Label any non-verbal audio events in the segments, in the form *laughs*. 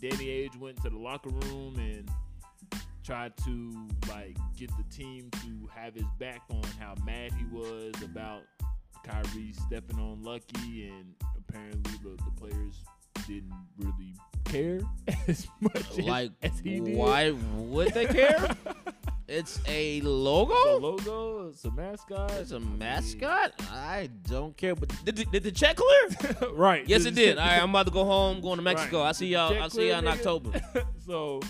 Paige went to the locker room and tried to like get the team to have his back on how mad he was about Kyrie stepping on Lucky, and apparently the, the players didn't really care *laughs* as much *laughs* Like, as, as he did. *laughs* why would they care? *laughs* it's a logo. It's a logo, it's a mascot. It's a I mean, mascot. I don't care. But did, the- did the check clear? *laughs* right. *laughs* yes, it did. All right, I'm about to go home. Going to Mexico. Right. I see y'all. Check I see clear, y'all in nigga. October. *laughs* *laughs* so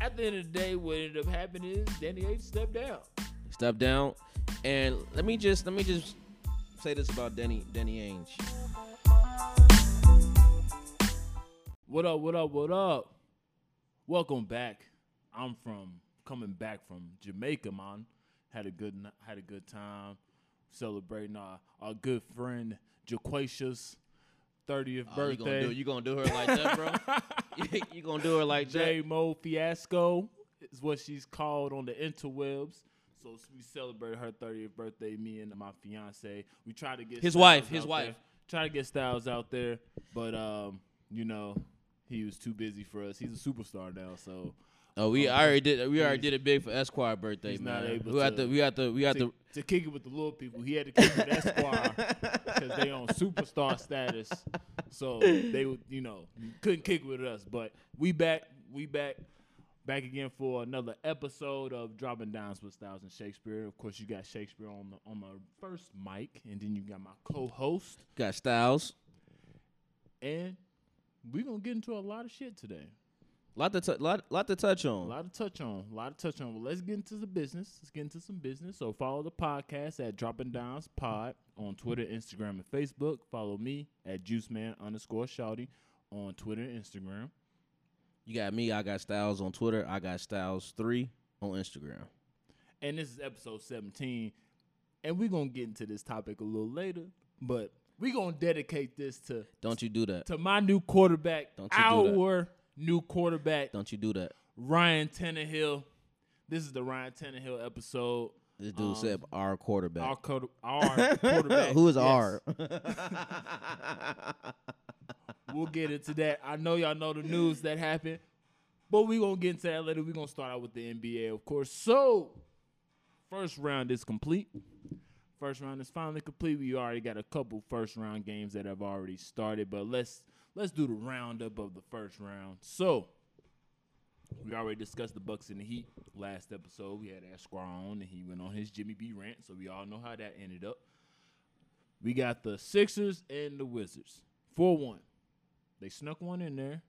at the end of the day, what ended up happening is Danny H stepped down. Step down. And let me just let me just say this about Danny Danny Ainge. What up, what up, what up? Welcome back. I'm from coming back from Jamaica, man. Had a good n- had a good time celebrating our, our good friend Jaquacious 30th Oh, you gonna do birthday. you gonna do her like *laughs* that, bro? you gonna do her like J that? Mo Fiasco is what she's called on the interwebs. So s- we celebrate her 30th birthday. Me and my fiance. We try to get His Styles wife, his out wife. there- Try to get Styles out there, but um, you know, he was too busy for us. He's a superstar now, so Oh, we already did. We already did it big for Esquire birthday, he's man. not able we to- got to. We got to. We got to, to. to kick it with the little people, he had to kick it with Esquire because they on superstar status. So they would, you know, couldn't kick with us. But we back, we back, back again for another episode of Dropping Downs with Styles and Shakespeare. Of course, you got Shakespeare on the, on my first mic, and then you got my co-host, Got Styles. and we gonna get into a lot of shit today. Lot to tou- lot, lot to touch A on. lot of touch on, a lot of touch on. Well, let's get into the business. Let's get into some business. So follow the podcast at Dropping Downs Pod on Twitter, Instagram, and Facebook. Follow me at Juiceman underscore Shouty on Twitter and Instagram. You got me. I got Styles on Twitter. I got Styles three on Instagram. And this is episode 17. And we're gonna get into this topic a little later, but we're gonna dedicate this to Don't you do that? to my new quarterback, Don't you do that. our new quarterback, Don't you do that? Ryan Tannehill. This is the Ryan Tannehill episode. This dude Um, said our quarterback. Our, quarter- *laughs* our quarterback. Who is yes. our? *laughs* We'll get into that. I know y'all know the news that happened, but we're going to get into that later. We're going to start out with the NBA, of course. So, first round is complete. First round is finally complete. We already got a couple first round games that have already started, but let's let's do the roundup of the first round. So, we already discussed the Bucks and the Heat last episode. We had Esquire on, and he went on his Jimmy B rant, so we all know how that ended up. We got the Sixers and the Wizards. 4 1. They snuck one in there,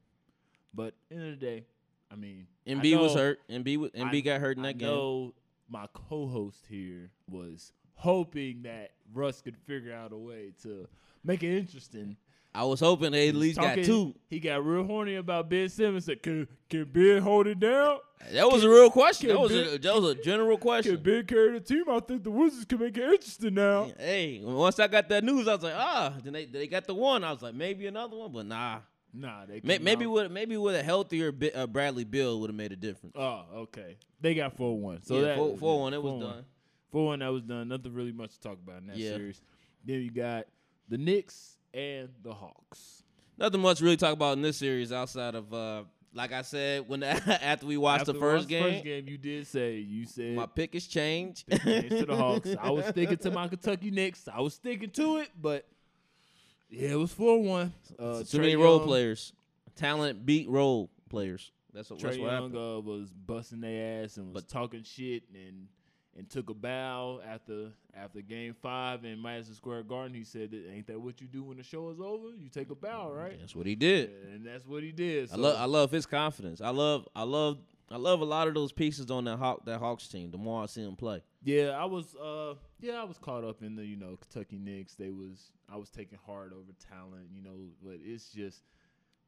but end of the day, I mean, I MB was know- hurt. MB w- MB got hurt in that I game. know my co-host here was hoping that Russ could figure out a way to make it interesting. I was hoping they at least got Talking- two. He got real horny about Ben Simmons. Said, can can Ben hold it down? That was a real question. can That was a, Big- that was a general Can question. Ben carry the team? I think the Wizards can make it interesting now. *laughs* Hey, once I got that news, I was like, ah. Then they they got the one. I was like, maybe another one, but nah. Nah, they May, came maybe out- with maybe with a healthier Bi- uh, Bradley Bill would have made a difference. Oh, okay. They got four one. So yeah, that four, four one, it was 4-1. done. Four one that was done. Nothing really much to talk about in that Yeah. series. Then you got the Knicks and the Hawks. Nothing much really talk about in this series outside of uh, like I said when *laughs* after we watched After the we first watched the game, First game you did say you said my pick has changed. Thanks *laughs* to the Hawks. I was sticking to my Kentucky Knicks. I was sticking to it, but yeah, it was four one. Uh, Too Trae many role Young- players, talent beat role players. That's what, that's Trae what happened. Young uh, was busting their ass and was talking shit and and took a bow after after game five in Madison Square Garden. He said, that, "Ain't that what you do when the show is over? You take a bow, right?" Mm, That's what he did. And that's what he did. So I love I love his confidence. I love I love I love a lot of those pieces on that Hawk that Hawks team. The more I see him play, Yeah, I was uh yeah, I was caught up in the, you know, Kentucky Knicks. They was I was taking heart over talent, you know, but it's just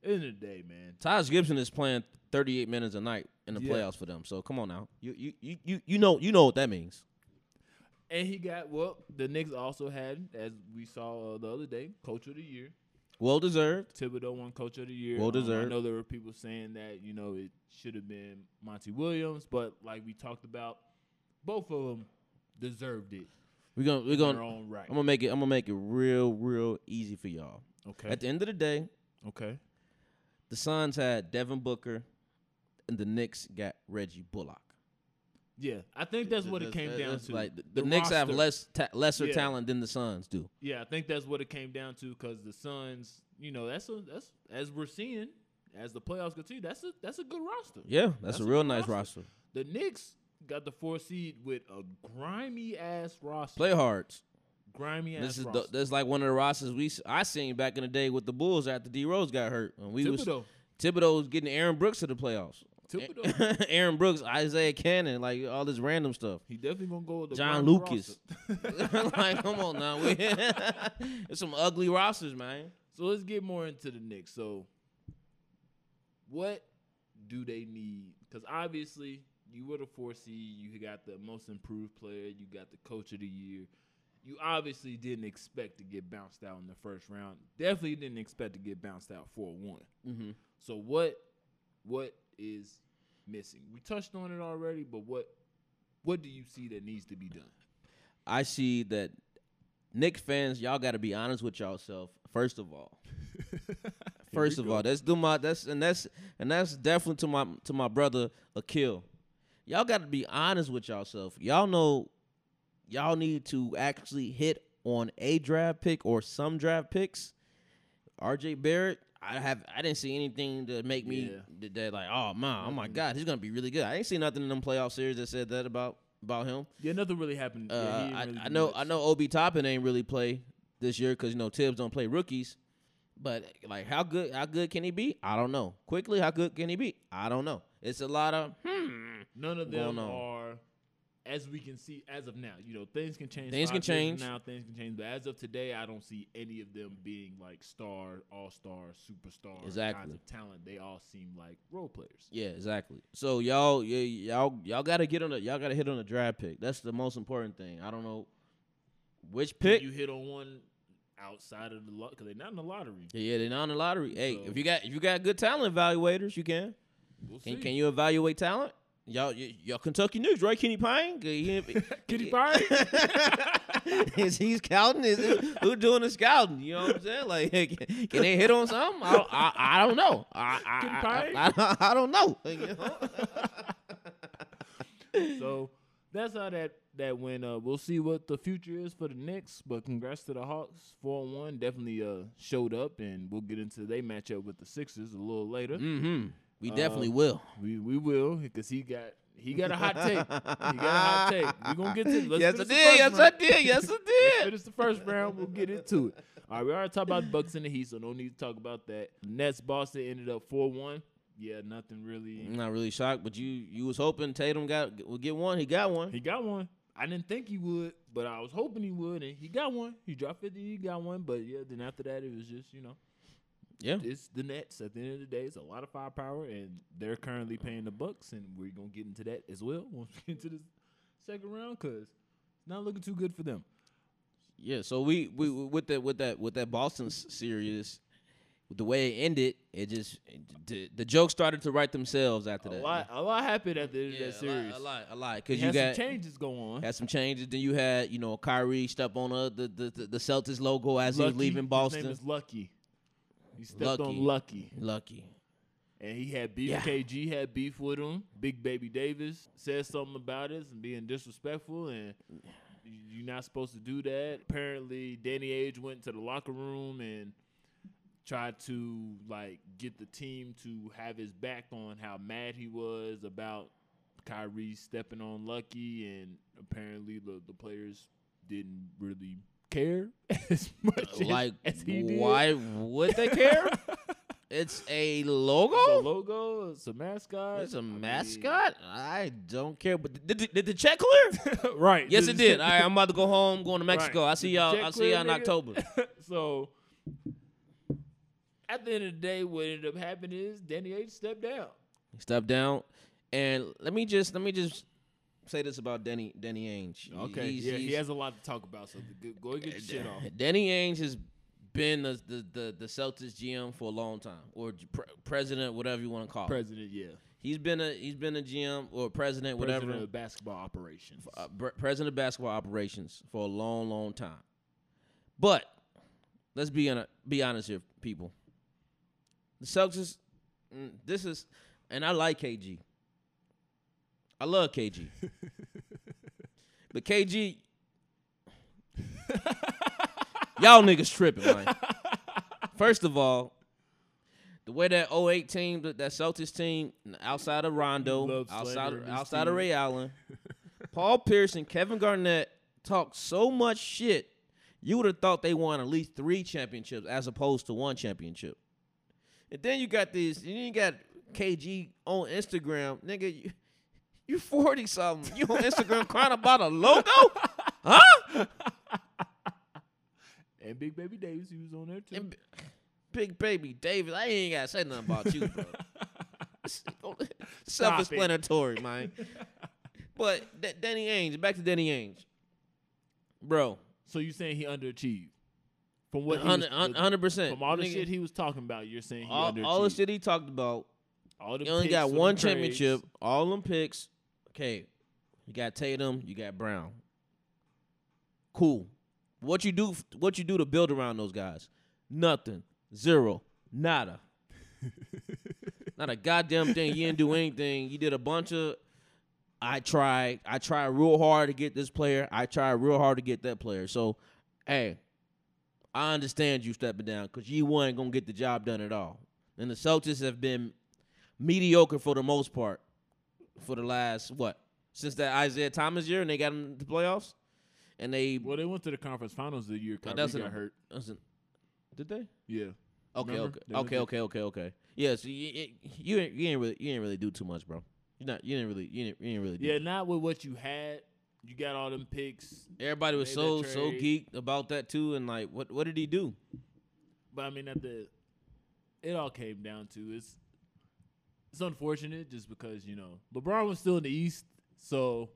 end of the day, man. Taj Gibson is playing 38 minutes a night in the Yeah. playoffs for them. So come on now, you you you you, you know you know what that means. And he got well, the Knicks also had, as we saw uh, the other day, coach of the year. Well deserved. Thibodeau won coach of the year. Well Um, I deserved. know there were people saying that, you know, it should have been Monty Williams, but like we talked about, both of them deserved it We're gonna we're in their gonna own right. I'm gonna make it I'm gonna make it real real easy for y'all. Okay. At the end of the day, Okay. The Suns had Devin Booker, and the Knicks got Reggie Bullock. Yeah, I think that's what it That's- came down that's to. Like the, the Knicks have roster. less ta- lesser Yeah. talent than the Suns do. Yeah, I think that's what it came down to because the Suns, you know, that's a that's as we're seeing as the playoffs continue, that's a that's a good roster. Yeah, That's that's, a a real good nice roster. roster. The Knicks got the four seed with a grimy ass roster. Play hards. grimy ass This is the, roster. this is like one of the rosters we s- I seen back in the day with the Bulls after D Rose got hurt. And we was Eh. Thibodeau. Thibodeau was getting Aaron Brooks to the playoffs. Thibodeau. *laughs* Aaron Brooks, Isaiah Cannon, like all this random stuff. he definitely gonna go with the John grimy Lucas. roster. *laughs* like, come on now, we *laughs* it's some ugly rosters, man. so let's get more into the Knicks. So, what do they need? Because obviously, you were the four seed. You got the most improved player. You got the coach of the year. You obviously didn't expect to get bounced out in the first round. Definitely didn't expect to get bounced out four one. Mm-hmm. So what what is missing? We touched on it already, but what what do you see that needs to be done? I see that Nick fans, y'all got to be honest with y'allself. First of all, first of all, that's do my that's and that's and that's definitely to my to my brother Akil. Y'all got to be honest with y'allself. Y'all know y'all need to actually hit on a draft pick or some draft picks. RJ Barrett, I have I didn't see anything to make me Yeah. that- that like oh man, oh my Nothing. god, he's gonna be really good. I ain't seen nothing in them playoff series that said that about about him. Yeah, nothing really happened. Yeah, he Uh, didn't I, really I do know much. I know Obi Toppin ain't really play this year because you know Tibbs don't play rookies, but like how good how good can he be? I don't know. Quickly, how good can he be? I don't know. It's a lot of hmm. none of going them on. are as we can see as of now. You know, things can change. Things five can years from change. now. Things can change, but as of today, I don't see any of them being like star, all star, superstar Exactly. kinds of talent. They all seem like role players. Yeah, exactly. So y'all, yeah, y'all, y'all gotta get on. A, y'all gotta hit on a draft pick. That's the most important thing. I don't know which Did pick. you hit on one outside of the lot because they're not in the lottery. yeah, yeah, they're not in the lottery. Hey, So- if you got if you got good talent evaluators, you can. We'll Can, see. can you evaluate talent? Y'all, y- y'all Kentucky Knicks, right? Kenny Payne, Kenny *laughs* Kenny Payne? *laughs* is he scouting? Is it- who doing the scouting? You know what I'm saying? Like, *laughs* can, can they hit on something? I, don't- I, I don't know. I, Kenny I, I, I, I don't know. *laughs* You know? so that's how that that went. Uh, we'll see what the future is for the Knicks, but congrats to the Hawks. Four one definitely uh showed up, and we'll get into their matchup with the Sixers a little later. mm-hmm. We Uh, definitely will. We we will because he got he got a hot *laughs* take. He got a hot take. We're gonna get to it. Let's yes, I finish the did. Yes, first I round. did. Yes, Let's I did. finish the first round. We'll get into it. All right, we already talked about the Bucks and the Heat, so no need to talk about that. Nets Boston ended up four one. Yeah, nothing really. I'm not really shocked, but you you was hoping Tatum got would get one. He got one. He got one. I didn't think he would, but I was hoping he would, and he got one. He dropped fifty, he got one. But yeah, then after that, it was just you know, yeah. it's the Nets. At the end of the day, it's a lot of firepower, and they're currently paying the Bucks, and we're gonna get into that as well *laughs* once we get into this second round, cause it's not looking too good for them. Yeah, so we, we we- with that with that with that Boston s- series, the way it ended, it just it- the, the jokes started to write themselves after A that. lot, a lot happened at the end yeah, of that series. a lot, a lot, It because you had got some changes going on. had some changes. Then you had you know Kyrie step on uh, the, the the the Celtics logo as he was leaving His Boston. name is Lucky. He stepped Lucky. on Lucky. Lucky. And he had beef. Yeah. KG had beef with him. Big Baby Davis said something about us and being disrespectful, and you're not supposed to do that. Apparently, Danny Age went to the locker room and tried to like get the team to have his back on how mad he was about Kyrie stepping on Lucky, and apparently the the players didn't really care *laughs* as much *laughs* as- Like, as, he did. *laughs* why would they care? it's a logo. It's a logo. It's a mascot. It's a I mean- *laughs* mascot. I don't care. But did, did, did the check clear? right. yes, it did. All right, I'm about to go home, going to Mexico. I see y'all. Check I see clear, y'all in nigga. October. *laughs* so at the end of the day, what ended up happening is Danny H stepped down. Step down, and let me just let me just say this about Danny Danny Ainge. He's- yeah, he he's- has a lot to talk about. So go- go and get your shit *laughs* off. Danny Ainge has been the the, the the Celtics GM for a long time, or pre- president, whatever you want to call. it. President, yeah, He's been a he's been a GM or president president, whatever. of basketball operations. uh, br- president of basketball operations for a long, long time. But let's be on a, be honest here, people. The Celtics mm, this is, and I like KG. I love KG, but KG, y'all niggas tripping. Man. First of all, the way that 08 team, that that Celtics team, outside of Rondo, love outside slandering this outside of team. Ray Allen, Paul Pierce and Kevin Garnett talk so much shit. You would have thought they won at least three championships as opposed to one championship. And then you got these. And then you got KG on Instagram, nigga. You, you forty something. You on Instagram crying about a logo, huh? And Big Baby Davis, he was on there too. And b- Big baby Davis. I ain't gotta say nothing about you, bro. *laughs* Self-explanatory, man. *laughs* But Da- Danny Ainge, back to Danny Ainge, bro. so you saying he underachieved? From what he was- Hundred percent. from all the shit he was talking about, you're saying he all, underachieved. all the shit he talked about. All the He only picks, all got the one trades. championship. All them picks. Okay, you got Tatum. You got Brown. Cool. What you do? What you do to build around those guys? Nothing. Zero. Nada. Not a goddamn thing. You didn't do anything. You did a bunch of. I tried. I tried real hard to get this player. I tried real hard to get that player. So, hey, I understand you stepping down because you wasn't gonna get the job done at all. And the Celtics have been mediocre for the most part for the last what since that Isaiah Thomas year, and they got him to the playoffs, and they Well, they went to the conference finals the year Kyrie that's got an- hurt. listen, did they? Yeah. Okay, Remember? They went okay, okay, okay, okay, okay. Yeah, so you you, you ain't you ain't really you ain't really do too much, bro. You not you didn't really you didn't, you didn't really. Do Yeah, not with what you had. You got all them picks, Everybody was Made so that so trade. geeked about that too, and like, what what did he do? but I mean, at the, it all came down to it's, it's unfortunate just because you know LeBron was still in the East, so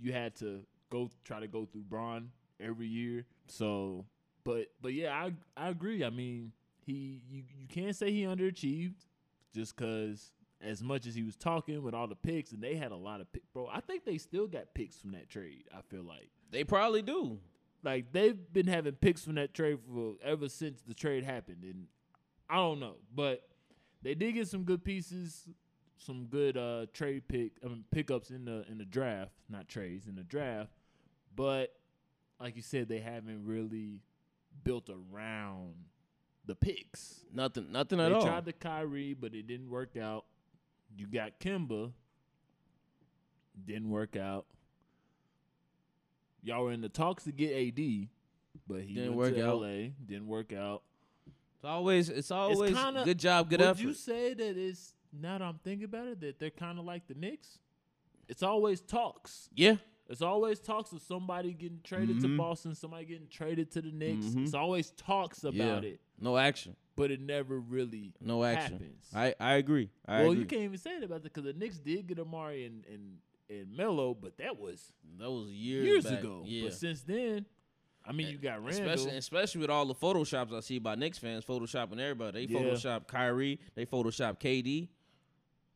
you had to go try to go through Bron every year. So, but but yeah, I I agree. I mean, he you you can't say he underachieved just because as much as he was talking with all the picks and they had a lot of pick, bro. I think they still got picks from that trade. I feel like. They probably do. like they've been having picks from that trade for ever since the trade happened, and I don't know, but they did get some good pieces, some good uh trade pick, I mean pickups in the in the draft, not trades in the draft, but like you said, they haven't really built around the picks. Nothing, nothing at they all. tried the Kyrie, but it didn't work out. You got Kimba, didn't work out. Y'all were in the talks to get AD, but he Didn't went work to out. LA. Didn't work out. it's always, it's always kinda- good job, good Would effort. you say that it's now that I'm thinking about it that they're kind of like the Knicks? It's always talks. yeah, It's always talks of somebody getting traded Mhm. to Boston, somebody getting traded to the Knicks. Mhm. It's always talks about it, no action, but it never really no action. happens. I I agree. I well, agree. you can't even say that about that because the Knicks did get Amari and and and Melo, but that was That was years, years, back. ago. Yeah, But since then, I mean, And you got Randall. especially especially with all the photoshops I see by Knicks fans photoshopping everybody. They Yeah. photoshop Kyrie. They photoshop KD.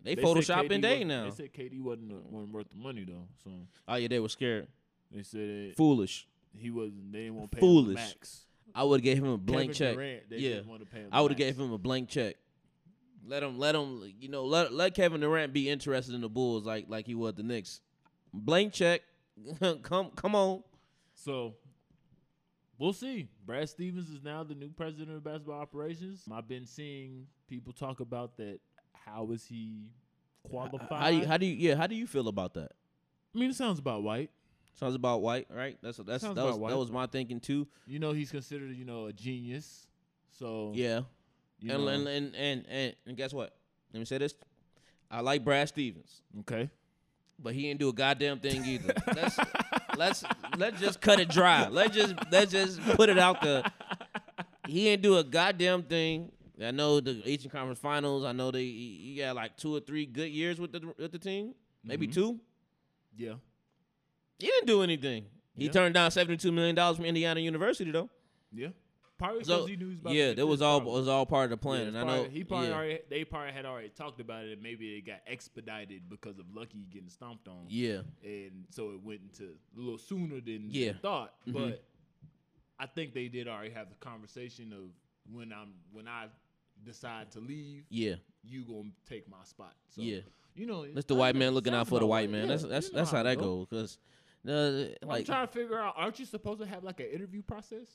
They, said photoshopping KD Day wasn't- now. They said KD wasn't uh, wasn't worth the money though, so oh yeah, they were scared. they said that Foolish. he wasn't. They didn't want to pay him Foolish. the max. I would have gave him a blank Kevin check. Durant, they Yeah. didn't want to pay him. I the would have max. gave him a blank check. Let him, let him, you know, let let Kevin Durant be interested in the Bulls like like he was the Knicks. Blank check. *laughs* come come on. So we'll see. Brad Stevens is now the new president of basketball operations. I've been seeing people talk about that. How is he qualified? How do you, how do you yeah? How do you feel about that? I mean, it sounds about white. Sounds about white, right? That's that's that Sounds was about white. that was my thinking too. You know, he's considered, you know, a genius. So Yeah. you and, know, and, and and and and guess what? Let me say this. I like Brad Stevens, okay, but he didn't do a goddamn thing either. *laughs* let's let's let's just cut it dry. Let's just let's just put it out the. He didn't do a goddamn thing. I know the Eastern Conference Finals. I know they he he had like two or three good years with the with the team, maybe Mhm. two. yeah, He didn't do anything. He Yeah. turned down seventy two million dollars from Indiana University though. yeah. Probably So, because he knew he was about to yeah, get that was this all problem. was all part of the Yeah, plan. and it's I probably- know he probably yeah, already they probably had already talked about it. and Maybe it got expedited because of Lucky getting stomped on, yeah. and so it went into a little sooner than Yeah. than thought. Mhm. But I think they did already have the conversation of when I'm when I decide to leave, Yeah, you gonna take my spot. So, yeah. you know That's the I white know man looking out something for the about white man. yeah, that's that's you know that's how it that go. goes. Cause the I'm like I, trying to figure out. Aren't you supposed to have like an interview process?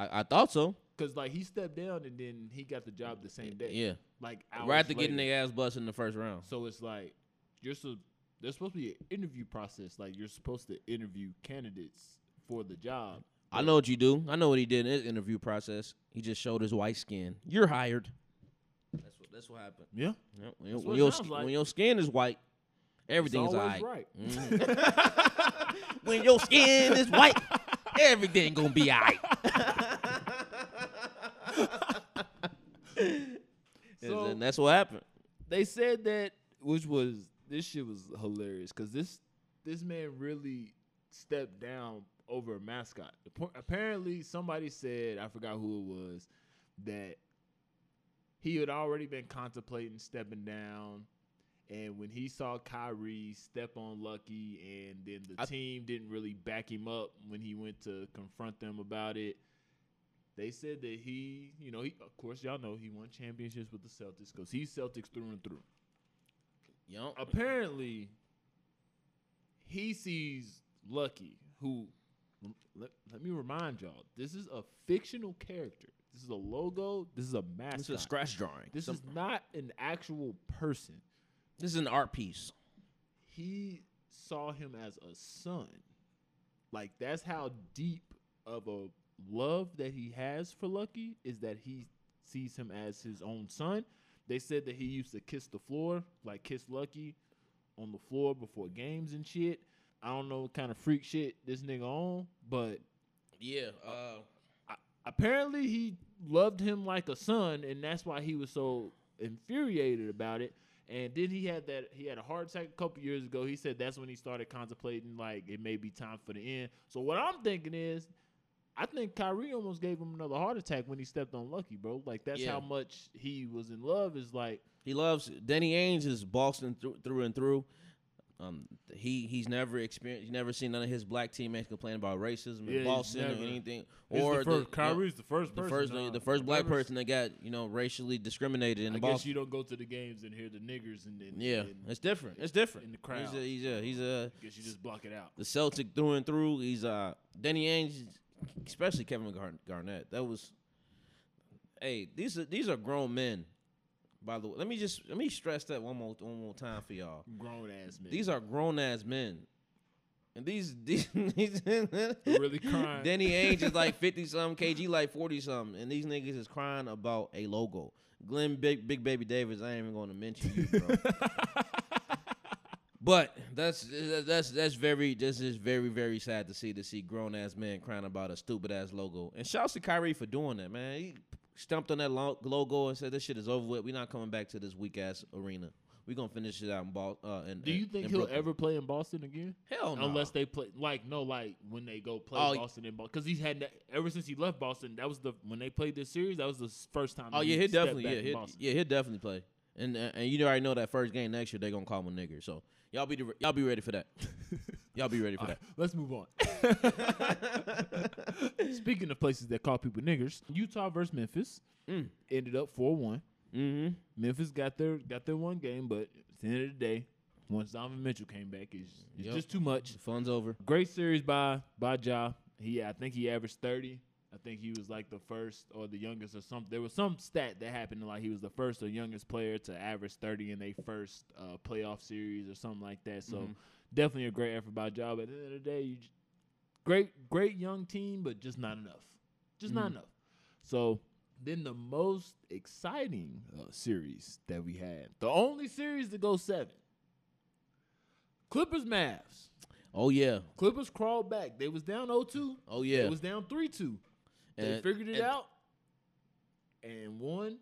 I thought so. Because like he stepped down and then he got the job the same day. Yeah, Like hours right after getting later. their ass bust in the first round. So it's like you're so there's supposed to be an interview process. Like you're supposed to interview candidates for the job. I know what you do. I know what he did in his interview process. He just showed his white skin. You're hired. That's what that's what happened. Yeah, Yeah, when, your- That's when what it your sounds sk- like. when your skin is white, it's everything's always alright. Mm-hmm. right. *laughs* *laughs* When your skin is *laughs* white, everything gonna be *laughs* alright. So- and that's what happened. they said that, which was this shit was hilarious because this this man really stepped down over a mascot. Appa- Apparently, somebody said I forgot who it was that he had already been contemplating stepping down. And when he saw Kyrie step on Lucky, and then the I- team didn't really back him up when he went to confront them about it, they said that he, you know, he, of course, y'all know he won championships with the Celtics because he's Celtics through and through. You know, Apparently, he sees Lucky, who, let, let me remind y'all, this is a fictional character. This is a logo. This is a mascot. this is a scratch drawing. This Some- is not an actual person. this is an art piece. He saw him as a son. Like that's how deep of a love that he has for Lucky is that he sees him as his own son. They said that he used to kiss the floor, like kiss Lucky on the floor before games and shit. I don't know what kind of freak shit this nigga on, but Yeah. Uh, apparently he loved him like a son, and that's why he was so infuriated about it. And then he had that he had a heart attack a couple years ago. He said that's when he started contemplating like it may be time for the end. So what I'm thinking is, I think Kyrie almost gave him another heart attack when he stepped on Lucky, bro. Like that's Yeah. how much he was in love. Is like He loves Danny Ainge is Boston through, through and through. Um, he he's never experienced, he's never seen none of his black teammates complain about racism Yeah, in he's Boston or never. anything. it's Or the first, the, Kyrie's the first the person, first uh, the first I've black ever person that got you know racially discriminated in I guess Boston. you don't go to the games and hear the niggers and then *laughs* yeah, it's different. It's different. in the crowd. He's a, he's a he's a I guess you just block it out. the Celtic through and through. He's uh Danny Ainge, especially Kevin Gar- Garnett. That was, hey, these are these are grown men. By the way, let me just let me stress that one more one more time for y'all. Grown ass man. These are grown ass men. And these *laughs* these, these really crying. Danny Ainge is *laughs* like fifty something, KG like forty something, and these niggas is crying about a logo. Glenn Big Big Baby Davis, I ain't even going to mention you, *laughs* bro. but that's that's that's very this is very very sad to see to see grown ass men crying about a stupid ass logo. And shouts to Kyrie for doing that, man. He stumped on that lo- logo and said this shit is over with. We're not coming back to this weak ass arena. We gonna finish it out in ball. Uh, in, Do in- you think in he'll Brooklyn." ever play in Boston again? Hell no. Unless they play like no, like when they go play Oh, y- Boston in Boston, because he's had that ever since he left Boston. That was the when they played this series. That was the s- first time. oh that yeah, he'll stepped definitely back yeah in he'll, Boston. yeah he'll definitely play. And uh, and you already know that first game next year they gonna call him a nigger. So y'all be the, y'all be *laughs* ready for that. y'all be ready for All *laughs* that. right, let's move on. *laughs* Speaking of places that call people niggers, Utah versus Memphis Mm. ended up four one. Mm-hmm. Memphis got their got their one game, but at the end of the day, once Donovan Mitchell came back, it's, it's Yep. just too much. Fun's over. Great series by by Ja. He I think he averaged thirty. I think he was like the first or the youngest or something. There was some stat that happened like he was the first or youngest player to average thirty in their first uh, playoff series or something like that. So Mhm. definitely a great effort by Ja. But at the end of the day, you j- great great young team, but just not enough. Just not Mhm. enough. So then the most exciting uh, series that we had, the only series to go seven, Clippers Mavs. Oh yeah. Clippers crawled back. They was down 0-2. Oh They yeah. was down 3-2. They And- figured it and- out and won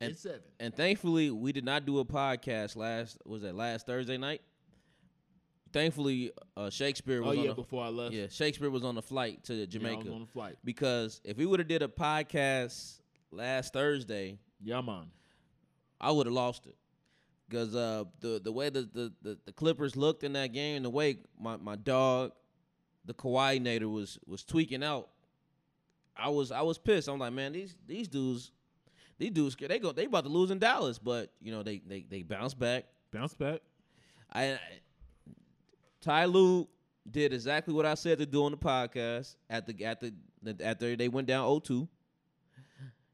and, And- seven. And thankfully, we did not do a podcast last. Was that last Thursday night? Thankfully, uh, Shakespeare Oh was on. yeah, the- before I left, yeah, Shakespeare was on the flight to Yeah, I Jamaica. was on the flight. because if we would have did a podcast last Thursday, Yeah, man. I would have lost it. Because uh, the the way the, the, the, the Clippers looked in that game, the way my, my dog, the coordinator was was tweaking out, I was I was pissed. I'm like, man, these these dudes, These dudes, scared. they go, they about to lose in Dallas, but you know they they they bounce back. Bounce back. I, I Ty Lue did exactly what I said to do on the podcast at the at the after they went down 0-2.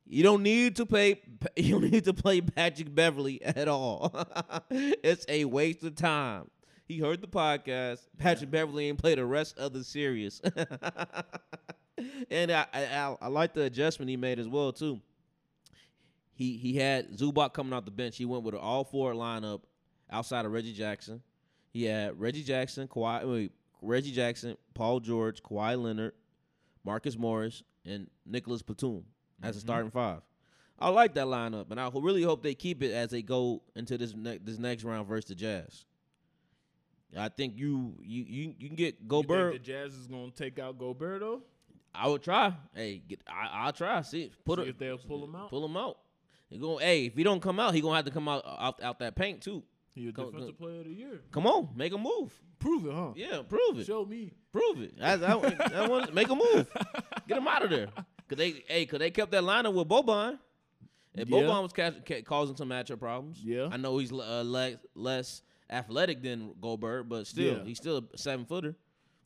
You don't need to pay. *laughs* You don't need to play Patrick Beverly at all. *laughs* it's a waste of time. He heard the podcast. Patrick Beverly ain't played the rest of the series. *laughs* and I, I I- I like the adjustment he made as well too. He he had Zubac coming off the bench. He went with an all four lineup outside of Reggie Jackson. He had Reggie Jackson, Kawhi, wait, Reggie Jackson, Paul George, Kawhi Leonard, Marcus Morris, and Nicholas Batum as a Mm-hmm. starting five. I like that lineup, and I ho- really hope they keep it as they go into this ne- this next round versus the Jazz. I think you you you, you can get You think Gobert. the Jazz is gonna take out Gobert though? I would try. Hey, get, I, I'll try. See, put See it. if they'll pull him out. Pull him out. He going hey, if he don't come out, he gonna have to come out out, out that paint too. He a Go- go- defensive player of the year. Come on, make a move. Prove it, huh? Yeah, prove it. Show me. Prove it. I, I, I want make a move. Get him out of there. Cause they hey, cause they kept that lineup with Boban. And Yeah. Boban was ca- ca- causing some matchup problems. Yeah. I know he's le- uh, less less athletic than Goldberg, but still Yeah. he's still a seven footer.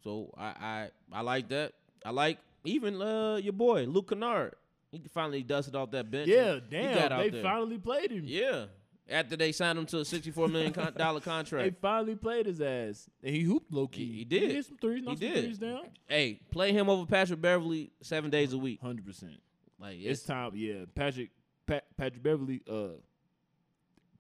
So I, I I like that. I like even uh, your boy Luke Kennard. He finally dusted off that bench. Yeah, and he got damn. out They there. finally played him. Yeah. After they signed him to a sixty-four *laughs* million con- dollar They contract, finally played his ass. And he hooped low key. He- he did. He hit some threes, knocked some did. threes down. hey, play him over Patrick Beverly seven days a week. Hundred percent. Like It's it's, time, yeah. Patrick pa- Patrick Beverly, uh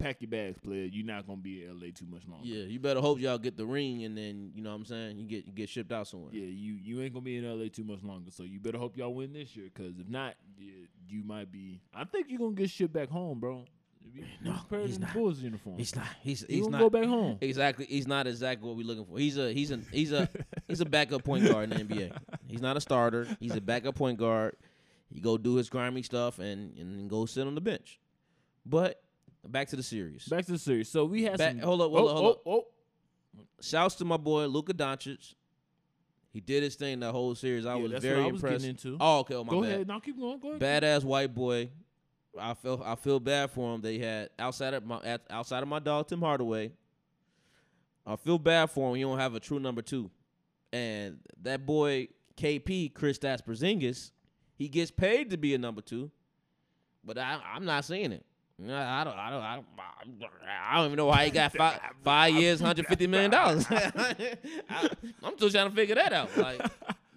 pack your bags, player. You're not gonna be in LA too much longer. yeah, you better hope y'all get the ring, and then you know what I'm saying you get you get shipped out somewhere. Yeah, you, you ain't gonna be in LA too much longer, so you better hope y'all win this year. Cause if not, you, you might be. I think you're gonna get shit back home, bro. If you- No, you prepared he's in the not. Bulls uniform. He's not. He's you he's gonna go not. back home. Exactly. He's not exactly what we're looking for. He's a he's a he's a he's a backup point guard in the NBA. He's not a starter. He's a backup point guard. He go do his grimy stuff and and go sit on the bench. But back to the series. Back to the series. So we had Back- some. hold up, hold oh, up, hold oh, Shouts to my boy Luka Doncic. He did his thing that whole series. I Yeah, was that's very what I was impressed. getting into. Oh, okay. Oh, oh. my Go bad. ahead. Now keep going. Go ahead. badass white boy. I feel I feel bad for him. They had outside of my at- outside of my dog Tim Hardaway. I feel bad for him. He don't have a true number two, and that boy KP Chris Porzingis, he gets paid to be a number two, but I, I'm not seeing it. No, I don't. I don't. I don't. I don't even know why he got five, five years, hundred fifty million dollars. *laughs* I'm still trying to figure that out. Like,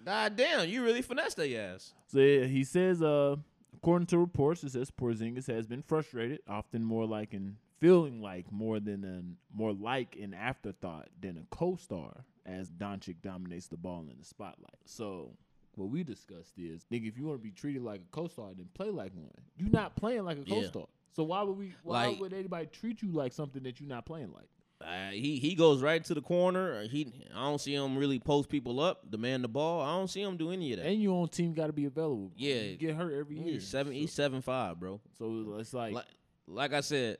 god damn, you really finessed their ass. So yeah, he says, uh, according to reports, it says Porzingis has been frustrated, often more like an feeling like more than an more like an afterthought than a co-star as Doncic dominates the ball in the spotlight. So what we discussed is, nigga, if you want to be treated like a co-star, then play like one. You're not playing like a Yeah. co-star. So why would we? Why Like- would anybody treat you like something that you're not playing like? Uh, he he goes right to the corner. Uh, He I don't see him really post people up, demand the ball. I don't see him do any of that. And your own team got to be available. Yeah. you get hurt every year. He's seven, so, he's seven five, bro. so it's like, Like, like I said,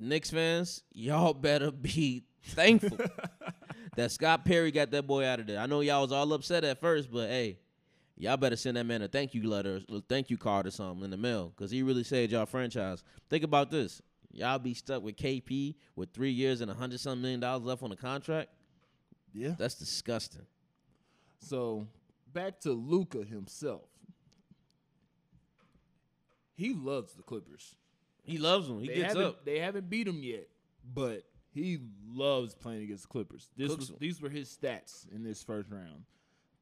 Knicks fans, y'all *laughs* better be thankful that Scott Perry got that boy out of there. I know y'all was all upset at first, but hey, y'all better send that man a thank you letter, a thank you card or something in the mail, cause he really saved y'all franchise. Think about this, y'all be stuck with KP with three years and a hundred some million dollars left on the contract. yeah. That's disgusting. So back to Luca himself. He loves the Clippers. He loves him. He They gets haven't, up. They haven't beat him yet, but he loves playing against the Clippers. This Cooks was, 'em. these were his stats in this first round.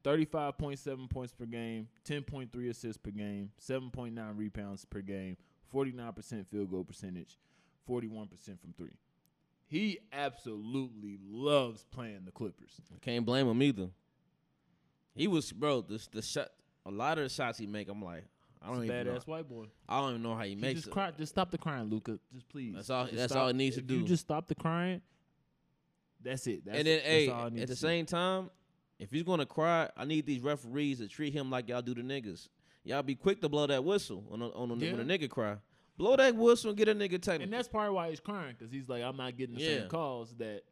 35.7 points per game, 10.3 assists per game, 7.9 rebounds per game, 49% field goal percentage, 41% from 3. He absolutely loves playing the Clippers. Can't blame him either. He was bro. This the shot. A lot of the shots he make, I'm like, I don't even. Know, Badass white boy. I don't even know how he You makes just it. cry. Just stop the crying, Luca. Just please. That's all- Just that's stop. all it needs to If do. You just stop the crying. That's it. That's and then, it. That's hey, all it needs at the to do. same time, if he's gonna cry, I need these referees to treat him like y'all do the niggas. Y'all be quick to blow that whistle on a, on a, when a Yeah. nigga cry. Blow that whistle and get a nigga technical. and that's probably why he's crying because he's like, I'm not getting the Yeah. same calls that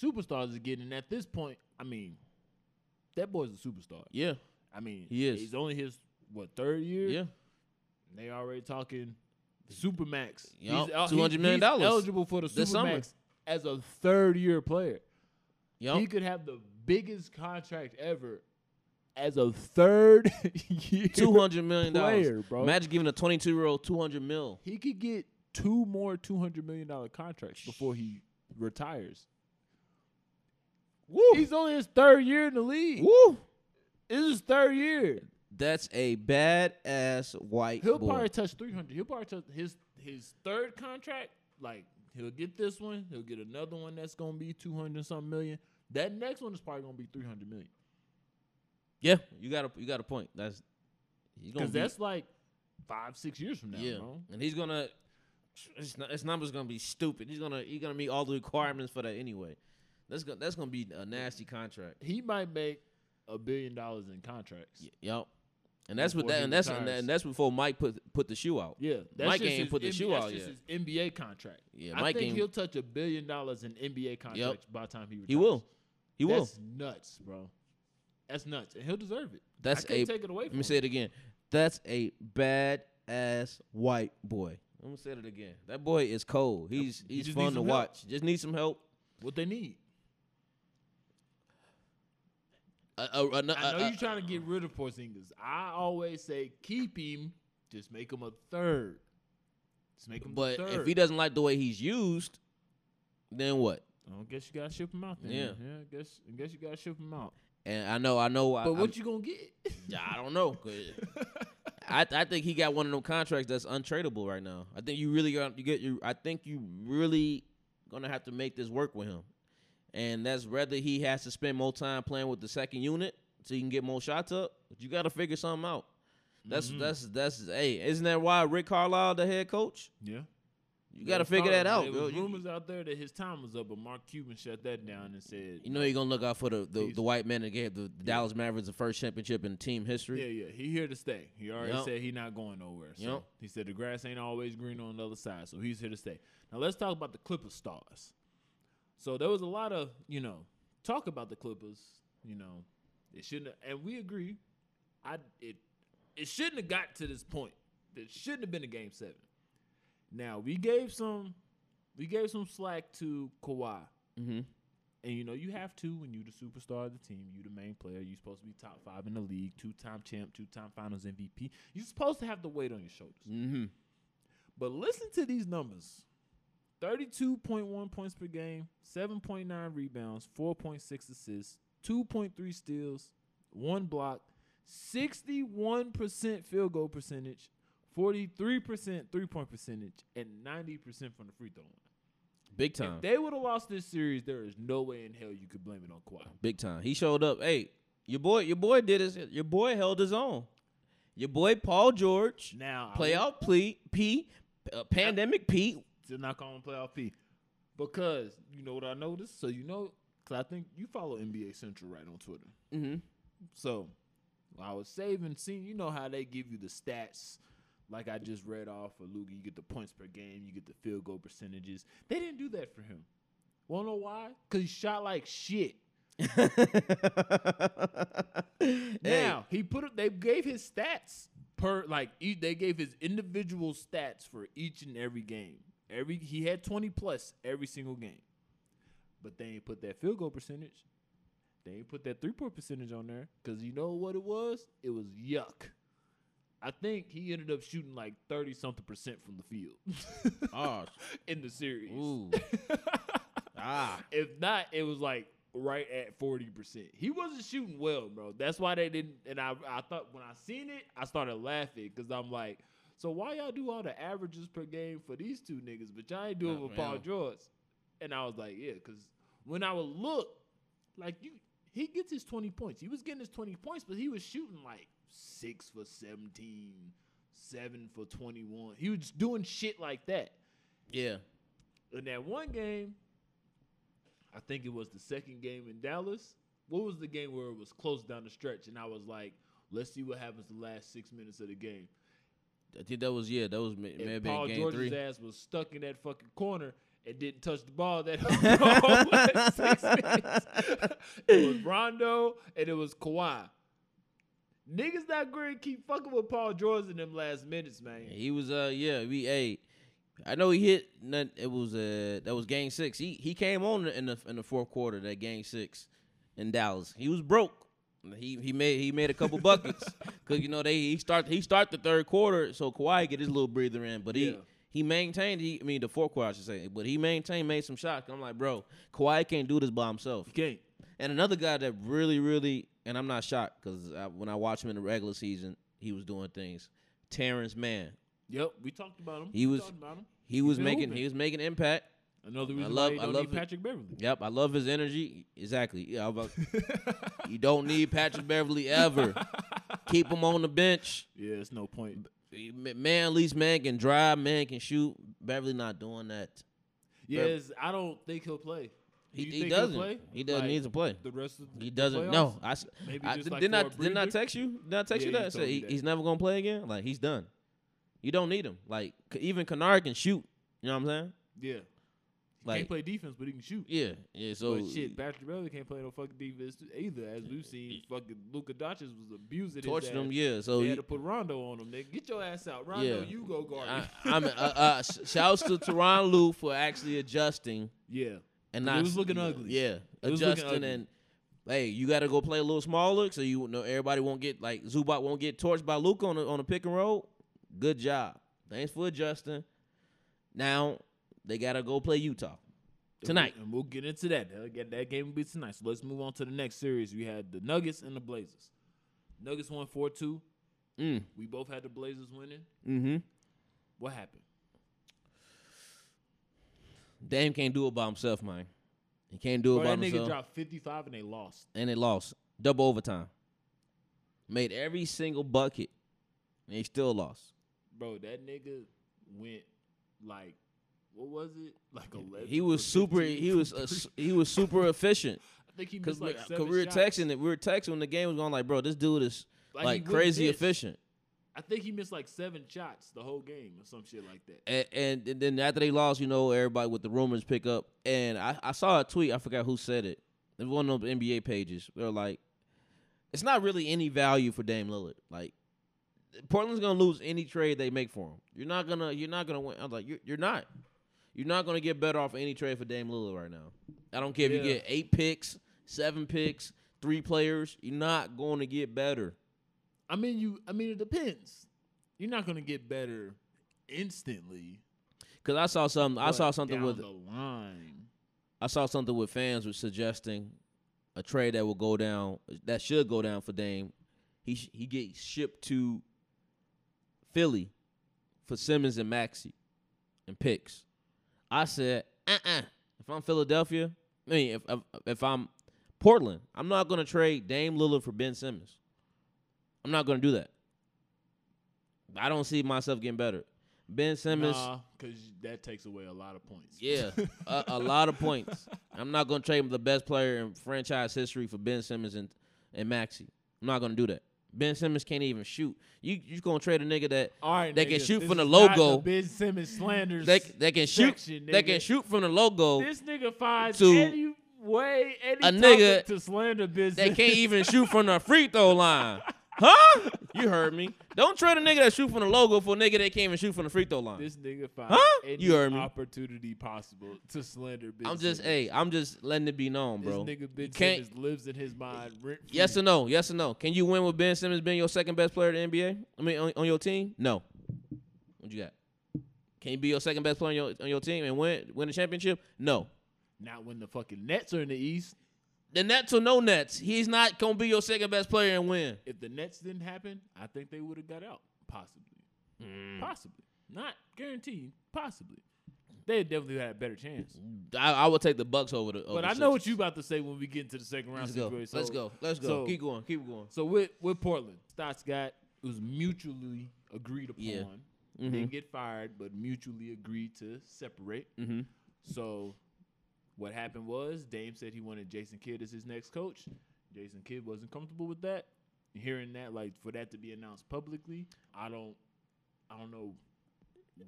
superstars is getting. And at this point, I mean, that boy's a superstar. yeah, I mean, He is. He's only his what third year. yeah. And they already talking Supermax. Yup, el- $200 million he's eligible for the this summer. Supermax as a third year player. Yup. He could have the biggest contract ever as a third *laughs* year. Two hundred million player, dollars, bro. Imagine giving a twenty-two year old two hundred mil. He could get two more two hundred million dollar contracts before he retires. Woo, He's only his third year in the league. woo. This is his third year. That's a bad ass white He'll boy. probably touch three hundred. He'll probably touch his his third contract. Like he'll get this one. He'll get another one that's gonna be two hundred something million. That next one is probably gonna be three hundred million. yeah, you got a you got a point. That's he's gonna Because be, that's like five six years from now. yeah, bro. and he's gonna. His, nu- his numbers gonna be stupid. He's gonna he's gonna meet all the requirements for that anyway. That's gonna that's gonna be a nasty contract. He might make a billion dollars in contracts. Y- Yep. And that's what Before that he and that's retires. and that's before Mike put put the shoe out. Yeah, that's Mike just ain't his put the NBA, shoe that's out just yet. His NBA contract. Yeah, I Mike think ain't- he'll touch a billion dollars in NBA contracts by the time he retires. He will. He will. That's nuts, bro. That's nuts, and he'll deserve it. That's I can't a- take it away. Let From me say it again. That's a bad ass white boy. Let me say it again. That boy is cold. He's he he's just fun needs to some help. watch. Just need some help. what they need. A, a, a, a, I know a- you're trying to uh. get rid of Porzingis. I always say keep him, just make him a third. Just make him. But the third. if he doesn't like the way he's used, then what? I don't guess you gotta ship him out. Then. Yeah. yeah. I guess I guess you gotta ship him out. And I know, I know, I, But what I'm- you gonna get? *laughs* I don't know. 'cause I I think he got one of them contracts that's untradeable right now. I think you really got you get you. I think you really gonna have to make this work with him, and that's whether he has to spend more time playing with the second unit so he can get more shots up. But you got to figure something out. That's Mm-hmm. that's that's hey, isn't that why Rick Carlisle the head coach? yeah. You got to figure that out, There bro. was You, rumors out there that his time was up, but Mark Cuban shut that down and said, you know you're gonna look out for the the, He's- the white man that gave the, the Dallas Mavericks the first championship in team history. "Yeah, yeah, he here to stay. He already Yup. said he not going nowhere. So Yup. he said the grass ain't always green on the other side, so he's here to stay." Now let's talk about the Clippers stars. So there was a lot of you know talk about the Clippers. You know, it shouldn't, and we agree. I it it shouldn't have got to this point. It shouldn't have been a game seven. Now we gave some we gave some slack to Kawhi. Mm-hmm. And you know, you have to when you the superstar of the team, you the main player, you supposed to be top five in the league, two time champ, two time finals MVP. You're supposed to have the weight on your shoulders. Mm-hmm. But listen to these numbers 32.1 points per game, 7.9 rebounds, 4.6 assists, 2.3 steals, one block, 61% field goal percentage, 43% three point percentage, and 90% from the free throw line. Big time. If they would have lost this series, there is no way in hell you could blame it on Kawhi. Big time. He showed up. Hey, your boy, your boy did his. Your boy held his own. Your boy Paul George, Now I will- playoff plea, P, uh, pandemic P. to knock on playoff P. Because you know what I noticed? So you know, because I think you follow NBA Central right on Twitter. *laughs* Mm-hmm. So I was saving, seeing you know how they give you the stats, like I just read off for Luka. You get the points per game, you get the field goal percentages. They didn't do that for him. Wanna know why? Because he shot like shit. Now he put up. They gave his stats per like e- they gave his individual stats for each and every game. Every he had twenty plus every single game, but they ain't put that field goal percentage. They ain't put that three point percentage on there because you know what it was? It was yuck. I think he ended up shooting like thirty something percent from the field *laughs* oh, in the series. *laughs* *laughs* ooh, ah, If not, it was like right at forty percent. He wasn't shooting well, bro. That's why they didn't. And I, I thought when I seen it, I started laughing because I'm like, so why y'all do all the averages per game for these two niggas, but y'all ain't doing Nah, with Paul man. George? And I was like, yeah, because when I would look, like you, he gets his twenty points. He was getting his twenty points, but he was shooting like six for seventeen. Seven for twenty one. He was doing shit like that yeah. in that one game, I think it was the second game in Dallas. What was the game where it was close down the stretch? And I was like, let's see what happens the last six minutes of the game. I think that was yeah. That was may- And maybe Paul game George's three. ass was stuck in that fucking corner and didn't touch the ball *laughs* that whole last *laughs* six minutes. it was Rondo and it was Kawhi. Niggas not going to keep fucking with Paul George in them last minutes, man. He was uh yeah we ate. I know he hit. none- It was uh that was game six. He he came on in the in the fourth quarter that game six in Dallas. He was broke. He he made he made a couple buckets because you know they he start he start the third quarter so Kawhi get his little breather in, but he. Yeah. He maintained. He, I mean, the fourth quarter, I should say, but he maintained, made some shots. I'm like, bro, Kawhi can't do this by himself. You can't. And another guy that really, really, and I'm not shocked because I, when I watched him in the regular season, he was doing things. Terrence Mann, Yep, we talked about him. He We was- talked about him. he was been making, hooping. he was making impact. Another reason love- why you I don't love need it. Patrick Beverly. Yep, I love his energy. Exactly. Yeah, *laughs* I was about- you don't need Patrick Beverly ever. Keep him on the bench. yeah, it's no point. Man, at least man can drive. Man can shoot. Beverly not doing that. Yes, I don't think he'll play. He, You he think he'll play? doesn't. He doesn't Like, need to play. The rest of the He doesn't. No, I. s- Maybe I just did like didn't for I a didn't I breather? text you? Did I text Yeah, you you that? I said told me he, that. he's never gonna play again. Like he's done. You don't need him. Like c- even Kennard can shoot. You know what I'm saying? Yeah, he Like can't play defense, but he can shoot. yeah, yeah. So but shit, Patrick Beverly can't play no fucking defense either. As we've seen, fucking Luka Doncic was abusing tortured his ass. him. Yeah. So they he, had to put Rondo on him. Nigga, get your ass out, Rondo. Yeah. You go guard. I, him. I'm uh, uh, sh- shouts to Teron Lou for actually adjusting yeah, and It not. was looking ugly. Yeah, It was looking adjusting ugly. and. Hey, you got to go play a little smaller, so you know everybody won't get like Zubac won't get torched by Luke on a, on a pick and roll. Good job, thanks for adjusting. Now they got to go play Utah tonight. and we'll get into that. That'll get- That game will be tonight. So let's move on to the next series. We had the Nuggets and the Blazers. Nuggets won four two. Mm. We both had the Blazers winning. Mm-hmm. What happened? Dame can't do it by himself, man. He can't do it Bro, by that nigga himself, dropped 55 and they lost. and they lost double overtime. Made every single bucket, and he still lost. Bro, that nigga went like, what was it? Like 11. He was for super. 15 He from *laughs* was three. a, s- he *laughs* was super efficient I think he because missed like seven we were shots. texting it. We were texting when the game was going. Like, bro, this dude is Like, like, he wouldn't crazy miss. efficient. I think he missed like seven shots the whole game or some shit like that. And, and and then after they lost, you know, everybody with the rumors pick up. And I, I saw a tweet. I forgot who said it. It was one of the NBA pages. They're like, it's not really any value for Dame Lillard. Like, Portland's gonna lose any trade they make for him. You're not gonna. You're not gonna win. I was like, you're, you're not. You're not gonna get better off any trade for Dame Lillard right now. I don't care if Yeah. you get eight picks, seven picks, three players. You're not going to get better. I mean, you. I mean, it depends. You're not gonna get better instantly. Cause I saw something. I but saw something down with the line. I saw something with fans was suggesting a trade that will go down, that should go down for Dame. He sh- he gets shipped to Philly for Simmons and Maxi and picks. I said, uh uh If I'm Philadelphia, I mean, if, if if I'm Portland, I'm not gonna trade Dame Lillard for Ben Simmons. I'm not gonna do that. I don't see myself getting better. Ben Simmons. Nah, cause that takes away a lot of points. Yeah, a, a lot of points. I'm not going to trade him the best player in franchise history for Ben Simmons and, and Maxi. I'm not going to do that. Ben Simmons can't even shoot. You you going to trade a nigga that All right, They nigga, can shoot this from the is not logo. ben Simmons slanders. they they can shoot section, they can nigga. shoot from the logo. This nigga finds to any way, any a topic nigga to slander business. They can't even shoot from the free throw line. Huh? You heard me. Don't trade a nigga that shoot from the logo for a nigga that can't even shoot from the free throw *laughs* line. This nigga finds Huh? any You heard me. opportunity possible to slander business. I'm just hey, I'm just letting it be known, This bro. nigga Ben can't- Simmons lives in his mind. Rent Yes or no? Yes or no? Can you win with Ben Simmons being your second best player in the NBA? I mean, on, on your team? No. What you got? Can you be your second best player on your, on your team and win win a championship? No. Not when the fucking Nets are in the East. The Nets or no Nets, he's not gonna be your second best player and win. If the Nets didn't happen, I think they would have got out. Possibly. Mm. Possibly. Not guaranteed. Possibly. They definitely had a better chance. I, I would take the Bucks over the. over But I the know Sixers. what you about to say when we get into the second round Let's go. situation. Let's So- go. Let's go. so- keep going. Keep going. So with with Portland, Stotts got it was mutually agreed upon. Yeah. Didn't get fired, but mutually agreed to separate. Mm-hmm. So what happened was Dame said he wanted Jason Kidd as his next coach. Jason Kidd wasn't comfortable with that. Hearing that, like for that to be announced publicly, I don't I don't know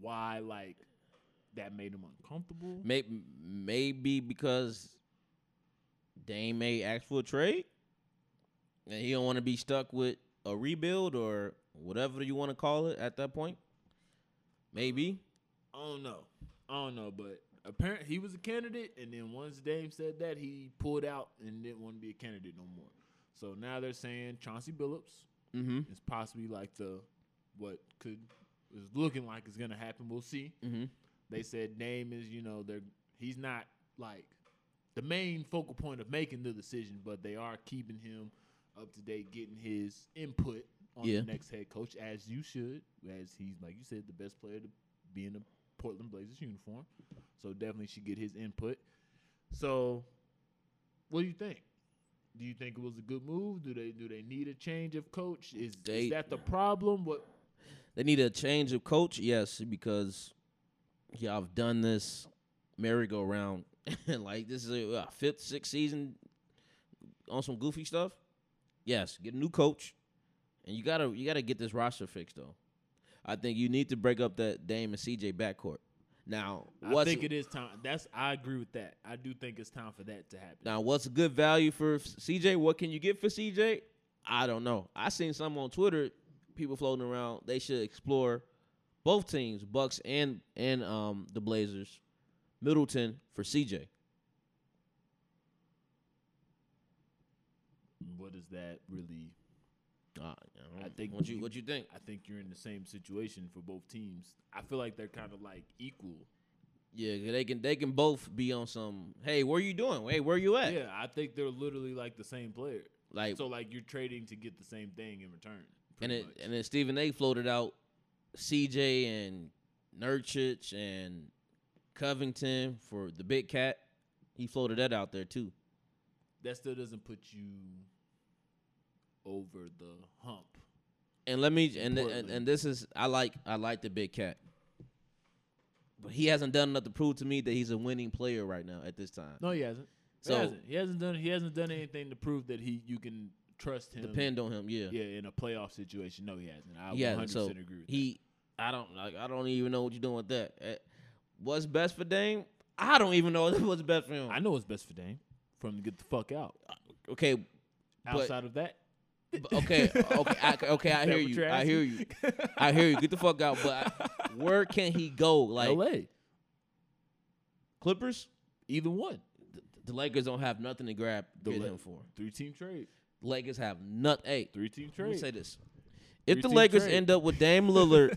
why like that made him uncomfortable. Maybe, maybe because Dame may ask for a trade, and he don't want to be stuck with a rebuild or whatever you want to call it at that point. Maybe. I don't know. I don't know, but apparently he was a candidate, and then once Dame said that, he pulled out and didn't want to be a candidate no more. So now they're saying Chauncey Billups Mm-hmm. is possibly like the what could is looking like is gonna happen. We'll see. Mm-hmm. They said Dame is you know they're he's not like the main focal point of making the decision, but they are keeping him up to date, getting his input on Yeah. the next head coach as you should, as he's like you said the best player to be in the Portland Blazers uniform. So definitely should get his input. So, what do you think? Do you think it was a good move? Do they do they need a change of coach? Is, They- is that the problem? What They need a change of coach, yes, because y'all have done this merry-go-round. *laughs* like this is a uh, fifth, sixth season on some goofy stuff. Yes, get a new coach, and you gotta you gotta get this roster fixed though. I think you need to break up that Dame and CJ backcourt. Now, I what's think it is time. That's I agree with that. I do think it's time for that to happen. Now, what's a good value for f- CJ? What can you get for CJ? I don't know. I seen some on Twitter, people floating around. They should explore both teams, Bucks and and um the Blazers, Middleton for CJ. What does that really? Uh, I I think think what you you- what you think? I think you're in the same situation for both teams. I feel like they're kind of like equal. Yeah, 'cause they can they can both be on some. Hey, where you doing? Hey, where you at? Yeah, I think they're literally like the same player. Like So like you're trading to get the same thing in return. and pretty it, much. and then Stephen A. floated out CJ and Nurkic and Covington for the big cat. He floated that out there too. that still doesn't put you over the hump. And let me and, and Portland. and this is I like I like the big cat. But he hasn't done enough to prove to me that he's a winning player right now at this time. No, he hasn't. So- he hasn't. He hasn't done. He hasn't done anything to prove that he you can trust him. Depend on him, yeah. Yeah, in a playoff situation, no, he hasn't. I He hasn't, 100% so agree with He I don't like I don't even know what you're doing with that. Eh, What's best for Dame? I don't even know *laughs* what's best for him. that. I know what's best for Dame. For him to get the fuck out. okay, But- Outside of that, b- *laughs* okay, okay, I, okay. I Is that hear what you. you're I *laughs* hear you. asking? I hear you. Get the fuck out. But *laughs* I, where can he go? Like L.A. Clippers, Either one, the Lakers don't have nothing to grab The get La- him for. three team trade, Lakers have nut eight. three team Let me trade. say this. If the Three-team Lakers trade. end up with Dame *laughs* Lillard,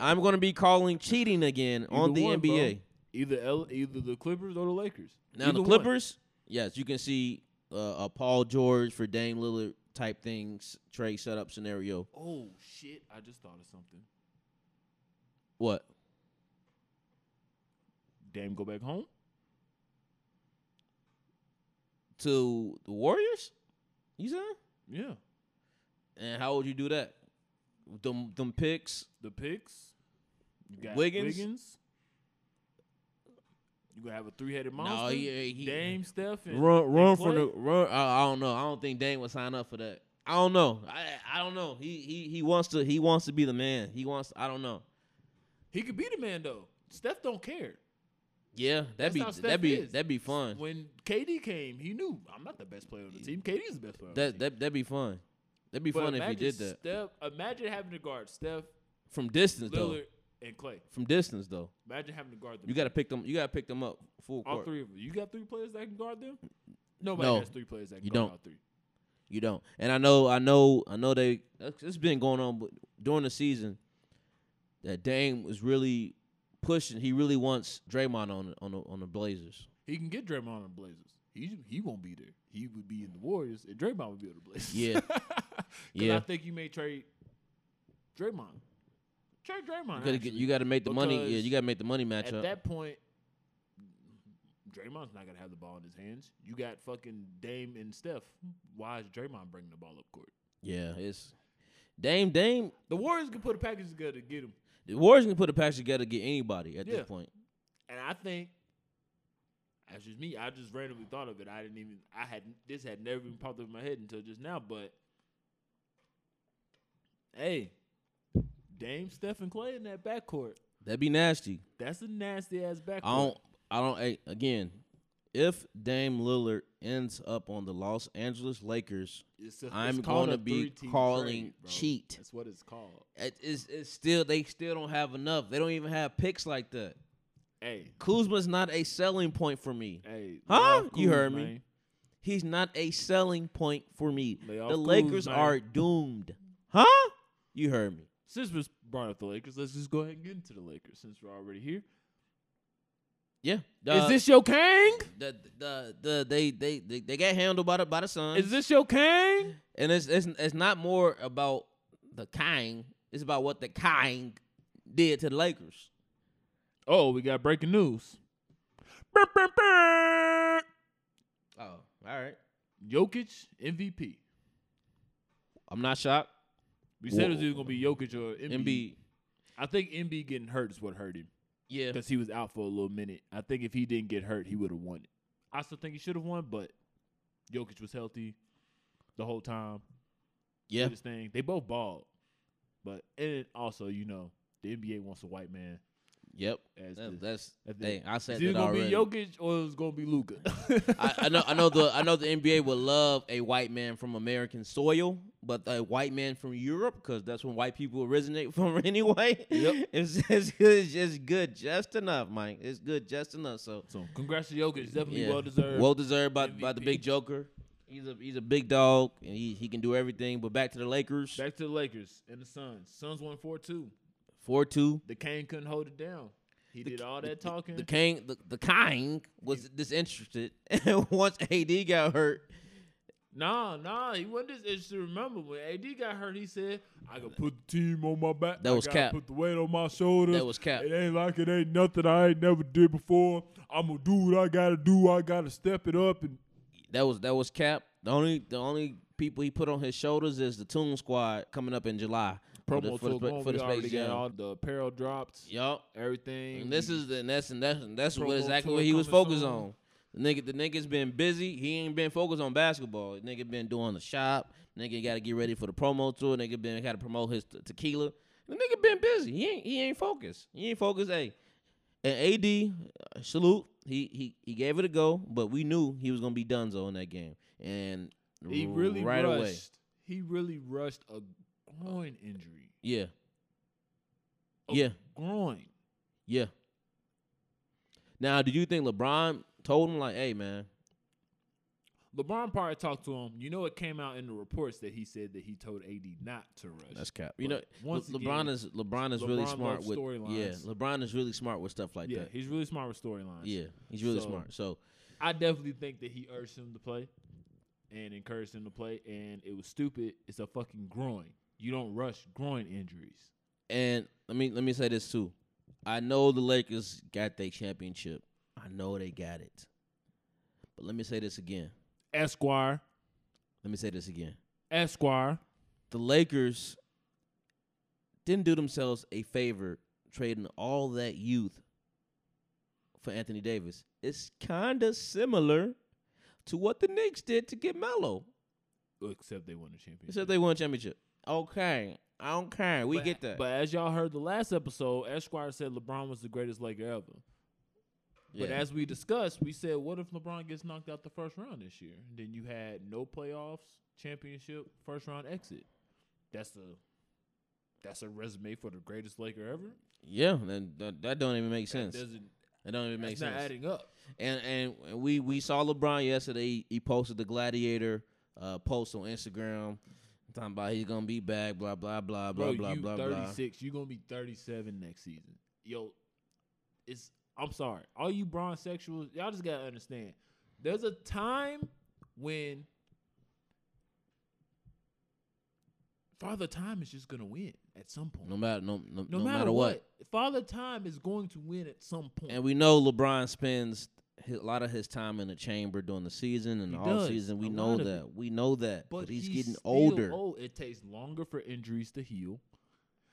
I'm going to be calling cheating again on Either the one, bro. NBA. Either L, either the Clippers or the Lakers. Now, Either the one. Clippers, yes, you can see uh, a Paul George for Dame Lillard type things, trade setup scenario. Oh shit! I just thought of something. What? Dame go back home. To the Warriors? You saying? Yeah, And how would you do that? Them, them picks, the picks. You got Wiggins? Wiggins. You gonna have a three headed No, monster. yeah, he- Dame, Steph, and run, run and from Clay? the run. I, I don't know. I don't think Dane would sign up for that. I don't know. I I don't know. He he he wants to he wants to be the man. He wants. I don't know. He could be the man though. Steph don't care. Yeah, that'd That's be how Steph that'd be is. that'd be fun. When KD came, he knew I'm not the best player on the team. KD is the best player. on That the team. that that'd be fun. That'd be But fun if he imagine did that Steph, imagine having to guard Steph, from distance though. Lillard, and Clay. From distance though, Imagine having to guard them. you gotta pick them. You gotta pick them up full all court. three of them. You got three players that can guard them. Nobody No, has three players that can you guard don't. all three. You don't. And I know, I know, I know they. that's- It's been going on but during the season that Dame was really pushing. He really wants Draymond on the- on the, on the Blazers. He can get Draymond on the Blazers. He he won't be there. He would be in the Warriors, and Draymond would be on the Blazers. *laughs* Yeah. 'Cause Yeah. I think you may trade Draymond. Trade Draymond. You gotta, get, actually. you gotta make the money. Yeah, because you gotta make the money At match up. that point, Draymond's not gonna have the ball in his hands. You got fucking Dame and Steph. Why is Draymond bringing the ball up court? yeah, it's Dame. Dame. The Warriors can put a package together to get him, The Warriors can put a package together to get anybody at Yeah. this point. and I think that's just me. I just randomly thought of it. I didn't even. I had this had never even popped up in my head until just now. But hey, Dame, Steph, and Clay in that backcourt. That'd be nasty. That's a nasty ass backcourt. I don't. I don't. Hey, again, If Dame Lillard ends up on the Los Angeles Lakers, It's a- it's I'm called going to a be three-team calling trade, bro. cheat. That's what it's called. It, it's, it's still they still don't have enough. They don't even have picks like that. Hey, Kuzma's not a selling point for me. hey. Huh? Love You heard Kuz, me. man. He's not a selling point for me. Lay off the Kuz, Lakers man. are doomed. Huh? You heard me. Since we brought up the Lakers, let's just go ahead and get into the Lakers since we're already here. Yeah. Is Uh, this your king? the, the, the, they, they they they got handled by the by the Suns. Is this your king? and it's it's it's not more about the kind. It's about what the kind did to the Lakers. Oh, we got breaking news. Brr, brr, brr. Oh, all right. Jokic MVP. I'm not shocked. We said it was Whoa. either gonna be Jokic or Embiid. Embiid. I think Embiid getting hurt is what hurt him Yeah. because he was out for a little minute. I think if he didn't get hurt, he would have won it. I still think he should have won, but Jokic was healthy the whole time. did Yeah. his thing. They both balled, but and also you know the NBA wants a white man Yep. as That- the, That's as the- hey, I it's said either that gonna already. be Jokic or it's gonna be Luca. *laughs* I, I know I know the I know the NBA would love a white man from American soil, but a white man from Europe because that's when white people originate from *laughs* anyway. Yep. *laughs* It's, it's, it's just good, just enough, Mike. It's good, just enough. So So congrats to Jokic, definitely Yeah. well deserved. Well deserved by, by the MVP. big Joker. He's a he's a big dog and he, he can do everything. But back to the Lakers, Back to the Lakers and the Suns. Suns won four two. four two. The Kane couldn't hold it down. He did all that talking. The king the, the king was disinterested. *laughs* And once AD got hurt, nah, nah, he wasn't this issue. Remember when AD got hurt, he said, "I can put the team on my back. That I was gotta cap. Put the weight on my shoulders. That was cap. It ain't like it ain't nothing I ain't never did before. I'm gonna do what I gotta do. I gotta step it up and that was that was Cap. The only the only people he put on his shoulders is the Toon Squad coming up in July. for the- promo for the, took spa- on. for We the already Space got Jam. all the apparel drops, Yup. everything. And this is the and that's and that's and that's what Promo exactly tour what he was coming focused soon. on. The nigga, the nigga's been busy. He ain't been focused on basketball. The nigga been doing the shop. Nigga got to get ready for the promo tour. Nigga been got to promote his te- tequila. The nigga been busy. He ain't he ain't focused. He ain't focused. Hey, and AD uh, salute. He he he gave it a go, but we knew he was gonna be Dunzo in that game. And he really right rushed. away. He really rushed a groin injury. Yeah. A Yeah. groin. Yeah. Now, do you think LeBron told him like, "Hey, man, LeBron probably talked to him. You know, it came out in the reports that he said that he told AD not to rush. That's cap. You But know, once Le- LeBron again, is LeBron is really LeBron smart loves with yeah. storylines. LeBron is really smart with stuff like yeah, that. he's really smart with storylines. Yeah, he's really So- smart. So I definitely think that he urged him to play and encouraged him to play, and it was stupid. It's a fucking groin. You don't rush groin injuries. and let me let me say this too. I know the Lakers got their championship. I know they got it. But let me say this again. Esquire, Let me say this again. Esquire. The Lakers didn't do themselves a favor trading all that youth for Anthony Davis. It's kind of similar to what the Knicks did to get Melo. Except they won the championship. Except they won a championship. Okay. I don't care. We But- get that. But as y'all heard the last episode, Esquire said LeBron was the greatest Laker ever. But Yeah. as we discussed, we said, what if LeBron gets knocked out the first round this year? Then you had no playoffs, championship, first round exit. That's a that's a resume for the greatest Laker ever. yeah, then that, that don't even make That sense. That, doesn't don't even make that's not sense. adding up. And and we we saw LeBron yesterday. He, he posted the gladiator uh, post on Instagram talking about he's gonna be back. Blah blah blah blah Bro, blah you blah blah. 36, you're gonna be 37 next season. Yo, it's I'm sorry. All you bronze sexuals, y'all just gotta understand. There's a time when Father Time is just gonna win at some point. No matter no no, no, matter, what, Father Time is going to win at some point. And we know LeBron spends hi- a lot of his time in the chamber during the season and He all does, season. We a know lot of that. We know that. But, he's, getting still older. Old. It takes longer for injuries to heal.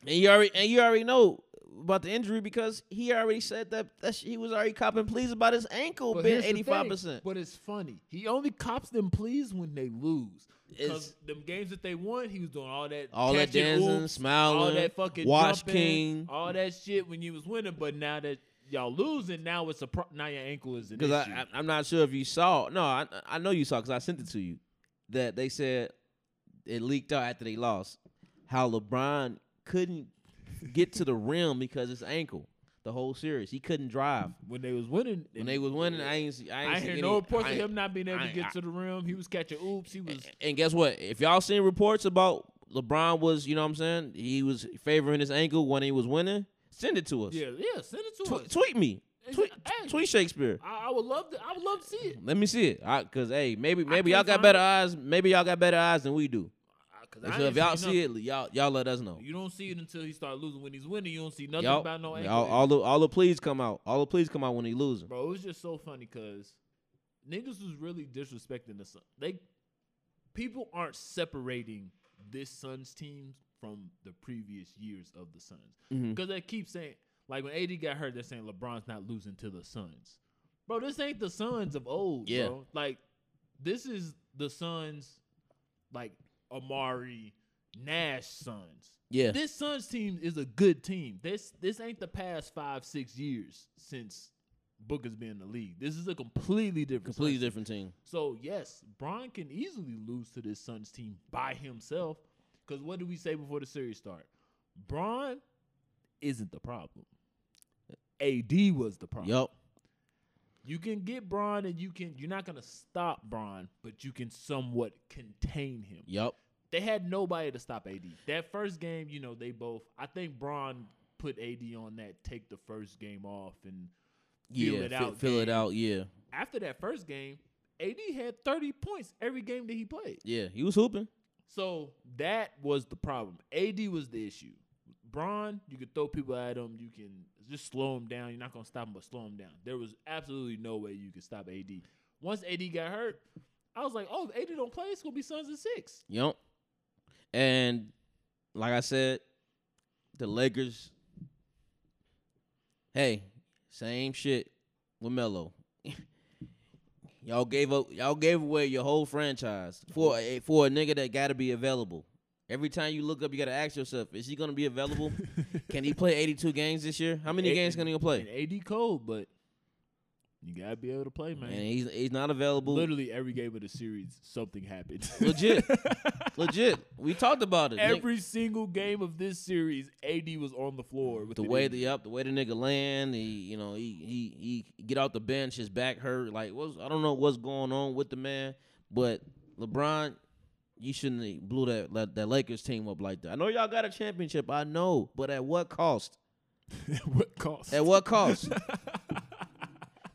And you already and you already know about the injury because he already said that that sh- he was already copping pleas about his ankle But being here's the eighty thing, five percent. But it's funny. He only cops them pleas when they lose. Because It's- them games that they won, he was doing all that All that catching dancing, oops, smiling, all that fucking Wash jumping, King. all that shit when you was winning. But now that y'all losing now. It's a pro- now your ankle is an issue. Because I, I, I'm not sure if you saw. No, I I know you saw because I sent it to you. That they said it leaked out after they lost. How LeBron couldn't get to the rim because his ankle. The whole series, he couldn't drive when they was winning, when they was winning. I ain't. see- I ain't I see hear any- no reports I of ain't- him not being able I to ain't- get I- to the rim. He was catching oops. He was And guess what? If y'all seen reports about LeBron was, you know what I'm saying, he was favoring his ankle when he was winning, send it to us. yeah, yeah. Send it to Tw- us. tweet me. Tweet, Hey. tweet Shakespeare. I, I would love to. I would love to see it. Let me see it. I, Cause hey, maybe maybe y'all can't got find better eyes. Maybe y'all got better eyes than we do. Uh, 'cause And I so ain't if y'all seen see it, y'all y'all let us know. nothing. you don't see it until he start losing. When he's winning, you don't see nothing Y'all- about no ankle. y'all- all the all the pleas come out. All the pleas come out when he losing. Bro, it was just so funny because niggas was really disrespecting the Sun. They people aren't separating this Suns teams from the previous years of the Suns Mhm. because they keep saying like when AD got hurt, they're saying LeBron's not losing to the Suns. Bro, this ain't the Suns of old, Yeah. bro. Like this is the Suns, like Amari Nash Suns. Yeah. This Suns team is a good team. This this ain't the past five six years since Booker's been in the league. This is a completely different, Completely Suns team. different team. So yes, Bron can easily lose to this Suns team by himself. Because what did we say before the series start? Bron isn't the problem. AD was the problem. Yup. You can get Bron, and you can. You're not gonna stop Bron, but you can somewhat contain him Yup. they had nobody to stop AD. That first game, you know, they both. I think Braun put AD on that take the first game off, and Yeah. Feel it fi- out Fill it game. out. Yeah. after that first game, AD had thirty points every game that he played. Yeah. He was hooping. So that was the problem. AD was the issue. Braun, you could throw people at him. You can just slow him down. You're not gonna stop him, but slow him down. There was absolutely no way you could stop AD. Once AD got hurt, I was like, oh, if AD don't play, it's gonna be Suns and six. *laughs* Yup. And like I said, the Lakers. Hey, same shit with Melo. *laughs* y'all gave up. Y'all gave away your whole franchise for a, for a nigga that got to be available. Every time you look up, you got to ask yourself: Is he gonna *laughs* be available? Can he play 82 games this year? How many Eight- games can he And play? AD cold, but you gotta be able to play, man. And he's he's not available. Literally every game of the series, something happened. *laughs* Legit. Legit, we talked about it. Nick. every single game of this series, AD was on the floor. With the an way injury. the up, the way the nigga land, he you know he he he get out the bench, his back hurt. Like what's I don't know what's going on with the man, but LeBron, you shouldn't have blew that that, that Lakers team up like that. I know y'all got a championship, I know, but at what cost? *laughs* at what cost? At what *laughs* cost?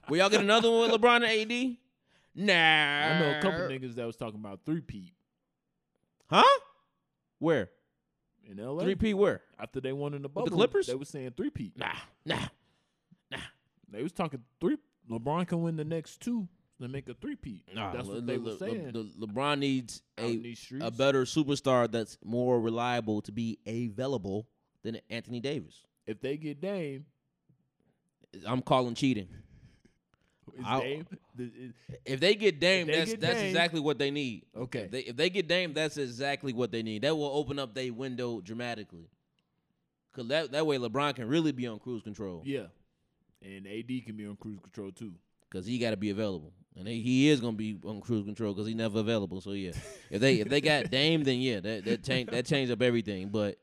Will y'all get another one with LeBron and AD? Nah, I know a couple niggas that was talking about three peat Huh? Where in LA three P? Where? after they won in the bubble. Clippers? they was saying three peat. Nah, nah. They was talking three. LeBron can win the next two and make a three peat. Nah, That's Le- what Le- they Le- were saying. Le- Le- LeBron needs out a in these streets. a better superstar that's more reliable to be available than Anthony Davis. if they get Dame, I'm calling cheating. is I'll- Dame the, is, If they get Dame, they that's get that's Dame- exactly what they need. okay? If they, if they get Dame, that's exactly what they need. That will open up their window dramatically. Cause that that way LeBron can really be on cruise control. Yeah. And AD can be on cruise control too. Cause he got to be available, and he- he is gonna be on cruise control because he's never available. So yeah, if they if *laughs* they got Dame, then yeah, that that change that changed up everything. But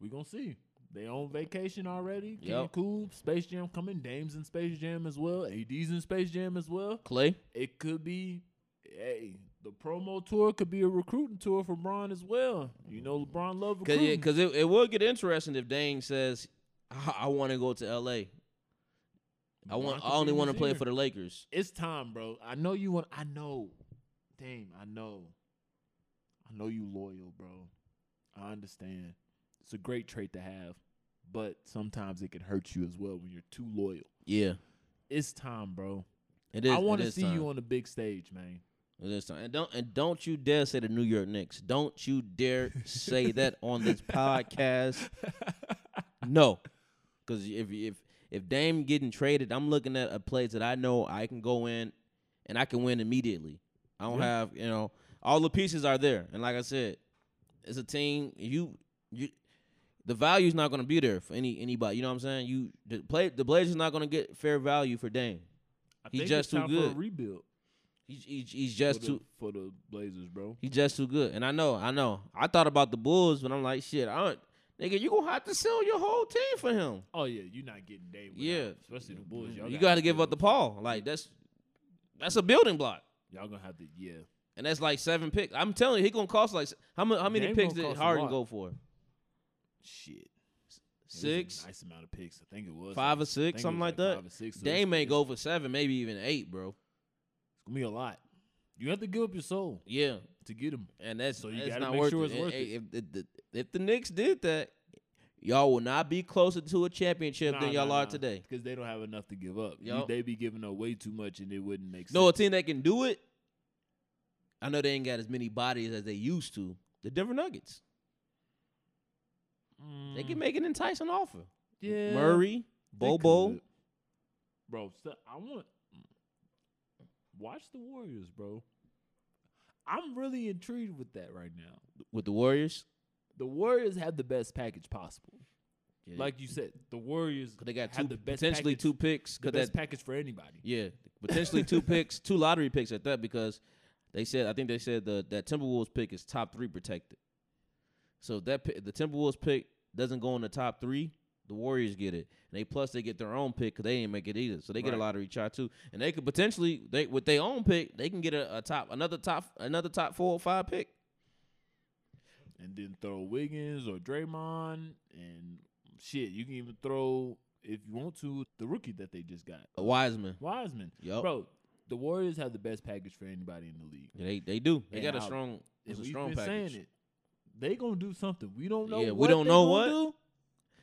We gonna see. They on vacation already. Yep. Cancun, Space Jam coming. Dame's in Space Jam as well. AD's in Space Jam as well. Clay, It could be, hey, the promo tour could be a recruiting tour for Braun as well. You know, LeBron love Cause, recruiting. yeah, 'cause it, it will get interesting if Dane says, "I, I want to go to L.A. I LeBron want. could I be only in want to this play year. for the Lakers." It's time, bro. I know you want. I know, Dame. I know. I know you loyal, bro. I understand. It's a great trait to have, but sometimes it can hurt you as well when you're too loyal. Yeah, It's time, bro. it is. I want to see you on the big stage, man. It is time. And don't and don't you dare say the New York Knicks. Don't you dare say that on this podcast. No, because if if if Dame getting traded, I'm looking at a place that I know I can go in and I can win immediately. I don't Yeah. have you know all the pieces are there, and like I said, it's a team. You you the value's not gonna be there for any anybody. You know what I'm saying? You the play the Blazers not gonna get fair value for Dame. I He's think just it's too time good. for a rebuild. He's he's, he's just for too the, for the Blazers, bro. he's just too good. And I know, I know. I thought about the Bulls, but I'm like, shit, I don't nigga, you gonna have to sell your whole team for him. Oh yeah, you're not getting Dame. without- Yeah. especially the Bulls. Y'all Mm-hmm. You gotta gotta give up the Paul. Like that's that's a building block. Y'all gonna have to. Yeah, And that's like seven picks. I'm telling you, he gonna cost like s- how many how many Dame picks gonna did cost a Harden lot. go for? shit. It was a Six, nice amount of picks. I think it was five I or think six, it something was like that. Five or six. so Dame it's- may go for seven, maybe even eight, bro. It's gonna be a lot. You have to give up your soul Yeah, to get him. and that's So you that's gotta not make worth, sure it. it's worth Hey, it. If, if, the, if the Knicks did that, y'all will not be closer to a championship than y'all are today. because they don't have enough to give up. You- Yup. they be giving up way too much, and it wouldn't make sense. No, a team that can do it. I know they ain't got as many bodies as they used to. The Denver Nuggets, they can make an enticing offer. Mm. yeah. Mm, Murray, They Bobo, could. Bro, so I want watch the Warriors, bro. I'm really intrigued with that right now. with the Warriors. The Warriors have the best package possible. Yeah, Like you said, the Warriors they 'cause they got two have the best potentially package, two picks. the 'cause best that, package for anybody. yeah, potentially two picks, two lottery picks at that because they said I think they said the that Timberwolves pick is top three protected. So if that pi- the Timberwolves pick doesn't go in the top three. The Warriors get it, and they plus they get their own pick because they didn't make it either, so they get a Right. lottery shot too, and they could potentially they with their own pick they can get a, a top another top another top four or five pick. And then throw Wiggins or Draymond and shit. You can even throw if you want to the rookie that they just got, A Wiseman, Wiseman. Yup. Bro, the Warriors have the best package for anybody in the league. Yeah, they they do they And got a I'll- strong it's a we've strong been package. saying it. They gonna do something. We don't know. Yeah, we what don't they know gonna what. do.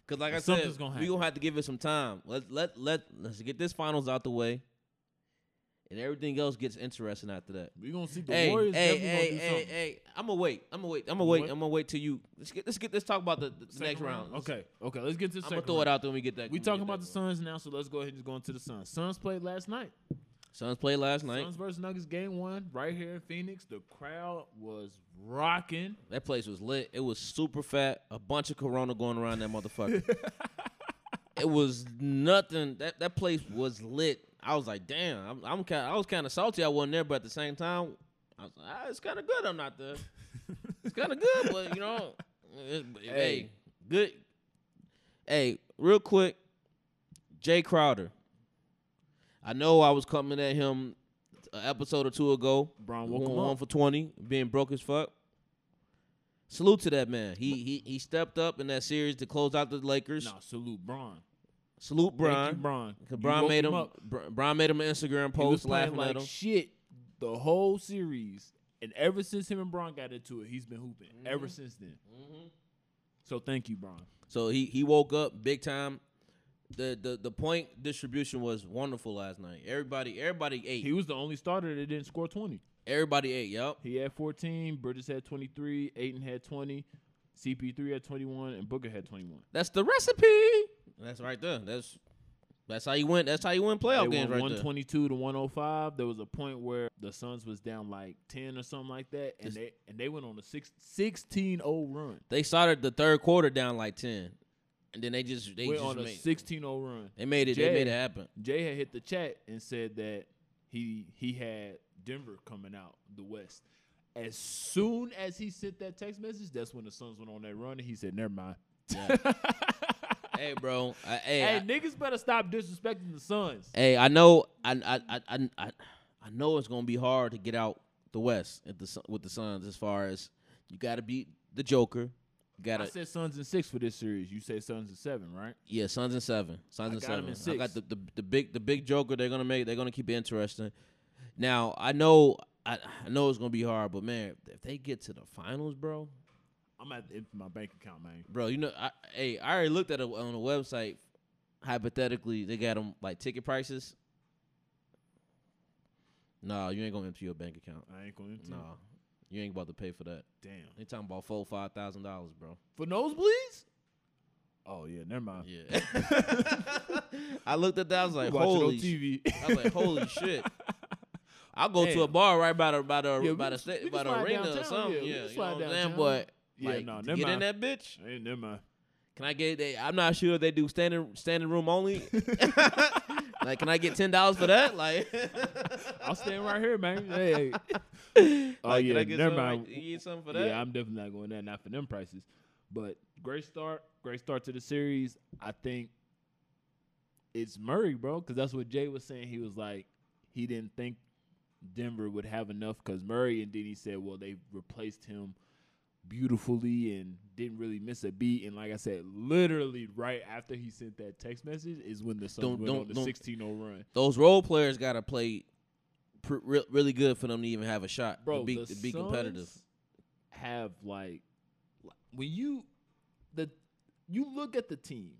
Cause like I But said, something's gonna we happen. gonna have to give it some time. Let let let let's get this finals out the way, and everything else gets interesting after that. We gonna see the hey, Warriors hey, definitely hey, gonna do hey, something. hey! I'm gonna wait. I'm gonna wait. I'm gonna You wait. what? I'm gonna wait till you. Let's get let's get let's talk about the, the next round. Okay, okay. Let's get to the I'm second. gonna throw it out there when we get that. We when talking get about that the going. Suns now, so let's go ahead and just go into the Suns. Suns played last night. Suns played last night. Suns versus Nuggets game one, right here in Phoenix. The crowd was rocking. That place was lit. It was super fat. A bunch of Corona going around that *laughs* motherfucker. it was nothing. That that place was lit. I was like, damn. I'm, I'm kind. I was kind of salty. I wasn't there, but at the same time, I was like, ah, it's kind of good. I'm not there. It's kind of good, but you know, it- it- hey. Hey. good. Hey, real quick, Jay Crowder. I know I was coming at him an episode or two ago. Braun woke one, him one up. for twenty, being broke as fuck. Salute to that man. He he he stepped up in that series to close out the Lakers. Nah, salute Bron. Salute Thank Brian. you, Bron. You Brian woke made him. up. Bron Brian made him an Instagram He was post playing laughing like at him. shit the whole series, and ever since him and Bron got into it, he's been hooping. Ever Mm-hmm. since then. So thank you, Bron. So he he woke up big time. The the the point distribution was wonderful last night. Everybody everybody ate. He was the only starter that didn't score 20. everybody ate. Yep. He had 14, Bridges had 23, Aiton had 20, CP3 had 21, and Booker had 21. That's the recipe. That's right there. That's that's how you win. That's how you win They playoff won games right there. 122 to 105. There was a point where the Suns was down like 10 or something like that, and Just- they and they went on a six, 16-0 run. They started the third quarter down like ten, and then they just they went just on a made 16-0 run. they made it Jay. they made it happen. Jay had hit the chat and said that he he had Denver coming out the West. As soon as he sent that text message, that's when the Suns went on that run, and he said, "Never mind." *laughs* hey, bro. I, hey, Hey, I, niggas better stop disrespecting the Suns. hey, I know. I I I I- I I know it's gonna be hard to get out the West at the Sun- with the Suns as far as you got to beat the Joker. You got I to said Suns in six for this series. You say Suns in seven, right? yeah, Suns and seven. Suns I and got 'em seven. in I got the, six. the the big the big Joker. They're gonna make. They're gonna keep it interesting. Now I know. I, I know it's gonna be hard, but man, if they get to the finals, bro, I'm at the, my bank account, man. bro, you know, I, hey, I already looked at it on the website. Hypothetically, they got them like ticket prices. Nah, you ain't gonna empty your bank account. I ain't going to. Nah, you ain't about to pay for that. Damn. They talking about four, five thousand dollars, bro. For nosebleeds? Oh yeah, never mind. Yeah. *laughs* I looked at that. I was like, Watch it on holy. sh- TV. I was like, holy shit. I'll go to a Damn. bar right by the by the Yeah, we by the can- we sta- can by the slide arena or downtown, something. yeah, we Yeah, can you know slide what I'm saying? downtown. But *laughs* Yeah, like, nah, to never get in mind. that bitch. Hey, never mind. Can I get? They, I'm not sure if they do standing standing room *laughs* only. like, can I get ten dollars for that? Like, I'll stand right here, man. Hey, hey. oh *laughs* like, yeah, can I get never something, mind. Like, you get something for that? Yeah, I'm definitely not going there. Not for them prices. But great start, great start to the series. I think it's Murray, bro, because that's what Jay was saying. He was like, he didn't think Denver would have enough because Murray, and then he said, well, they replaced him beautifully and didn't really miss a beat. And like I said, literally right after he sent that text message is when the Suns Don't- went don't- on the don't- 16-0 run. Those role players gotta play pr- re- really good for them to even have a shot. bro. to be, the to be competitive. Suns Have like like, when you the you look at the team.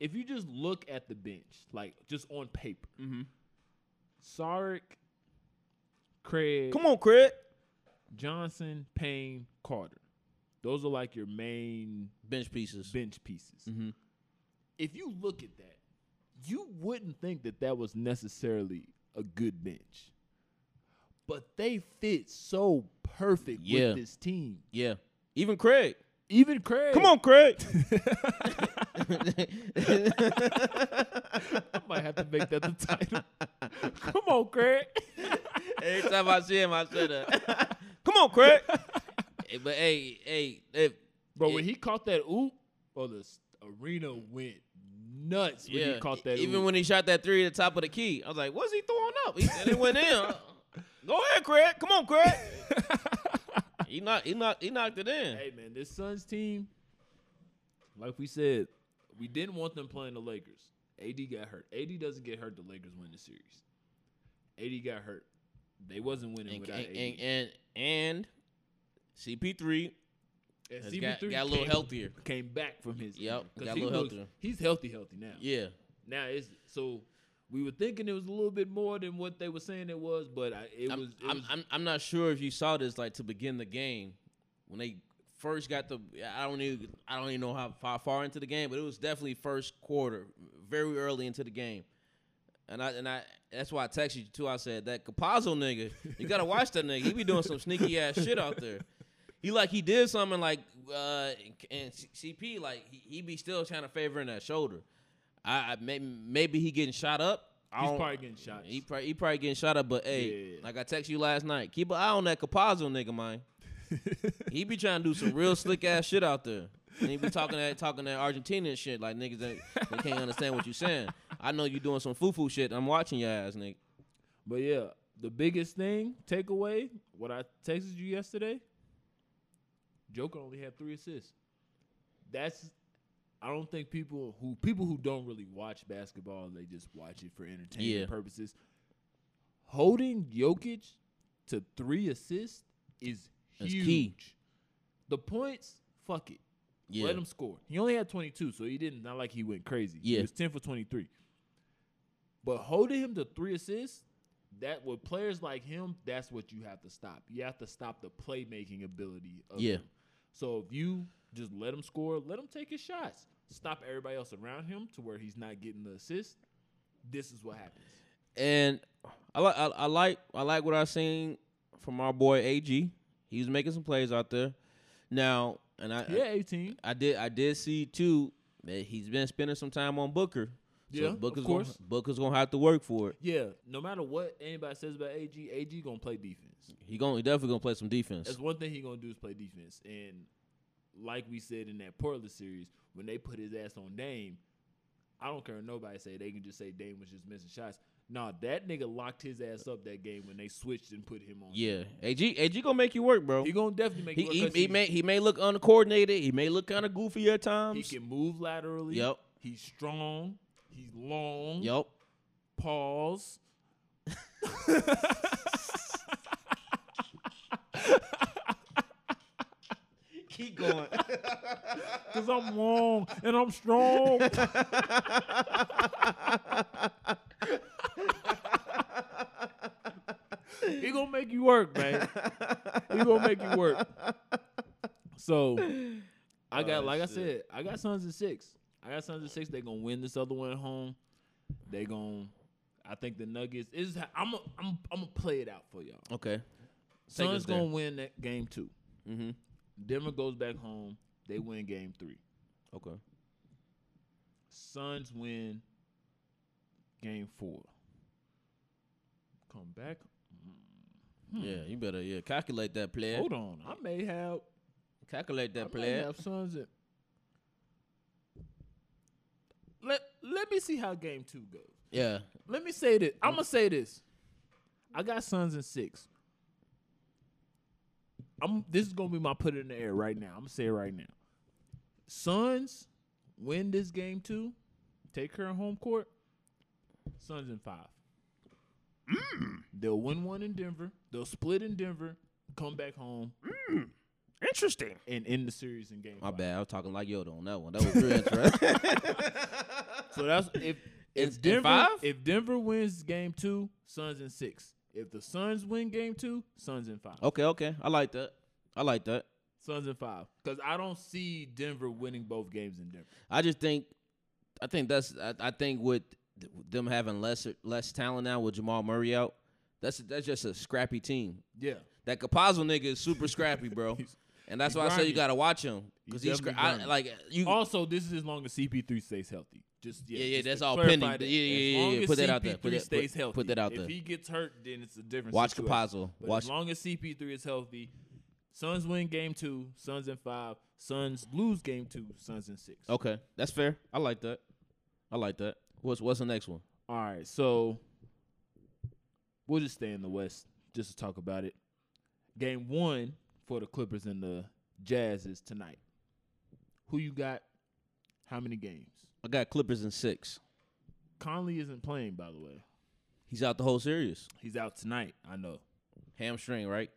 If you just look at the bench, like just on paper, Mm-hmm. Sarek, Craig, Come on, Craig. Johnson, Payne, Carter. Those are like your main Bench pieces. bench pieces. Mm-hmm. If you look at that, you wouldn't think that that was necessarily a good bench. But they fit so perfect Yeah. with this team. Yeah. Even Craig. Even Craig. Come *laughs* on, Craig. I might have to make that the title. *laughs* Come on, Craig. Every time I see him, I say that. *laughs* Come on, Craig. Hey, but hey, hey, if, Bro, when he caught that oop, oh, the s- arena went nuts when yeah, e he caught that even oop. when he shot that three at the top of the key, I was like, "What's he throwing up?" He and it went in. *laughs* Go ahead, Craig. Come on, Craig. *laughs* he knocked, he knocked, he knocked it in. hey, man, this Suns team, like we said, we didn't want them playing the Lakers. AD got hurt. AD doesn't get hurt, the Lakers win the series. AD got hurt. They wasn't winning and, without and, AD. and, and and CP3 And has got, CP3 got a little came- healthier. Came back from his Yep, injury, 'cause got a he little looks- healthier. He's healthy, healthy now. Yeah, Now it's so we were thinking it was a little bit more than what they were saying it was, but I, it I'm, was. It I'm, was I'm, I'm not sure if you saw this like to begin the game when they first got the I don't even I don't even know how, how far into the game, but it was definitely first quarter, very early into the game. And I and I that's why I texted you too. I said that Capazzo nigga, you gotta watch that nigga. He be doing some sneaky ass shit out there. He like he did something like uh and C- CP like he, he be still trying to favor in that shoulder. I, I maybe, maybe he getting shot up. I He's don't- probably getting shots. He probably he probably getting shot up. But hey, Yeah. like I texted you last night, keep an eye on that Capazzo nigga, *laughs* man. he be trying to do some real slick ass shit out there. And he be talking that talking that Argentinian shit like niggas that they can't understand what you saying. I know you doing some foo foo shit. I'm watching your ass, nigga. but yeah, the biggest thing takeaway what I texted you yesterday. Joker only had three assists. That's I don't think people who people who don't really watch basketball they just watch it for entertainment Yeah. purposes. Holding Jokic to three assists is That's huge. key. The points, fuck it. Yeah. Let him score. He only had 22, so he didn't. Not like he went crazy. Yeah. He was 10 for 23. But holding him to three assists, that with players like him, that's what you have to stop. You have to stop the playmaking ability. Of Yeah. Him. So if you just let him score, let him take his shots. Stop everybody else around him to where he's not getting the assist. This is what happens. And I like I, I like I like what I seen from our boy AG. He was making some plays out there. Now, and I Yeah, 18. I did I did see too that he's been spending some time on Booker. Yeah, of Booker's course. Gonna, Booker's gonna have to work for it. Yeah, no matter what anybody says about AG, AG gonna play defense. He gonna he definitely gonna play some defense. That's one thing he gonna do is play defense. And like we said in that Portland series, when they put his ass on Dame, I don't care what nobody say they can just say Dame was just missing shots. Nah, that nigga locked his ass up that game when they switched and put him on. Yeah, AG AG gonna make you work, bro. He He gonna definitely make he, it work he, 'cause he's- may he may look uncoordinated. He may look kind of goofy at he times. can move laterally. Yep. He's strong. He's long. Yep. Pause. Keep going. Cause I'm long and I'm *laughs* strong. he gonna make you work, man. He gonna make you work. So I got, Oh, like I shit. said, I got Suns at six. I got Suns at six. They gonna win this other one at home. They gonna. I think the Nuggets is. I'm. i I'm. I'm gonna play it out for y'all. okay. Take us Suns there. gonna win that game two. Mm-hmm. Denver goes back home. They win game three. Okay. Suns win game four. Come back. Yeah, you better yeah calculate that player. Hmm. Hold on. I may have Calculate that I may player. have Suns at- Let let me see how game two goes. Yeah. Let me say this. I'm gonna say this. I got Suns in six. I'm. This is gonna be my put it in the air right now. I'm gonna say it right now. Suns win this game too. Take current home court. Suns in five. They'll win one in Denver. They'll split in Denver. Come back home Interesting. and end the series in game. My five. bad. I was talking like Yoda on that one. That *laughs* was real interesting. So that's if It's- if *laughs* in Denver five? if Denver wins game two, Suns in six. If the Suns win game two, Suns in five. okay, okay. I like that. I like that. Suns in five. Because I don't see Denver winning both games in Denver. I just think, I think that's, I, I think with th- them having less less talent now with Jamal Murray out, that's that's just a scrappy team. Yeah. That Capazzo nigga is super scrappy, bro. *laughs* He's- and that's he's why I say grimy. you gotta watch him because He's he's, scra- definitely I, grimy. like you. Also, this is as long as CP3 stays healthy. Just yeah, Yeah, yeah, just to that's all clarify pending. that. Yeah, yeah, As yeah, long yeah. as Put that out there. CP3 Put that- stays put- healthy. put that out there. If he gets hurt, then it's a different. Watch situation. Capazzo. But Watch- As long as CP3 is healthy, Suns win game two. Suns in five. Suns lose game two. Suns in six. okay, that's fair. I like that. I like that. What's what's the next one? All right, so we'll just stay in the West just to talk about it. Game one for the Clippers and the Jazz is tonight. Who you got? How many games? I got Clippers in six. Conley isn't playing, by the way. He's out the whole series. He's out tonight. I know. Hamstring, right?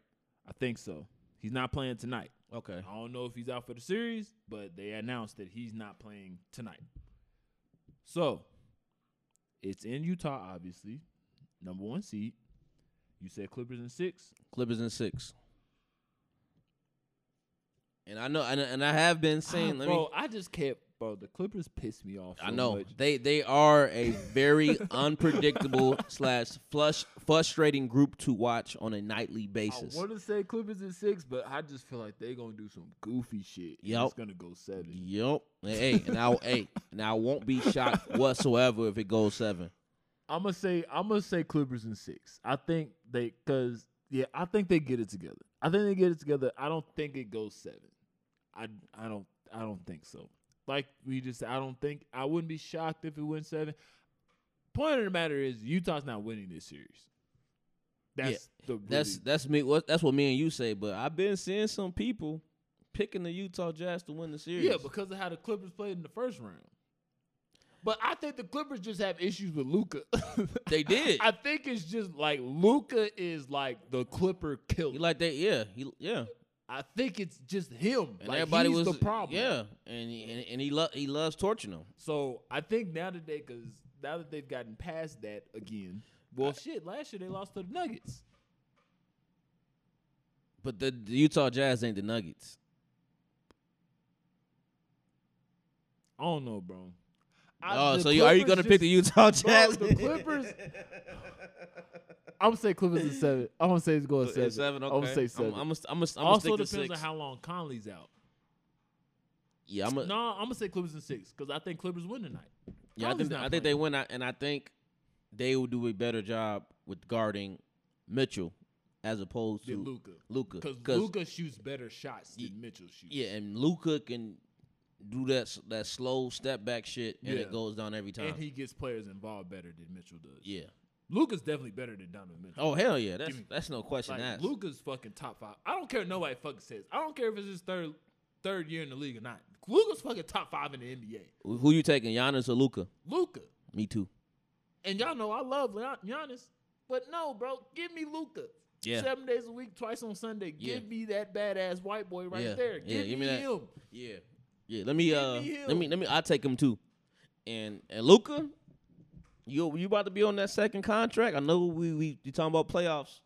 I think so. He's not playing tonight. Okay. I don't know if he's out for the series, but they announced that he's not playing tonight. So it's in Utah, obviously. Number one seed. You said Clippers in six. Clippers in six. And I know, and, and I have been saying, Ah, let bro, me. I just kept, bro. The Clippers pissed me off. So I know much. they they are a very *laughs* unpredictable slash flush frustrating group to watch on a nightly I basis. want to say Clippers in six, but I just feel like they're gonna do some goofy shit. and Yup. it's gonna go seven. Yep. Hey, and I hey, and I won't be shocked *laughs* whatsoever if it goes seven. I'm gonna say, I'm gonna say Clippers in six. I think they, cause yeah, I think they get it together. I think they get it together. I don't think it goes seven. I, I don't, I don't think so. Like we just, I don't think I wouldn't be shocked if it went seven. Point of the matter is Utah's not winning this series. That's the That's really- that's me. What that's what me and you say. But I've been seeing some people picking the Utah Jazz to win the series. Yeah, *laughs* because of how the Clippers played in the first round. But I think the Clippers just have issues with *laughs* Luca. They did. I think it's just like Luca is like the Clipper killer. he like that. Yeah, he yeah. I think it's just him. And like everybody he's was the problem. Yeah, and he, and, and he lo- he loves torturing them. So I think now that they cause now that they've gotten past that again. Well, shit. Last year they lost to the Nuggets. But the, the Utah Jazz ain't the Nuggets. I don't know, bro. I- Oh, the so you, are you Clippers gonna pick the just- Bro, Utah Jazz? *laughs* the Clippers. I'm gonna say Clippers is seven. I'm gonna say it's going Seven, seven. okay. I'm gonna say seven. I'm, I'm, I'm, I'm also stick to depends six. on how long Conley's out. Yeah, I'm. A, no, I'm gonna say Clippers in six because I think Clippers win tonight. yeah, I Conley's think not I think they playing. win, I- and I think they will do a better job with guarding Mitchell as opposed than to Luca Luca. because Luca shoots better shots than Ye- Mitchell shoots. yeah, and Luca can do that s- that slow step back shit, and Yeah. it goes down every time. and he gets players involved better than Mitchell does. yeah. Luca's definitely better than Donovan Mitchell. Oh hell yeah, that's Give me- that's no question like asked. Luca's fucking top five. I don't care what nobody fucking says. I don't care if it's his third third year in the league or not. Luca's fucking top five in the NBA. Who you taking, Giannis or Luca? Luca. Me too. And y'all know I love Leon- Giannis, but no, bro, give me Luca. Yeah. Seven days a week, twice on Sunday. Give Yeah. me that badass white boy right Yeah. there. Yeah, Give, give me, me that. him. Yeah. Yeah. Let me uh Hill. let me let me I take him too. And and Luca, you you about to be on that second contract. I know we we you talking about playoffs.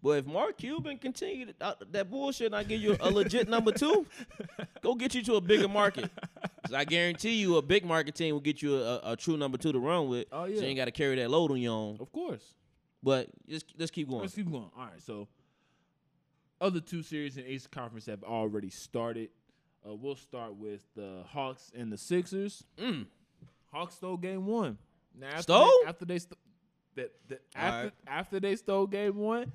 But if Mark Cuban continue to- uh, that bullshit and I give you a legit number two, go get you to a bigger market. 'Cause I guarantee you a big market team will get you a, a true number two to run with. Oh, So yeah. you ain't got to carry that load on your own. Of course. But just, let's keep going. Let's keep going. All right, so other two series in East Conference have already started. Uh, we'll start with the Hawks and the Sixers. Hawks stole game one. Now after Mm. Stole? They, after they st- that, that All after, right. after they stole game one,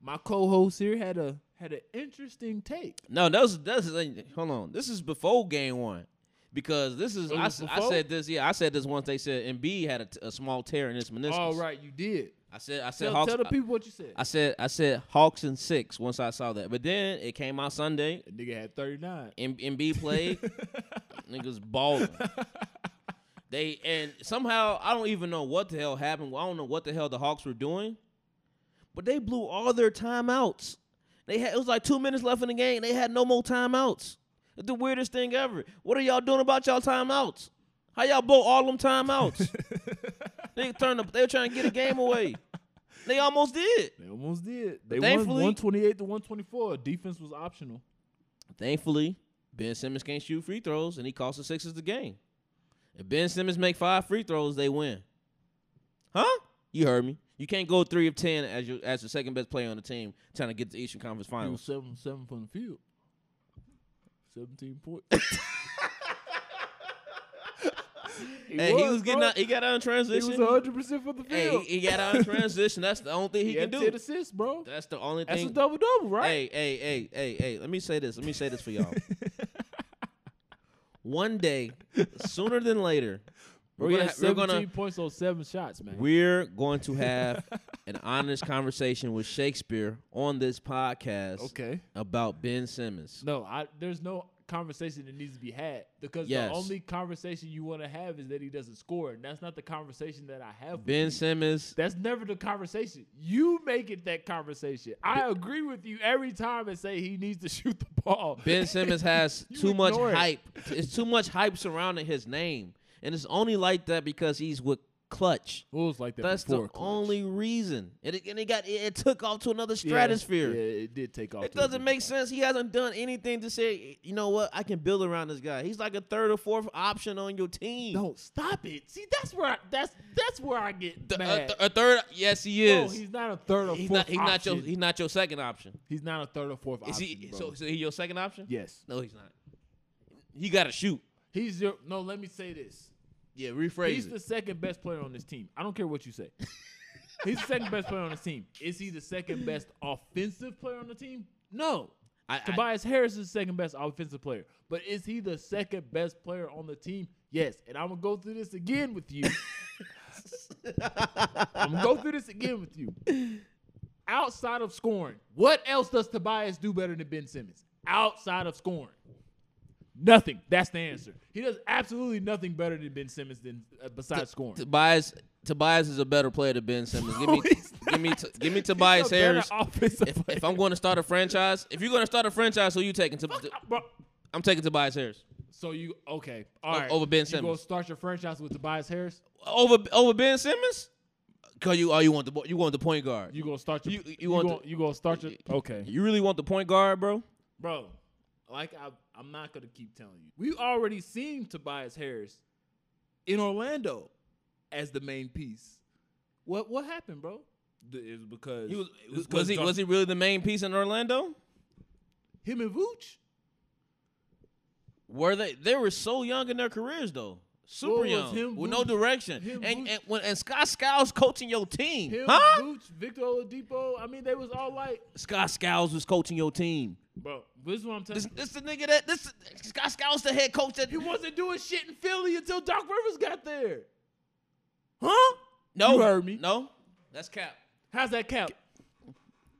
my co-host here had a had an interesting take. No, that was that's hold on. This is before game one. Because this is, It I, was s- I before? said this, yeah, I said this once. They said Embiid had a, t- a small tear in his meniscus. All Oh, right, you did. I said, I said, Tell, Hawks, tell the I- people what you said. I said I said Hawks and six once I saw that. But then it came out Sunday. That nigga had 39. M- MB played. niggas balling. They and somehow I don't even know what the hell happened. I don't know what the hell the Hawks were doing, but they blew all their timeouts. They had it was like two minutes left in the game. They had no more timeouts. It's the weirdest thing ever. What are y'all doing about y'all timeouts? How y'all blow all them timeouts? they turned up. They were trying to get a game away. They almost did. They almost did. They Thankfully- won 128 to 124. Defense was optional. Thankfully, Ben Simmons can't shoot free throws, and he cost the Sixers the game. If Ben Simmons make five free throws, they win. Huh? You heard me. You can't go three of ten as your as the second best player on the team trying to get to the Eastern Conference He was Finals. seven seven from the field. Seventeen *laughs* points. *laughs* And he was getting out. He got out in He transition. was 100 percent from the hey, field. he, he got out in transition. That's the only thing he, He can had do. ten assists, bro. That's the only That's a thing. double double, right? Hey, hey, hey, hey, hey. Let me say this. Let me say this *laughs* for y'all. One day, sooner than later, Bro, he had ha- we're seventeen gonna points on seven shots, man. We're *laughs* going to have an honest conversation with Shakespeare on this podcast okay. about Ben Simmons. No, I there's no conversation that needs to be had because Yes. the only conversation you want to have is that he doesn't score, and that's not the conversation that I have. with Ben you. Simmons, That's never the conversation. You make it that conversation. I agree with you every time and say he needs to *laughs* shoot the ball. Ben Simmons has *laughs* You too much ignore it. hype. It's too much hype surrounding his name, and it's only like that because he's with Clutch. Wolves like that That's before. the only reason. And it, and it got it, it took off to another stratosphere. Yeah, it did take off. It to a doesn't good- make sense. He hasn't done anything to say, you know what? I can build around this guy. He's like a third or fourth option on your team. No, stop it. See, that's where I, that's that's where I get Th- a, mad. th- a third, yes, he no, uh, is. he's not a third or he's fourth not. He's not option. your. He's not your second option. he's not a third or fourth Is option. he? bro. So, so he your second option? yes, No, he's not. He got to shoot. he's your. No, let me say this. Yeah, rephrase He's the second best player on this team. I don't care what you say. he's the second best player on this team. Is he the second best offensive player on the team? No. I, I, Tobias Harris is the second best offensive player. But is he the second best player on the team? Yes. And I'm gonna go through this again with you. I'm gonna go through this again with you. Outside of scoring, what else does Tobias do better than Ben Simmons? Outside of scoring. Nothing. That's the answer. He does absolutely nothing better than Ben Simmons than uh, besides scoring. Tobias. Tobias is a better player than Ben Simmons. *laughs* Give me, he's give me, t- *laughs* give me He's a Tobias better Harris. offensive If, if player. I'm going to start a franchise, if you're going to start a franchise, who you taking? To, Bro, I'm taking Tobias Harris so you okay? All right. over Ben You gonna Simmons. start your franchise with Tobias Harris? over over Ben Simmons. Cause you, oh, you want the bo- you want the point guard. You gonna start your You- you you, want gonna, to- you gonna start your okay, you really want the point guard, bro? bro? Like I, I'm not gonna keep telling you. We already seen Tobias Harris in Orlando as the main piece. What what happened, bro? It's because He was, it's was 'cause he John- was he really the main piece in Orlando? him and Vooch? Were they? They were so young in their careers, though. Super What was young, him with no boot- direction, him and, boot- and when and Scott Skiles coaching your team, Him, huh? Vooch, Victor Oladipo. I mean, they was all like, Scott Skiles was coaching your team. bro. This is what I'm telling. This, you. this the nigga that this Scott Skiles the head coach that He wasn't doing shit in Philly until Doc Rivers got there. huh? No, You heard me. No, that's cap. How's that cap?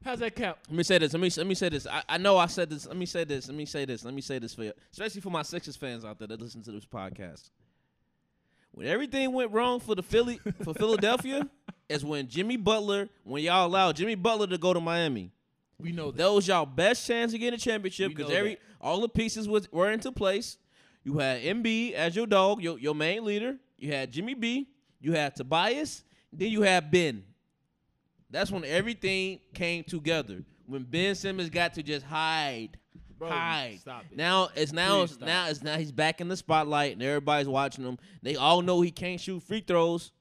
How's that cap? Let me say this. Let me let me say this. I, I know I said this. Let me say this. Let me say this. Let me say this for you, especially for my Sixers fans out there that listen to this podcast. When everything went wrong for the Philly for Philadelphia is when Jimmy Butler when y'all allowed Jimmy Butler to go to Miami. We know That was y'all best chance to get a championship We because know every that. all the pieces was were into place. You had MB as your dog, your your main leader. You had Jimmy B. You had Tobias. Then you had Ben. That's when everything came together. When Ben Simmons got to just hide, Bro, hide. stop it. Now it's now Please it's stop. now it's now he's back in the spotlight and everybody's watching him. They all know he can't shoot free throws.